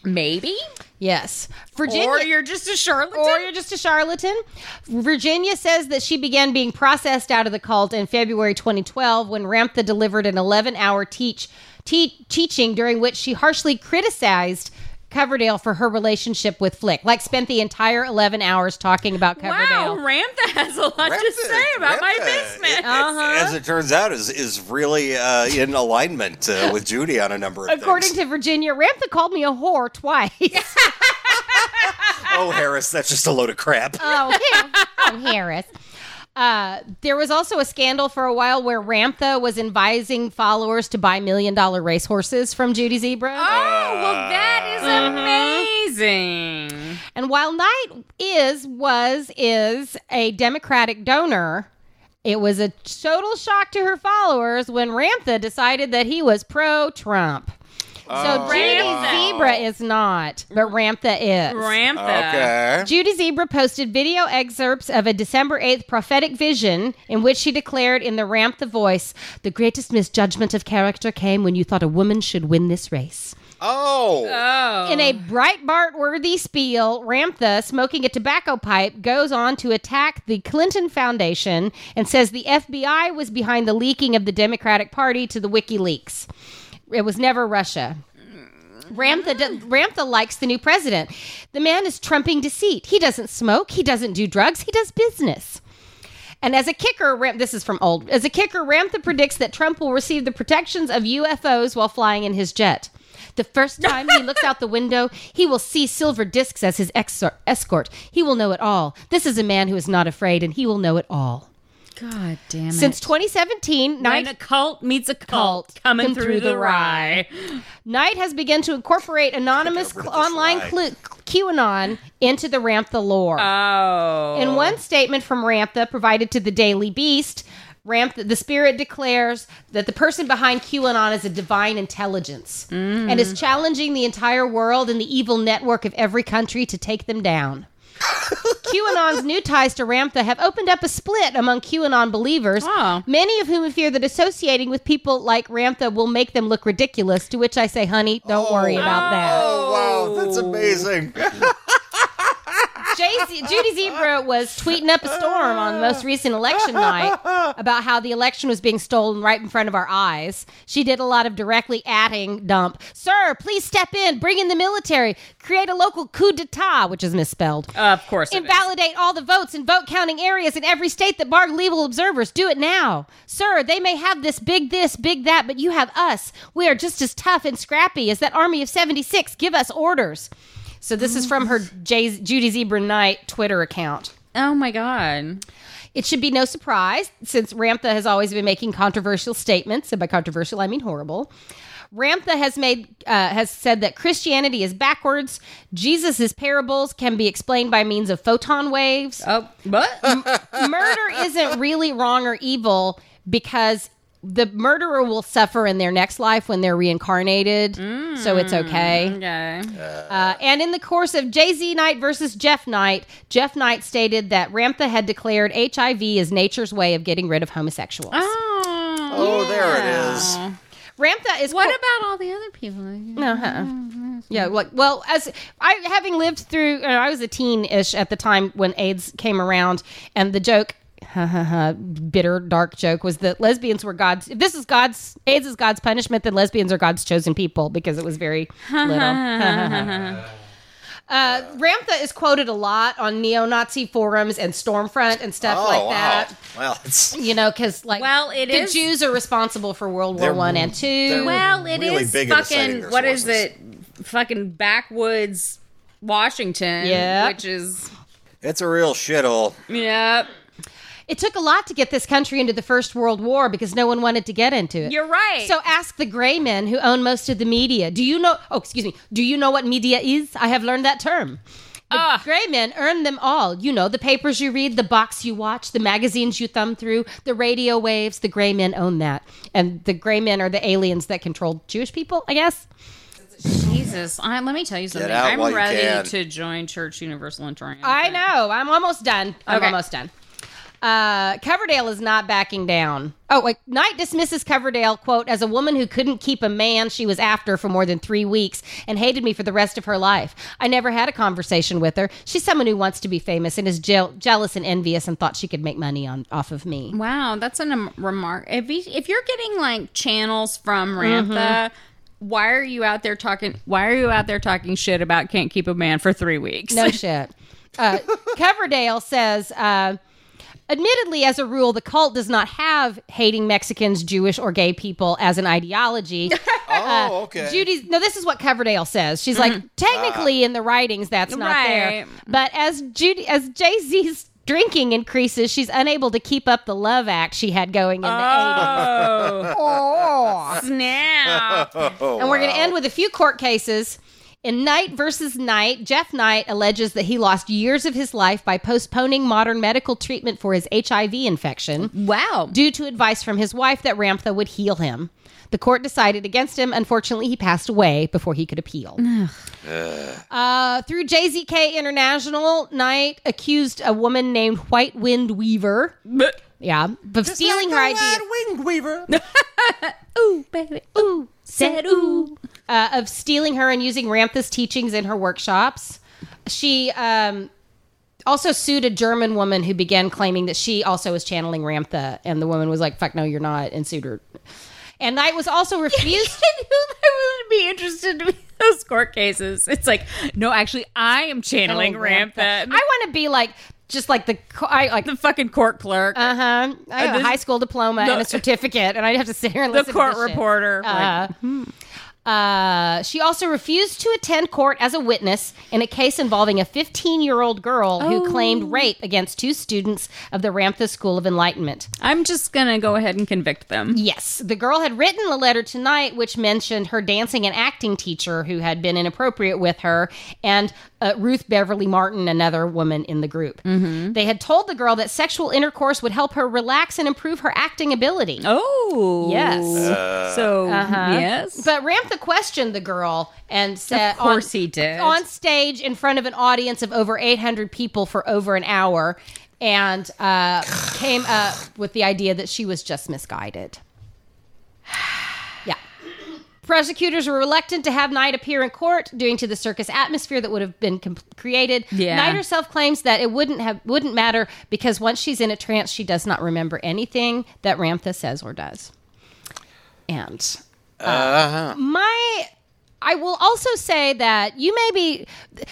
[SPEAKER 2] Maybe,
[SPEAKER 3] yes. Virginia.
[SPEAKER 2] or you're just a charlatan.
[SPEAKER 3] Or you're just a charlatan. Virginia says that she began being processed out of the cult in February 2012 when Ramtha delivered an 11 hour teach, te- teaching during which she harshly criticized Coverdale for her relationship with Flick. Like, spent the entire 11 hours talking about
[SPEAKER 2] wow,
[SPEAKER 3] Coverdale.
[SPEAKER 2] Ramtha has a lot to
[SPEAKER 4] Ramtha-
[SPEAKER 2] say about my
[SPEAKER 4] Ramtha,
[SPEAKER 2] basement.
[SPEAKER 4] it- As it turns out, is is really uh, in alignment uh, with Judy on a number of
[SPEAKER 3] According to
[SPEAKER 4] things.
[SPEAKER 3] Virginia, Ramtha called me a whore twice.
[SPEAKER 4] oh, Harris, that's just a load of crap.
[SPEAKER 3] oh, Har- oh, Harris. Uh, there was also a scandal for a while where Ramtha was advising followers to buy million dollar racehorses from Judy Zebra.
[SPEAKER 2] Oh, well, that is amazing.
[SPEAKER 3] And while Knight is, was, is a Democratic donor, it was a total shock to her followers when Ramtha decided that he was pro Trump. So Judy Zebra is not, but Ramtha is.
[SPEAKER 2] Ramtha.
[SPEAKER 4] okay.
[SPEAKER 3] Judy Zebra posted video excerpts of a December 8th prophetic vision in which she declared in the Ramtha voice, The greatest misjudgment of character came when you thought a woman should win this race.
[SPEAKER 4] Oh,
[SPEAKER 3] In a Breitbart worthy spiel, Ramtha, smoking a tobacco pipe, goes on to attack the Clinton Foundation and says the FBI was behind the leaking of the Democratic Party to the WikiLeaks. It was never Russia. Ramtha, d- Ramtha likes the new president. The man is trumping deceit. He doesn't smoke, he doesn't do drugs, he does business. And as a kicker, Ram- this is from old. As a kicker, Ramtha predicts that Trump will receive the protections of UFOs while flying in his jet. The first time he looks out the window, he will see silver discs as his exor- escort. He will know it all. This is a man who is not afraid, and he will know it all.
[SPEAKER 5] God damn it.
[SPEAKER 3] Since 2017,
[SPEAKER 2] When
[SPEAKER 3] Knight,
[SPEAKER 2] a cult meets a cult,
[SPEAKER 3] Cult.
[SPEAKER 2] coming
[SPEAKER 3] Come
[SPEAKER 2] through,
[SPEAKER 3] through
[SPEAKER 2] the,
[SPEAKER 3] the
[SPEAKER 2] rye.
[SPEAKER 3] Knight has begun to incorporate anonymous
[SPEAKER 4] Get rid
[SPEAKER 3] cl-
[SPEAKER 4] of this
[SPEAKER 3] online
[SPEAKER 4] lie.
[SPEAKER 3] clu- QAnon into the Ramtha lore.
[SPEAKER 2] Oh.
[SPEAKER 3] In one statement from Ramtha provided to the Daily Beast, Ramtha, the spirit declares that the person behind QAnon is a divine intelligence and is challenging the entire world and the evil network of every country to take them down. QAnon's new ties to Ramtha have opened up a split among QAnon believers,
[SPEAKER 2] Oh.
[SPEAKER 3] many of whom fear that associating with people like Ramtha will make them look ridiculous. To which I say, honey, don't worry about that.
[SPEAKER 4] oh, wow, that's amazing.
[SPEAKER 3] JC, Judy Zebra was tweeting up a storm on the most recent election night about how the election was being stolen right in front of our eyes. She did a lot of directly adding dump. Sir, please step in, bring in the military, create a local coup d'etat, which is misspelled.
[SPEAKER 2] Of course. it is.
[SPEAKER 3] Invalidate all the votes in vote counting areas in every state that barred legal observers. Do it now. Sir, they may have this big this, big that, but you have us. We are just as tough and scrappy as that army of 76. Give us orders. So this is from her Jay- Judy Zebra Knight Twitter account.
[SPEAKER 2] Oh my god.
[SPEAKER 3] It should be no surprise, since Ramtha has always been making controversial statements, and by controversial I mean horrible. Ramtha has made uh, has said that Christianity is backwards. Jesus's parables can be explained by means of photon waves.
[SPEAKER 2] Oh, what?
[SPEAKER 3] Murder isn't really wrong or evil because the murderer will suffer in their next life when they're reincarnated, so it's okay.
[SPEAKER 2] okay.
[SPEAKER 3] Uh, and in the course of Jay Z Knight versus Jeff Knight, Jeff Knight stated that Ramtha had declared HIV is nature's way of getting rid of homosexuals.
[SPEAKER 2] Oh.
[SPEAKER 4] Oh, there it is.
[SPEAKER 3] Ramtha is
[SPEAKER 2] What
[SPEAKER 3] qu-
[SPEAKER 2] about all the other people?
[SPEAKER 3] No, uh-uh. yeah.
[SPEAKER 2] Mm-hmm.
[SPEAKER 3] Like, well, as I having lived through, uh, I was a teen-ish at the time when AIDS came around, and the joke. bitter dark joke was that lesbians were God's. If this is God's AIDS is God's punishment, then lesbians are God's chosen people because it was very little. Uh, Ramtha is quoted a lot on neo-Nazi forums and Stormfront and stuff
[SPEAKER 4] Oh,
[SPEAKER 3] like
[SPEAKER 4] wow.
[SPEAKER 3] that.
[SPEAKER 4] Wow, it's
[SPEAKER 3] You know, because like
[SPEAKER 2] Well, it
[SPEAKER 3] the
[SPEAKER 2] is-
[SPEAKER 3] Jews are responsible for World War
[SPEAKER 4] They're-
[SPEAKER 3] One and Two.
[SPEAKER 4] they're-
[SPEAKER 2] Well, it is
[SPEAKER 4] really big at assigning
[SPEAKER 2] fucking.
[SPEAKER 4] their
[SPEAKER 2] What is
[SPEAKER 4] sources.
[SPEAKER 2] it? Fucking backwoods, Washington.
[SPEAKER 3] Yeah.
[SPEAKER 2] Which is.
[SPEAKER 4] it's a real shithole.
[SPEAKER 2] Yep.
[SPEAKER 3] It took a lot to get this country into the First World War because no one wanted to get into it.
[SPEAKER 2] You're right.
[SPEAKER 3] So ask the gray men who own most of the media. Do you know? Oh, excuse me. Do you know what media is? I have learned that term. The
[SPEAKER 2] Ah.
[SPEAKER 3] gray men earn them all. You know, the papers you read, the box you watch, the magazines you thumb through, the radio waves. The gray men own that. And the gray men are the aliens that controlled Jewish people, I guess.
[SPEAKER 2] Jesus, I, let me tell you something.
[SPEAKER 4] out
[SPEAKER 2] I'm
[SPEAKER 4] while you can.
[SPEAKER 2] ready to join Church Universal and Triumph.
[SPEAKER 3] I know. I'm almost done. I'm
[SPEAKER 2] Okay.
[SPEAKER 3] almost done. Uh, Coverdale is not backing down. Oh, wait. Knight dismisses Coverdale, quote, as a woman who couldn't keep a man she was after for more than three weeks and hated me for the rest of her life. I never had a conversation with her. She's someone who wants to be famous and is je- jealous and envious and thought she could make money on off of me.
[SPEAKER 2] Wow, that's a um, remark. If, you, if you're getting like channels from Ramtha, why are you out there talking? Why are you out there talking shit about can't keep a man for three weeks?
[SPEAKER 3] No shit. Uh, Coverdale says, uh, admittedly, as a rule, the cult does not have hating Mexicans, Jewish, or gay people as an ideology.
[SPEAKER 4] Oh, okay.
[SPEAKER 3] Judy's no. This is what Coverdale says. She's like, technically, in the writings, that's not there.
[SPEAKER 2] Mm-hmm. Ah. Right.
[SPEAKER 3] But as Judy, as Jay Z's drinking increases, she's unable to keep up the love act she had going in the eighties.
[SPEAKER 2] Oh, snap!
[SPEAKER 3] and we're going to end with a few court cases. In Knight versus Knight, Jeff Knight alleges that he lost years of his life by postponing modern medical treatment for his HIV infection.
[SPEAKER 2] Wow.
[SPEAKER 3] due to advice from his wife that Ramtha would heal him. The court decided against him. Unfortunately, he passed away before he could appeal. uh, through JZK International, Knight accused a woman named White Wind Weaver. Yeah, but stealing her idea.
[SPEAKER 5] Said ooh.
[SPEAKER 3] uh, of stealing her and using Ramtha's teachings in her workshops. She um, also sued a German woman who began claiming that she also was channeling Ramtha, and the woman was like, "Fuck no, you're not," and sued her. And Knight was also refused.
[SPEAKER 2] I knew I would be interested in those court cases. It's like, no, actually, I am channeling Ramtha.
[SPEAKER 3] I want to be like, just like the co- I like.
[SPEAKER 2] the fucking court clerk,
[SPEAKER 3] Uh huh. I have a
[SPEAKER 2] this-
[SPEAKER 3] high school diploma
[SPEAKER 2] the-
[SPEAKER 3] and a certificate, and I'd have to sit here and
[SPEAKER 2] the
[SPEAKER 3] listen. to
[SPEAKER 2] court
[SPEAKER 3] this shit.
[SPEAKER 2] reporter.
[SPEAKER 3] Uh, uh, she also refused to attend court as a witness in a case involving a 15 year old girl who claimed rape against two students of the Ramtha School of Enlightenment.
[SPEAKER 2] I'm just gonna go ahead and convict them.
[SPEAKER 3] Yes, the girl had written a letter tonight which mentioned her dancing and acting teacher who had been inappropriate with her and uh, Ruth Beverly Martin, another woman in the group. They had told the girl that sexual intercourse would help her relax and improve her acting ability.
[SPEAKER 2] Oh,
[SPEAKER 3] Yes.
[SPEAKER 4] Uh,
[SPEAKER 2] so yes,
[SPEAKER 3] But Ramtha questioned the girl and said,
[SPEAKER 2] of course
[SPEAKER 3] on,
[SPEAKER 2] he did.
[SPEAKER 3] on stage in front of an audience of over 800 people for over an hour and uh, came up with the idea that she was just misguided. Yeah. Prosecutors were reluctant to have Knight appear in court due to the circus atmosphere that would have been com- created.
[SPEAKER 2] Yeah.
[SPEAKER 3] Knight herself claims that it wouldn't have wouldn't matter because once she's in a trance, she does not remember anything that Ramtha says or does. And uh, my I will also say that you may be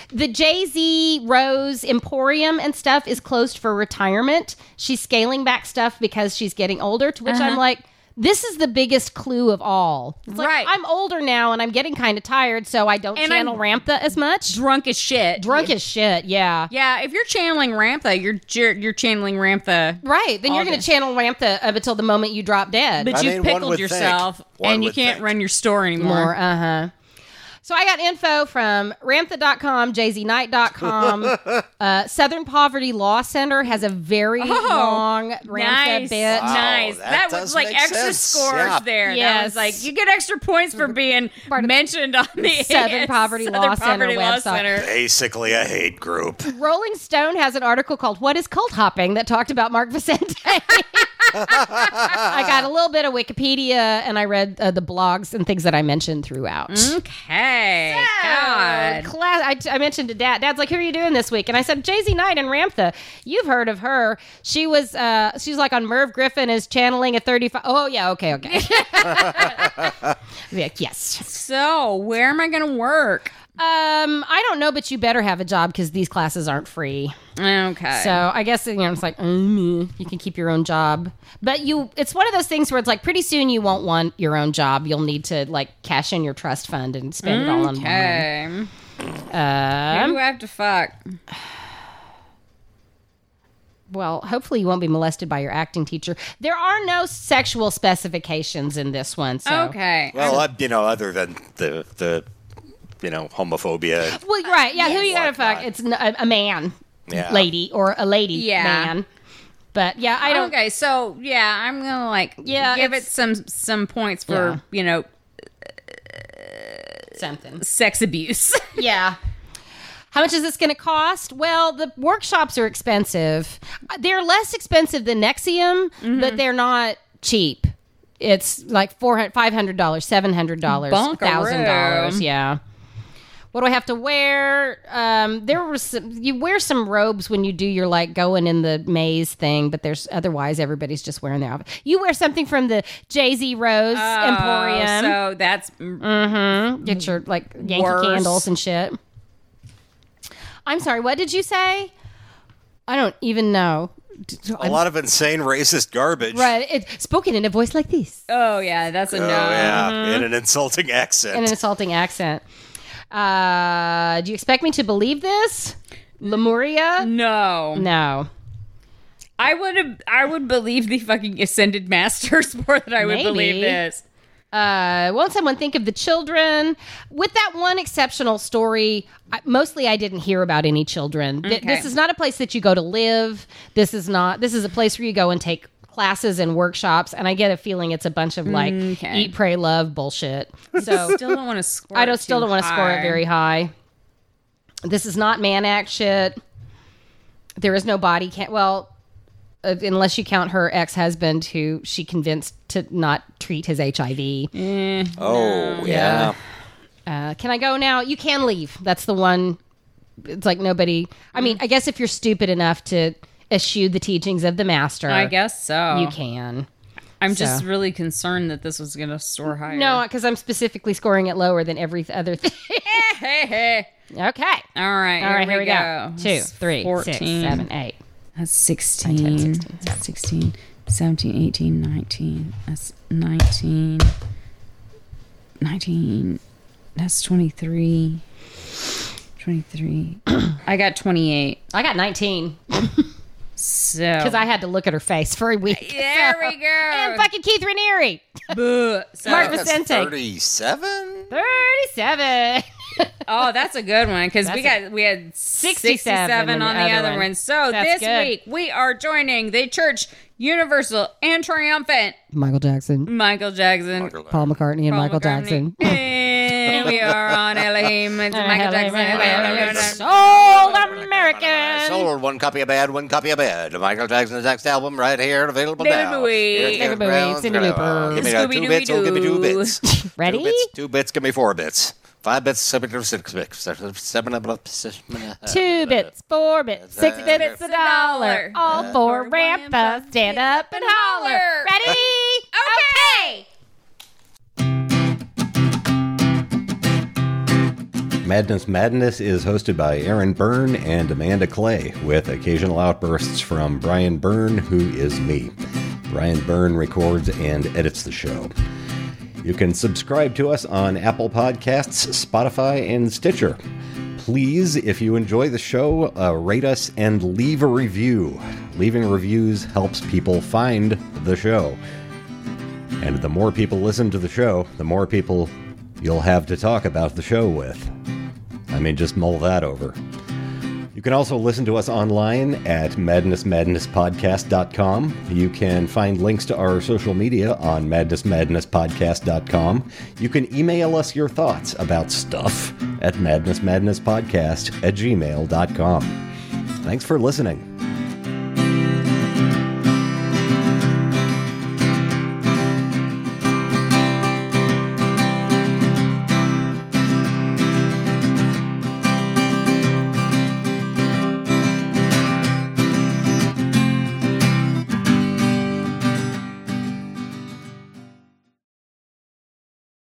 [SPEAKER 3] the Jay Z Rose Emporium and stuff is closed for retirement. She's scaling back stuff because she's getting older, to which I'm like, this is the biggest clue of all. It's like,
[SPEAKER 2] Right.
[SPEAKER 3] I'm older now and I'm getting kind of tired, so I don't
[SPEAKER 2] And
[SPEAKER 3] channel Ramtha as much.
[SPEAKER 2] Drunk as shit.
[SPEAKER 3] Drunk as shit, yeah.
[SPEAKER 2] Yeah, if you're channeling Ramtha, you're you're, you're channeling Ramtha.
[SPEAKER 3] Right. Then you're going to
[SPEAKER 2] August.
[SPEAKER 3] channel Ramtha up until the moment you drop dead.
[SPEAKER 2] But
[SPEAKER 4] I
[SPEAKER 2] you've
[SPEAKER 4] mean, one
[SPEAKER 2] pickled
[SPEAKER 4] would
[SPEAKER 2] yourself
[SPEAKER 4] think. One
[SPEAKER 2] and you
[SPEAKER 4] would
[SPEAKER 2] can't
[SPEAKER 4] think.
[SPEAKER 2] run your store anymore.
[SPEAKER 3] more. Uh huh. So I got info from Ramtha.com, JayZKnight.com. uh, Southern Poverty Law Center has a very long Ramtha
[SPEAKER 2] nice.
[SPEAKER 3] bit.
[SPEAKER 2] Nice.
[SPEAKER 4] Wow,
[SPEAKER 2] That,
[SPEAKER 4] that
[SPEAKER 2] was
[SPEAKER 4] does
[SPEAKER 2] like
[SPEAKER 4] make
[SPEAKER 2] extra
[SPEAKER 4] sense.
[SPEAKER 2] scores
[SPEAKER 4] Yeah.
[SPEAKER 2] there. That was
[SPEAKER 3] Yes.
[SPEAKER 2] like you get extra points for being mentioned on the
[SPEAKER 3] Southern Poverty
[SPEAKER 2] Southern
[SPEAKER 3] Law Center
[SPEAKER 2] Poverty Law
[SPEAKER 3] website.
[SPEAKER 2] Center.
[SPEAKER 4] Basically, a hate group.
[SPEAKER 3] Rolling Stone has an article called What is Cult Hopping that talked about Mark Vicente. I got a little bit of Wikipedia and I read uh, the blogs and things that I mentioned throughout.
[SPEAKER 2] Okay. God.
[SPEAKER 3] Class, I, I mentioned to dad. Dad's like, "Who are you doing this week?" And I said, "Jay Z Knight and Ramtha. You've heard of her? She was, uh, she's like on Merv Griffin is channeling a thirty-five. Oh yeah, okay, okay. Like, yes.
[SPEAKER 2] So where am I gonna work?
[SPEAKER 3] Um, I don't know, but you better have a job because these classes aren't free.
[SPEAKER 2] Okay.
[SPEAKER 3] So I guess you know, it's like mm, you can keep your own job, but you, it's one of those things where it's like pretty soon you won't want your own job. You'll need to like cash in your trust fund and spend it all on one.
[SPEAKER 2] okay. Who
[SPEAKER 3] um,
[SPEAKER 2] do I Um, have to fuck?
[SPEAKER 3] Well, hopefully you won't be molested by your acting teacher. There are no sexual specifications in this one. So.
[SPEAKER 2] Okay.
[SPEAKER 4] Well, uh, you know, other than the the you know homophobia.
[SPEAKER 3] Well, you're right. Yeah, who you gotta
[SPEAKER 4] Whatnot.
[SPEAKER 3] fuck? It's n- a, a man,
[SPEAKER 4] Yeah.
[SPEAKER 3] lady, or a lady
[SPEAKER 2] Yeah.
[SPEAKER 3] man. But yeah, I don't.
[SPEAKER 2] Okay, so yeah, I'm gonna like
[SPEAKER 3] Yeah,
[SPEAKER 2] give it
[SPEAKER 3] it's-
[SPEAKER 2] some some points for
[SPEAKER 3] Yeah.
[SPEAKER 2] you know
[SPEAKER 3] Something.
[SPEAKER 2] sex abuse.
[SPEAKER 3] Yeah. How much is this going to cost? Well, the workshops are expensive. Uh, They're less expensive than Nexium, but they're not cheap. It's like $400, $500, $700, $1,000.
[SPEAKER 2] Bonkaroo.
[SPEAKER 3] Yeah. What do I have to wear? Um, there was some, you wear some robes when you do your like going in the maze thing, but there's otherwise everybody's just wearing their outfit. You wear something from the Jay Z Rose Emporium.
[SPEAKER 2] so that's
[SPEAKER 3] Get your like Yankee
[SPEAKER 2] Worse.
[SPEAKER 3] candles and shit. I'm sorry. What did you say? I don't even know. D- d-
[SPEAKER 4] A lot of insane racist garbage.
[SPEAKER 3] Right. It's spoken in a voice like this
[SPEAKER 2] oh yeah, that's a no.
[SPEAKER 4] Oh yeah, in an insulting
[SPEAKER 3] in an
[SPEAKER 4] accent.
[SPEAKER 3] insulting accent. Uh, do you expect me to believe this?
[SPEAKER 2] Mm.
[SPEAKER 3] Lemuria?
[SPEAKER 2] No,
[SPEAKER 3] No.
[SPEAKER 2] I would have. I would believe the fucking ascended masters more than I would
[SPEAKER 3] Maybe.
[SPEAKER 2] believe this.
[SPEAKER 3] Uh, won't someone think of the children? With that one exceptional story, I, mostly I didn't hear about any children. Th- This is not a place that you go to live. This is not. This is a place where you go and take classes and workshops. And I get a feeling it's a bunch of like eat, pray, love bullshit. So
[SPEAKER 2] Still don't want to score.
[SPEAKER 3] I
[SPEAKER 2] it
[SPEAKER 3] don't still
[SPEAKER 2] too
[SPEAKER 3] don't want to score it
[SPEAKER 2] high.
[SPEAKER 3] very high. This is not man act shit. There is no body count. Well, uh, unless you count her ex husband, who she convinced to not treat his HIV.
[SPEAKER 4] Oh yeah.
[SPEAKER 3] Uh, can I go now? You can leave. That's the one. It's like nobody. I mean,
[SPEAKER 2] Mm.
[SPEAKER 3] I guess if you're stupid enough to eschew the teachings of the master,
[SPEAKER 2] I guess so.
[SPEAKER 3] you can.
[SPEAKER 2] I'm just
[SPEAKER 3] so.
[SPEAKER 2] really concerned that this was gonna score higher.
[SPEAKER 3] No, because I'm specifically scoring it lower than every other thing.
[SPEAKER 2] Hey hey.
[SPEAKER 3] okay.
[SPEAKER 2] All right.
[SPEAKER 3] All right,
[SPEAKER 2] Here, we go.
[SPEAKER 3] Two, three, six,
[SPEAKER 2] 14.
[SPEAKER 3] seven, eight.
[SPEAKER 5] That's 16. 16, 17, 18, 19. That's 19. 19. That's 23. 23.
[SPEAKER 2] I got 28.
[SPEAKER 3] I got 19
[SPEAKER 2] So
[SPEAKER 3] because I had to look at her face for a week.
[SPEAKER 2] There we go.
[SPEAKER 3] And fucking Keith Raniere,
[SPEAKER 2] Boo. So-
[SPEAKER 3] Mark Vicente,
[SPEAKER 4] Thirty-seven.
[SPEAKER 3] thirty-seven.
[SPEAKER 2] oh, that's a good one because we
[SPEAKER 3] That's
[SPEAKER 2] got we had
[SPEAKER 3] 67
[SPEAKER 2] 67, on the other one. So
[SPEAKER 3] That's
[SPEAKER 2] this
[SPEAKER 3] good.
[SPEAKER 2] week we are joining the church universal and triumphant
[SPEAKER 3] Michael Jackson,
[SPEAKER 2] Michael Jackson,
[SPEAKER 3] Paul McCartney, and
[SPEAKER 2] Paul McCartney, and we are on Elohim. It's Michael Jackson.
[SPEAKER 3] Soul American.
[SPEAKER 4] Sold one copy of bad, one copy of bad. Michael Jackson's next album right here, available
[SPEAKER 2] David
[SPEAKER 4] now.
[SPEAKER 2] Bowie.
[SPEAKER 4] Here's
[SPEAKER 3] David Bowie,
[SPEAKER 4] Gareth Brown.
[SPEAKER 3] Cindy Lauper.
[SPEAKER 4] Give me uh, two bits. Oh, give me two bits. Two
[SPEAKER 3] Ready?
[SPEAKER 4] bits, Two bits. Give me four bits. Five bits. Seven bits. Six bits. Seven bits.
[SPEAKER 3] Two bits, four bits, six
[SPEAKER 4] uh,
[SPEAKER 3] bits, a dollar. All four Rampa, stand up and holler. Ready?
[SPEAKER 2] Okay.
[SPEAKER 1] Madness Madness is hosted by Aaron Byrne and Amanda Clay, with occasional outbursts from Brian Byrne, who is me. Brian Byrne records and edits the show. You can subscribe to us on Apple Podcasts, Spotify, and Stitcher. Please, if you enjoy the show, uh, rate us and leave a review. Leaving reviews helps people find the show. And the more people listen to the show, the more people you'll have to talk about the show with. I mean, just mull that over. You can also listen to us online at madnessmadnesspodcast.com. You can find links to our social media on madnessmadnesspodcast.com. You can email us your thoughts about stuff at madnessmadnesspodcast at gmail.com. Thanks for listening.